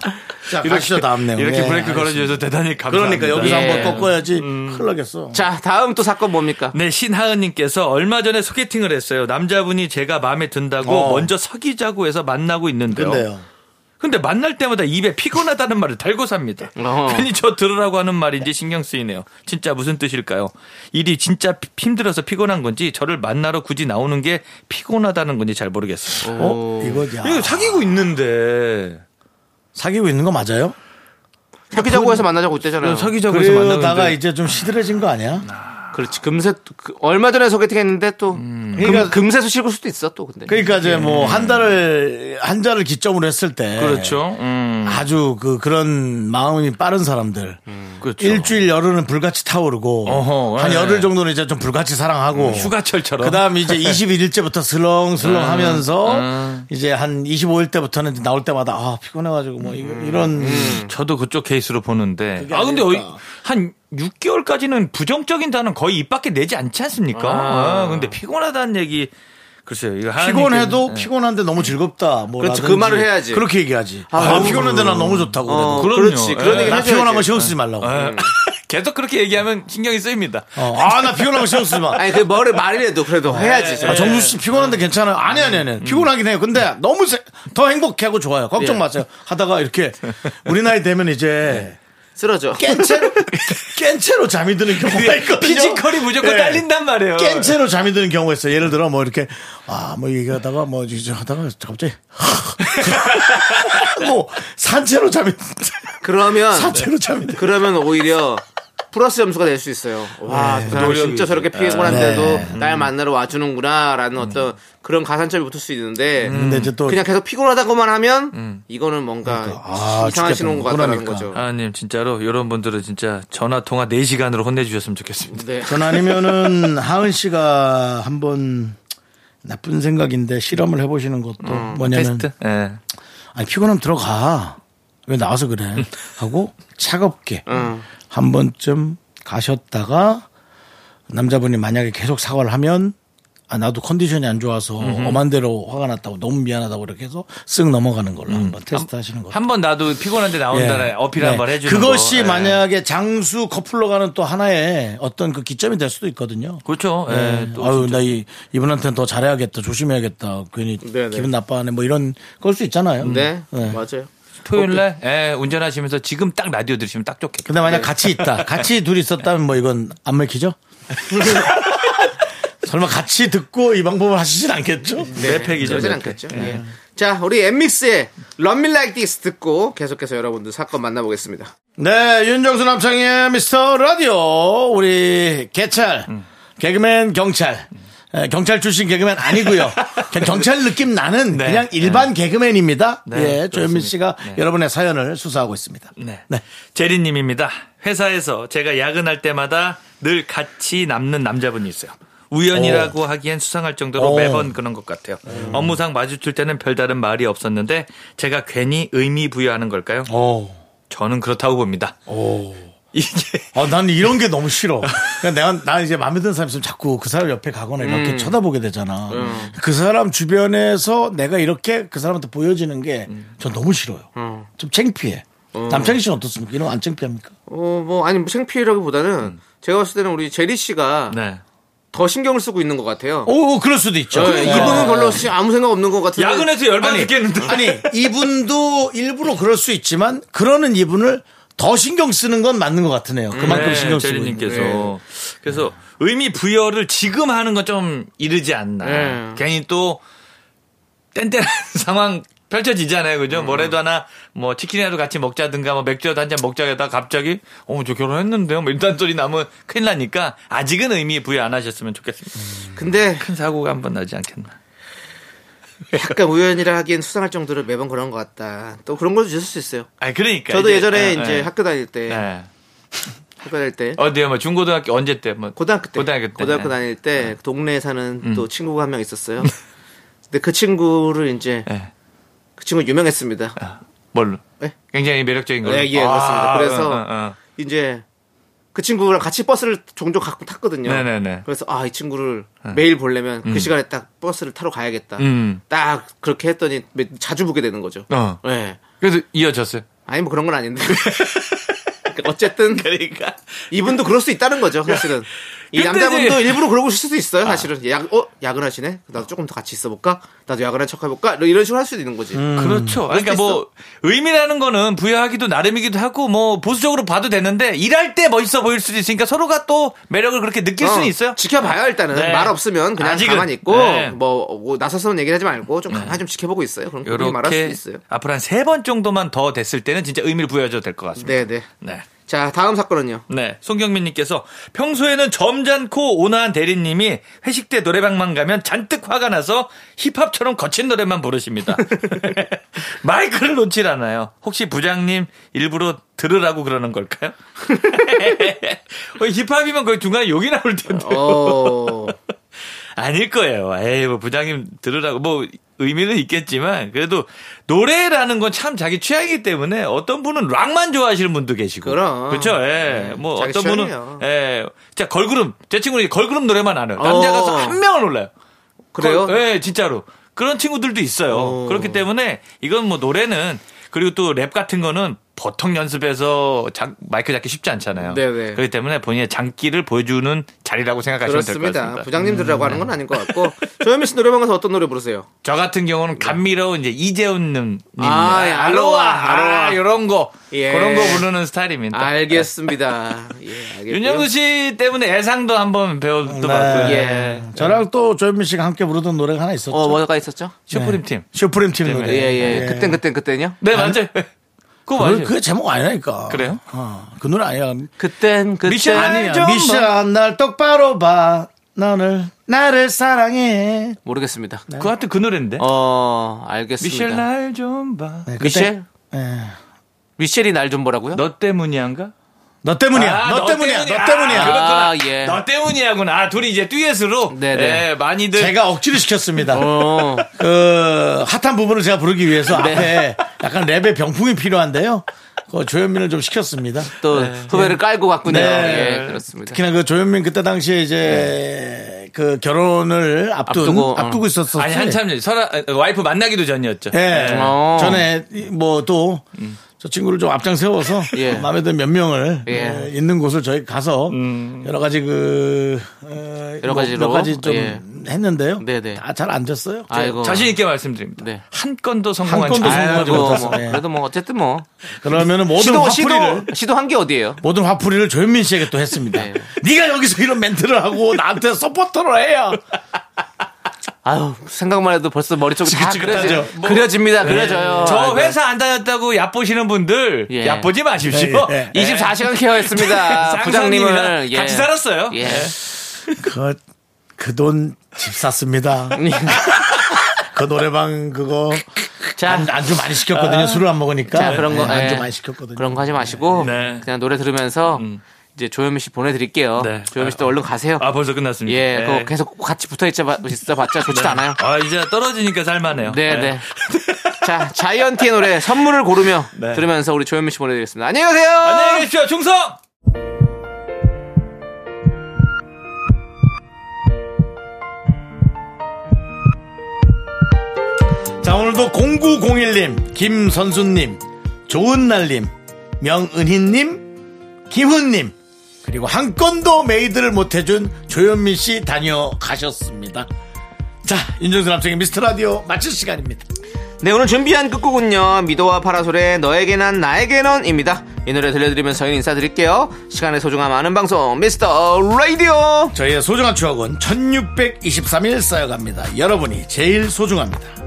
[SPEAKER 1] 자 가시죠 다음 내용.
[SPEAKER 5] 이렇게
[SPEAKER 1] 예,
[SPEAKER 5] 브레이크
[SPEAKER 1] 알겠습니다.
[SPEAKER 5] 걸어주셔서 대단히 감사합니다.
[SPEAKER 1] 그러니까 여기서
[SPEAKER 2] 예.
[SPEAKER 1] 한번 꺾어야지 큰일 나겠어.
[SPEAKER 2] 자 다음 또 사건 뭡니까
[SPEAKER 5] 네, 신하은님께서 얼마 전에 소개팅을 했어요. 남자분이 제가 마음에 든다고
[SPEAKER 1] 어.
[SPEAKER 5] 먼저 사귀자고 해서 만나고 있는데요.
[SPEAKER 1] 근데요.
[SPEAKER 5] 근데 만날 때마다 입에 피곤하다는 말을 달고 삽니다.
[SPEAKER 2] 어허.
[SPEAKER 5] 괜히 저 들으라고 하는 말인지 신경 쓰이네요. 진짜 무슨 뜻일까요? 일이 진짜 피- 힘들어서 피곤한 건지 저를 만나러 굳이 나오는 게 피곤하다는 건지 잘 모르겠어요.
[SPEAKER 1] 어 이거 야
[SPEAKER 5] 이거 사귀고 있는데
[SPEAKER 1] 사귀고 있는 거 맞아요?
[SPEAKER 2] 사귀자고 해서 만나자고
[SPEAKER 5] 음,
[SPEAKER 2] 있대잖아요
[SPEAKER 5] 사귀자고 해서
[SPEAKER 1] 그러다가
[SPEAKER 5] 만나는데
[SPEAKER 1] 이제 좀 시들해진 거 아니야?
[SPEAKER 5] 네.
[SPEAKER 2] 그렇지 금세 그, 얼마 전에 소개팅했는데 또
[SPEAKER 1] 그러니까-
[SPEAKER 2] 금, 금세 수식을 수도 있어 또 근데
[SPEAKER 1] 그러니까 이제 뭐 한 달을 한 달을 기점으로 했을 때
[SPEAKER 5] 예. 그렇죠. 음.
[SPEAKER 1] 아주 그 그런 마음이 빠른 사람들
[SPEAKER 5] 그렇죠.
[SPEAKER 1] 일주일 열흘은 불같이 타오르고
[SPEAKER 5] 어허,
[SPEAKER 1] 한
[SPEAKER 5] 예.
[SPEAKER 1] 열흘 정도는 이제 좀 불같이 사랑하고
[SPEAKER 5] 휴가철처럼.
[SPEAKER 1] 그다음 이제 21일째부터 슬렁슬렁
[SPEAKER 2] 음.
[SPEAKER 1] 하면서 이제 한 25일 때부터는 이제 나올 때마다 아 피곤해가지고 뭐 이거-
[SPEAKER 2] 음.
[SPEAKER 1] 이런
[SPEAKER 5] 저도 그쪽 케이스로 보는데. 아, 근데
[SPEAKER 1] 아닐까.
[SPEAKER 5] 거의 한 6개월까지는 부정적인 단은 거의 입 밖에 내지 않지 않습니까? 아, 근데 피곤하다는 얘기. 글쎄요. 이거 하나님께-
[SPEAKER 1] 피곤해도 피곤한데 너무 즐겁다 뭐
[SPEAKER 2] 예. 그렇지,
[SPEAKER 1] 라든지
[SPEAKER 2] 그 말을 해야지. 음.
[SPEAKER 1] 그렇게 얘기하지 아, 피곤한데 난 너무 좋다고 그래도.
[SPEAKER 2] 어,
[SPEAKER 5] 그럼요.
[SPEAKER 2] 그렇지 그런
[SPEAKER 5] 예.
[SPEAKER 2] 얘기
[SPEAKER 1] 나
[SPEAKER 2] 해줘야지
[SPEAKER 1] 피곤한 거 신경 쓰지 말라고
[SPEAKER 5] 예. 계속 그렇게 얘기하면 신경이 쓰입니다.
[SPEAKER 1] 아 나 피곤한 거 신경 쓰지 마
[SPEAKER 2] 아니 예. 그 뭐를 말이라도 그래도 해야지
[SPEAKER 1] 아, 정수 씨 피곤한데 괜찮아요. 아니 아니 아니. 피곤하긴 해요. 근데 너무 세- 더 행복하고 좋아요. 걱정
[SPEAKER 2] 음. 예.
[SPEAKER 1] 마세요. 하다가 이렇게 우리 나이 되면 이제
[SPEAKER 2] 쓰러져
[SPEAKER 1] 깬 채로 깬 채로 잠이 드는 경우가 있거든요.
[SPEAKER 5] 피지컬이 무조건
[SPEAKER 1] 예.
[SPEAKER 5] 딸린단 말이에요.
[SPEAKER 1] 깬 채로 잠이 드는 경우가 있어요. 예를 들어 뭐 이렇게 아뭐 얘기하다가 뭐 이제 하다가 갑자기 뭐 산채로 잠이
[SPEAKER 2] 그러면
[SPEAKER 1] 산채로 잠이 드.
[SPEAKER 2] 그러면 오히려 플러스 점수가 될 수 있어요.
[SPEAKER 1] 네,
[SPEAKER 2] 와, 그 사람이 진짜 저렇게 피곤한데도 날 만나러 와주는구나라는 어떤 그런 가산점이 붙을 수 있는데
[SPEAKER 1] 음. 근데 이제 또 음.
[SPEAKER 2] 그냥 계속 피곤하다고만 하면 이거는 뭔가
[SPEAKER 1] 아,
[SPEAKER 2] 이상한
[SPEAKER 1] 죽겠다.
[SPEAKER 2] 신호인 것 같다는
[SPEAKER 1] 그러니까.
[SPEAKER 2] 거죠.
[SPEAKER 5] 아, 하나님, 진짜로 이런 분들은 진짜 전화 통화 4시간으로 혼내주셨으면 좋겠습니다.
[SPEAKER 2] 네.
[SPEAKER 1] 전 아니면은 하은 씨가 한번 나쁜 생각인데 실험을 해보시는 것도 뭐냐면
[SPEAKER 5] 음, 테스트. 예.
[SPEAKER 1] 아니 피곤하면 들어가 왜 나와서 그래 하고 차갑게 한 번쯤 가셨다가 남자분이 만약에 계속 사과를 하면 아 나도 컨디션이 안 좋아서 엄한 대로 화가 났다고 너무 미안하다고 이렇게 해서 쓱 넘어가는 걸로 한번 테스트 하시는 거.
[SPEAKER 5] 음. 한 번 나도 피곤한데 나온다는 어필 한 번 해주는
[SPEAKER 1] 예. 네. 그것이
[SPEAKER 5] 거. 예.
[SPEAKER 1] 만약에 장수 커플로 가는 또 하나의 어떤 그 기점이 될 수도 있거든요.
[SPEAKER 5] 그렇죠. 예.
[SPEAKER 1] 네.
[SPEAKER 5] 또
[SPEAKER 1] 아유 나 이 이분한테는 더 잘해야겠다 조심해야겠다 괜히
[SPEAKER 2] 네, 네.
[SPEAKER 1] 기분 나빠하네 뭐 이런 걸 수 있잖아요.
[SPEAKER 2] 네.
[SPEAKER 1] 네.
[SPEAKER 2] 맞아요.
[SPEAKER 5] 토요일 날
[SPEAKER 1] 그
[SPEAKER 5] 예, 운전하시면서 지금 딱 라디오 들으시면 딱 좋겠다.
[SPEAKER 1] 근데 만약 같이 있다, 같이 둘이 있었다면 뭐 이건 안 맥히죠? 설마 같이 듣고 이 방법을 하시진 않겠죠?
[SPEAKER 5] 네, 팩이죠.
[SPEAKER 2] 그러진
[SPEAKER 5] 네
[SPEAKER 2] 않겠죠. 예. 자, 우리 엠믹스의 런밀 라이크 디스 듣고 계속해서 여러분들 사건 만나보겠습니다.
[SPEAKER 1] 네, 윤정수 남창의 미스터 라디오 우리 개찰
[SPEAKER 5] 음.
[SPEAKER 1] 개그맨 경찰 에, 경찰 출신 개그맨 아니고요. 그냥 경찰 느낌 나는
[SPEAKER 5] 네.
[SPEAKER 1] 그냥 일반 개그맨입니다.
[SPEAKER 5] 네,
[SPEAKER 1] 예, 조현민
[SPEAKER 5] 그렇습니다.
[SPEAKER 1] 씨가
[SPEAKER 5] 네.
[SPEAKER 1] 여러분의 사연을 수사하고 있습니다.
[SPEAKER 5] 네. 제리님입니다. 회사에서 제가 야근할 때마다 늘 같이 남는 남자분이 있어요. 우연이라고 하기엔 수상할 정도로
[SPEAKER 1] 오.
[SPEAKER 5] 매번 그런 것 같아요. 업무상 마주칠 때는 별다른 말이 없었는데 제가 괜히 의미 부여하는 걸까요?
[SPEAKER 1] 오,
[SPEAKER 5] 저는 그렇다고 봅니다.
[SPEAKER 1] 오.
[SPEAKER 5] 이게
[SPEAKER 1] 아, 난 이런 게 너무 싫어. 그러니까 내가, 나 이제 마음에 드는 사람 있으면 자꾸 그 사람 옆에 가거나 이렇게 쳐다보게 되잖아. 그 사람 주변에서 내가 이렇게 그 사람한테 보여지는 게 전 너무 싫어요. 좀 창피해. 남창희 씨는 어떻습니까? 이런 거 안 창피합니까?
[SPEAKER 2] 어, 뭐, 아니, 뭐, 창피라기보다는 제가 봤을 때는 우리 제리 씨가
[SPEAKER 5] 음. 네. 어?
[SPEAKER 2] 더 신경을 쓰고 있는 것 같아요.
[SPEAKER 1] 오, 오, 어, 그럴 수도 있죠.
[SPEAKER 2] 네, 이분은 별로 시- 아무 생각 없는 것 같은데.
[SPEAKER 5] 야근해서 열받
[SPEAKER 1] 아니,
[SPEAKER 5] 느끼는데
[SPEAKER 1] 아니, 이분도 일부러 그럴 수 있지만 그러는 이분을 더 신경 쓰는 건 맞는 것 같으네요. 그만큼
[SPEAKER 5] 네,
[SPEAKER 1] 신경 쓰고. 있는.
[SPEAKER 5] 제리님께서 그래서 의미 부여를 지금 하는 건 좀 이르지 않나.
[SPEAKER 2] 예.
[SPEAKER 5] 괜히 또 땐때한 상황 펼쳐지잖아요.
[SPEAKER 2] 음.
[SPEAKER 5] 그죠? 뭐라도 하나 뭐 치킨이라도 같이 먹자든가 뭐 맥주라도 한 잔 먹자에다 갑자기 어 저 결혼했는데요. 뭐 이딴 소리 나면 큰일 나니까 아직은 의미 부여 안 하셨으면 좋겠습니다.
[SPEAKER 2] 음. 근데
[SPEAKER 5] 큰 사고가 한 번 나지 않겠나.
[SPEAKER 2] 약간 우연이라 하기엔 수상할 정도로 매번 그런 것 같다. 또 그런 것도 있을 수 있어요.
[SPEAKER 5] 아 그러니까
[SPEAKER 2] 저도
[SPEAKER 5] 이제,
[SPEAKER 2] 예전에
[SPEAKER 5] 예,
[SPEAKER 2] 이제
[SPEAKER 5] 예.
[SPEAKER 2] 학교 다닐 때
[SPEAKER 5] 예.
[SPEAKER 2] 학교 다닐 때
[SPEAKER 5] 어디요? 뭐 중고등학교 언제 때? 뭐
[SPEAKER 2] 고등학교 때
[SPEAKER 5] 고등학교 음. 때.
[SPEAKER 2] 고등학교 다닐 때그 동네에 사는 또 친구가 한 명 있었어요. 근데 그 친구를 이제
[SPEAKER 5] 예.
[SPEAKER 2] 그 친구 유명했습니다.
[SPEAKER 5] 아. 뭘로?
[SPEAKER 2] 예?
[SPEAKER 5] 굉장히 매력적인 걸로.
[SPEAKER 2] 예, 예, 그렇습니다. 그래서
[SPEAKER 5] 어, 어, 어.
[SPEAKER 2] 이제 그 친구랑 같이 버스를 종종 갖고 탔거든요.
[SPEAKER 5] 네네네. 네.
[SPEAKER 2] 그래서 아 이 친구를 매일 보려면 그 시간에 딱 버스를 타러 가야겠다.
[SPEAKER 5] 음.
[SPEAKER 2] 딱 그렇게 했더니 매- 자주 보게 되는 거죠.
[SPEAKER 5] 어.
[SPEAKER 2] 예.
[SPEAKER 5] 그래서 이어졌어요.
[SPEAKER 2] 아니 뭐 그런 건 아닌데. 그러니까 어쨌든
[SPEAKER 5] 그러니까
[SPEAKER 2] 이분도 그럴 수 있다는 거죠, 사실은. 이
[SPEAKER 5] 근데
[SPEAKER 2] 남자분도
[SPEAKER 5] 이제- 아.
[SPEAKER 2] 일부러 그러고 있을 수도 있어요, 사실은. 야, 어, 야근하시네? 나도 조금 더 같이 있어볼까? 나도 야근한 척 해볼까? 뭐 이런 식으로 할 수도 있는 거지.
[SPEAKER 5] 그렇죠.
[SPEAKER 2] 음. 그럴 수도
[SPEAKER 5] 그러니까 뭐 의미라는 거는 부여하기도 나름이기도 하고 뭐 보수적으로 봐도 되는데 일할 때 멋있어 보일 수도 있으니까 서로가 또 매력을 그렇게 느낄 수는
[SPEAKER 2] 어,
[SPEAKER 5] 있어요.
[SPEAKER 2] 지켜봐요, 일단은.
[SPEAKER 5] 네.
[SPEAKER 2] 말 없으면 그냥
[SPEAKER 5] 아직은.
[SPEAKER 2] 가만히 있고,
[SPEAKER 5] 네.
[SPEAKER 2] 뭐, 뭐, 나서서는 얘기하지 말고, 좀 가만히 좀 지켜보고 있어요. 그럼 그분이 말할 수도
[SPEAKER 5] 이렇게
[SPEAKER 2] 있어요.
[SPEAKER 5] 앞으로 한 세 번 정도만 더 됐을 때는 진짜 의미를 부여해줘도 될 것 같습니다.
[SPEAKER 2] 네, 네.
[SPEAKER 5] 네.
[SPEAKER 2] 자, 다음 사건은요.
[SPEAKER 5] 네. 송경민님께서 평소에는 점잖고 온화한 대리님이 회식 때 노래방만 가면 잔뜩 화가 나서 힙합처럼 거친 노래만 부르십니다. 마이크를 놓질 않아요. 혹시 부장님 일부러 들으라고 그러는 걸까요? 어, 힙합이면 거의 중간에 욕이 나올 텐데. 그
[SPEAKER 2] 어,
[SPEAKER 5] 아닐 거예요. 에이, 뭐 부장님 들으라고 뭐 의미는 있겠지만 그래도 노래라는 건 참 자기 취향이기 때문에 어떤 분은 락만 좋아하시는 분도 계시고.
[SPEAKER 2] 그럼.
[SPEAKER 5] 그렇죠. 예.
[SPEAKER 2] 네,
[SPEAKER 5] 뭐
[SPEAKER 2] 자기
[SPEAKER 5] 어떤
[SPEAKER 2] 취향이에요.
[SPEAKER 5] 분은 예. 진짜 걸그룹 제 친구는 걸그룹 노래만 알아요. 남자 가수
[SPEAKER 2] 어.
[SPEAKER 5] 한 명은 몰라요.
[SPEAKER 2] 그래요?
[SPEAKER 5] 걸- 예, 진짜로. 그런 친구들도 있어요.
[SPEAKER 2] 어.
[SPEAKER 5] 그렇기 때문에 이건 뭐 노래는 그리고 또 랩 같은 거는 보통 연습해서 장- 마이크 잡기 쉽지 않잖아요.
[SPEAKER 2] 네네.
[SPEAKER 5] 그렇기 때문에 본인의 장기를 보여주는 자리라고 생각하시면 될 것
[SPEAKER 2] 그렇습니다.
[SPEAKER 5] 같습니다. 음.
[SPEAKER 2] 부장님들이라고 하는 건 아닌 것 같고, 조현미 씨 노래방 가서 어떤 노래 부르세요?
[SPEAKER 5] 저 같은 경우는 감미로운 이제 이재훈님,
[SPEAKER 2] 아, 예, 알로아, 알로아.
[SPEAKER 5] 아, 이런 거,
[SPEAKER 2] 예.
[SPEAKER 5] 그런 거 부르는 스타일입니다.
[SPEAKER 2] 알겠습니다. 예, 알겠고요.
[SPEAKER 5] 윤정수 씨 때문에 애상도 한번 배웠던 것 같고요.
[SPEAKER 2] 예.
[SPEAKER 1] 저랑 또 조현민 씨가 함께 부르던 노래가 하나 있었죠.
[SPEAKER 2] 어, 뭐가 있었죠?
[SPEAKER 5] 슈프림 팀.
[SPEAKER 1] 슈프림 팀 노래.
[SPEAKER 2] 예, 예. 그땐, 그땐, 그땐요?
[SPEAKER 5] 네 맞아요. 그거 뭐 맞아요.
[SPEAKER 1] 그, 그 제목 아니라니까.
[SPEAKER 5] 그래요?
[SPEAKER 1] 어, 그 노래 아니야.
[SPEAKER 2] 그땐, 그땐.
[SPEAKER 5] 미션 아니냐. 좀 뭐.
[SPEAKER 1] 미션 날 똑바로 봐. 너를 나를 사랑해.
[SPEAKER 2] 모르겠습니다.
[SPEAKER 1] 네.
[SPEAKER 5] 그 하여튼 그 노래인데.
[SPEAKER 2] 어, 알겠습니다.
[SPEAKER 5] 미셸 날 좀 봐.
[SPEAKER 1] 네, 그때-
[SPEAKER 2] 미셸?
[SPEAKER 1] 예.
[SPEAKER 2] 미셸이 날 좀 보라고요?
[SPEAKER 5] 너 때문이야인가?
[SPEAKER 1] 너 때문이야.
[SPEAKER 5] 아,
[SPEAKER 1] 너, 때문이야. 너 때문이야.
[SPEAKER 5] 아, 그렇구나.
[SPEAKER 2] 아, 예.
[SPEAKER 5] 너 때문이야구나. 아, 둘이 이제 듀엣으로.
[SPEAKER 2] 네네.
[SPEAKER 5] 예, 많이들.
[SPEAKER 1] 제가 억지로 시켰습니다.
[SPEAKER 2] 어.
[SPEAKER 1] 그 핫한 부분을 제가 부르기 위해서
[SPEAKER 5] 네.
[SPEAKER 1] 앞에 약간 랩의 병풍이 필요한데요. 그 조현민을 좀 시켰습니다.
[SPEAKER 2] 또 후배를 깔고 갔군요.
[SPEAKER 1] 네.
[SPEAKER 2] 예, 그렇습니다.
[SPEAKER 1] 특히나 그 조현민 그때 당시에 이제 그 결혼을 앞둔
[SPEAKER 2] 앞두고,
[SPEAKER 1] 앞두고,
[SPEAKER 2] 어.
[SPEAKER 1] 있었었지.
[SPEAKER 5] 네. 아니, 한참 전, 설아, 어, 와이프 만나기도 전이었죠.
[SPEAKER 1] 예.
[SPEAKER 2] 어. 음.
[SPEAKER 1] 전에 뭐 또 저 친구를 좀 앞장 세워서
[SPEAKER 2] 예.
[SPEAKER 1] 마음에 드는 몇 명을
[SPEAKER 2] 예. 음.
[SPEAKER 1] 예, 있는 곳을 저희 가서 여러 가지 그 어,
[SPEAKER 2] 여러 가지로?
[SPEAKER 1] 몇 가지 좀
[SPEAKER 2] 예.
[SPEAKER 1] 했는데요.
[SPEAKER 2] 네네.
[SPEAKER 1] 다 잘 안 됐어요.
[SPEAKER 2] 아이고.
[SPEAKER 5] 자신 있게 말씀드립니다.
[SPEAKER 2] 네.
[SPEAKER 5] 한 건도 성공한
[SPEAKER 1] 한 건도
[SPEAKER 5] 적-
[SPEAKER 1] 성공-
[SPEAKER 2] 아이고,
[SPEAKER 1] 못했어.
[SPEAKER 2] 뭐,
[SPEAKER 1] 예.
[SPEAKER 2] 그래도 뭐, 어쨌든 뭐.
[SPEAKER 1] 그러면은 모든
[SPEAKER 2] 시도,
[SPEAKER 1] 화풀이를
[SPEAKER 2] 시도, 시도한 게 어디예요?
[SPEAKER 1] 모든 화풀이를 조현민 씨에게 또 했습니다.
[SPEAKER 2] 네.
[SPEAKER 1] 네. 가 여기서 이런 멘트를 하고 나한테 서포터를 해야
[SPEAKER 2] 아유, 생각만 해도 벌써 머릿속에 다 그려져,
[SPEAKER 1] 찌긋찌긋하죠.
[SPEAKER 2] 그려집니다. 그려져요.
[SPEAKER 5] 네. 저
[SPEAKER 2] 아이고. 네.
[SPEAKER 5] 회사 안 다녔다고 얕보시는 분들
[SPEAKER 2] 예.
[SPEAKER 5] 얕보지 마십시오.
[SPEAKER 1] 예,
[SPEAKER 2] 24시간 케어했습니다.
[SPEAKER 5] 네. 쌍선이랑
[SPEAKER 2] 부장님을. 예.
[SPEAKER 5] 같이 살았어요.
[SPEAKER 2] 예.
[SPEAKER 1] 그 돈 집 샀습니다.
[SPEAKER 2] 음.
[SPEAKER 5] 네.
[SPEAKER 1] 그 노래방 그거
[SPEAKER 2] 자.
[SPEAKER 1] 안- 안주 많이 시켰거든요. 술을 안 먹으니까
[SPEAKER 2] 아. 자, 그런 거.
[SPEAKER 1] 네, 안주
[SPEAKER 2] 예.
[SPEAKER 1] 많이 시켰거든요.
[SPEAKER 2] 그런 거 하지 마시고.
[SPEAKER 5] 네. 음.
[SPEAKER 2] 그냥 노래 들으면서 이제 조현미 씨 보내드릴게요.
[SPEAKER 5] 네.
[SPEAKER 2] 조현미 씨도 얼른 가세요.
[SPEAKER 5] 아 벌써 끝났습니다.
[SPEAKER 2] 예,
[SPEAKER 5] 네.
[SPEAKER 2] 그거 계속 같이 붙어 있어 봤자 좋지도 않아요.
[SPEAKER 5] 아 이제 떨어지니까 살만해요.
[SPEAKER 2] 네, 네. 자, 자이언티의 노래 선물을 고르며 들으면서 우리 조현민 씨 보내드리겠습니다. 안녕히 가세요.
[SPEAKER 5] 네. 안녕히 계십시오. 충성.
[SPEAKER 1] 자 오늘도 0901님 김선수님 좋은날님 명은희님 김훈님 그리고 한 건도 메이드를 못해준 조현민씨 다녀가셨습니다 자 윤정수 남성의 미스터라디오 마칠 시간입니다
[SPEAKER 2] 네, 오늘 준비한 끝곡은요. 미도와 파라솔의 너에게 난 나에게 넌입니다. 이 노래 들려드리면서 저희는 인사드릴게요. 시간의 소중함 아는 방송 미스터 라디오.
[SPEAKER 1] 저희의 소중한 추억은 1623일 쌓여갑니다. 여러분이 제일 소중합니다.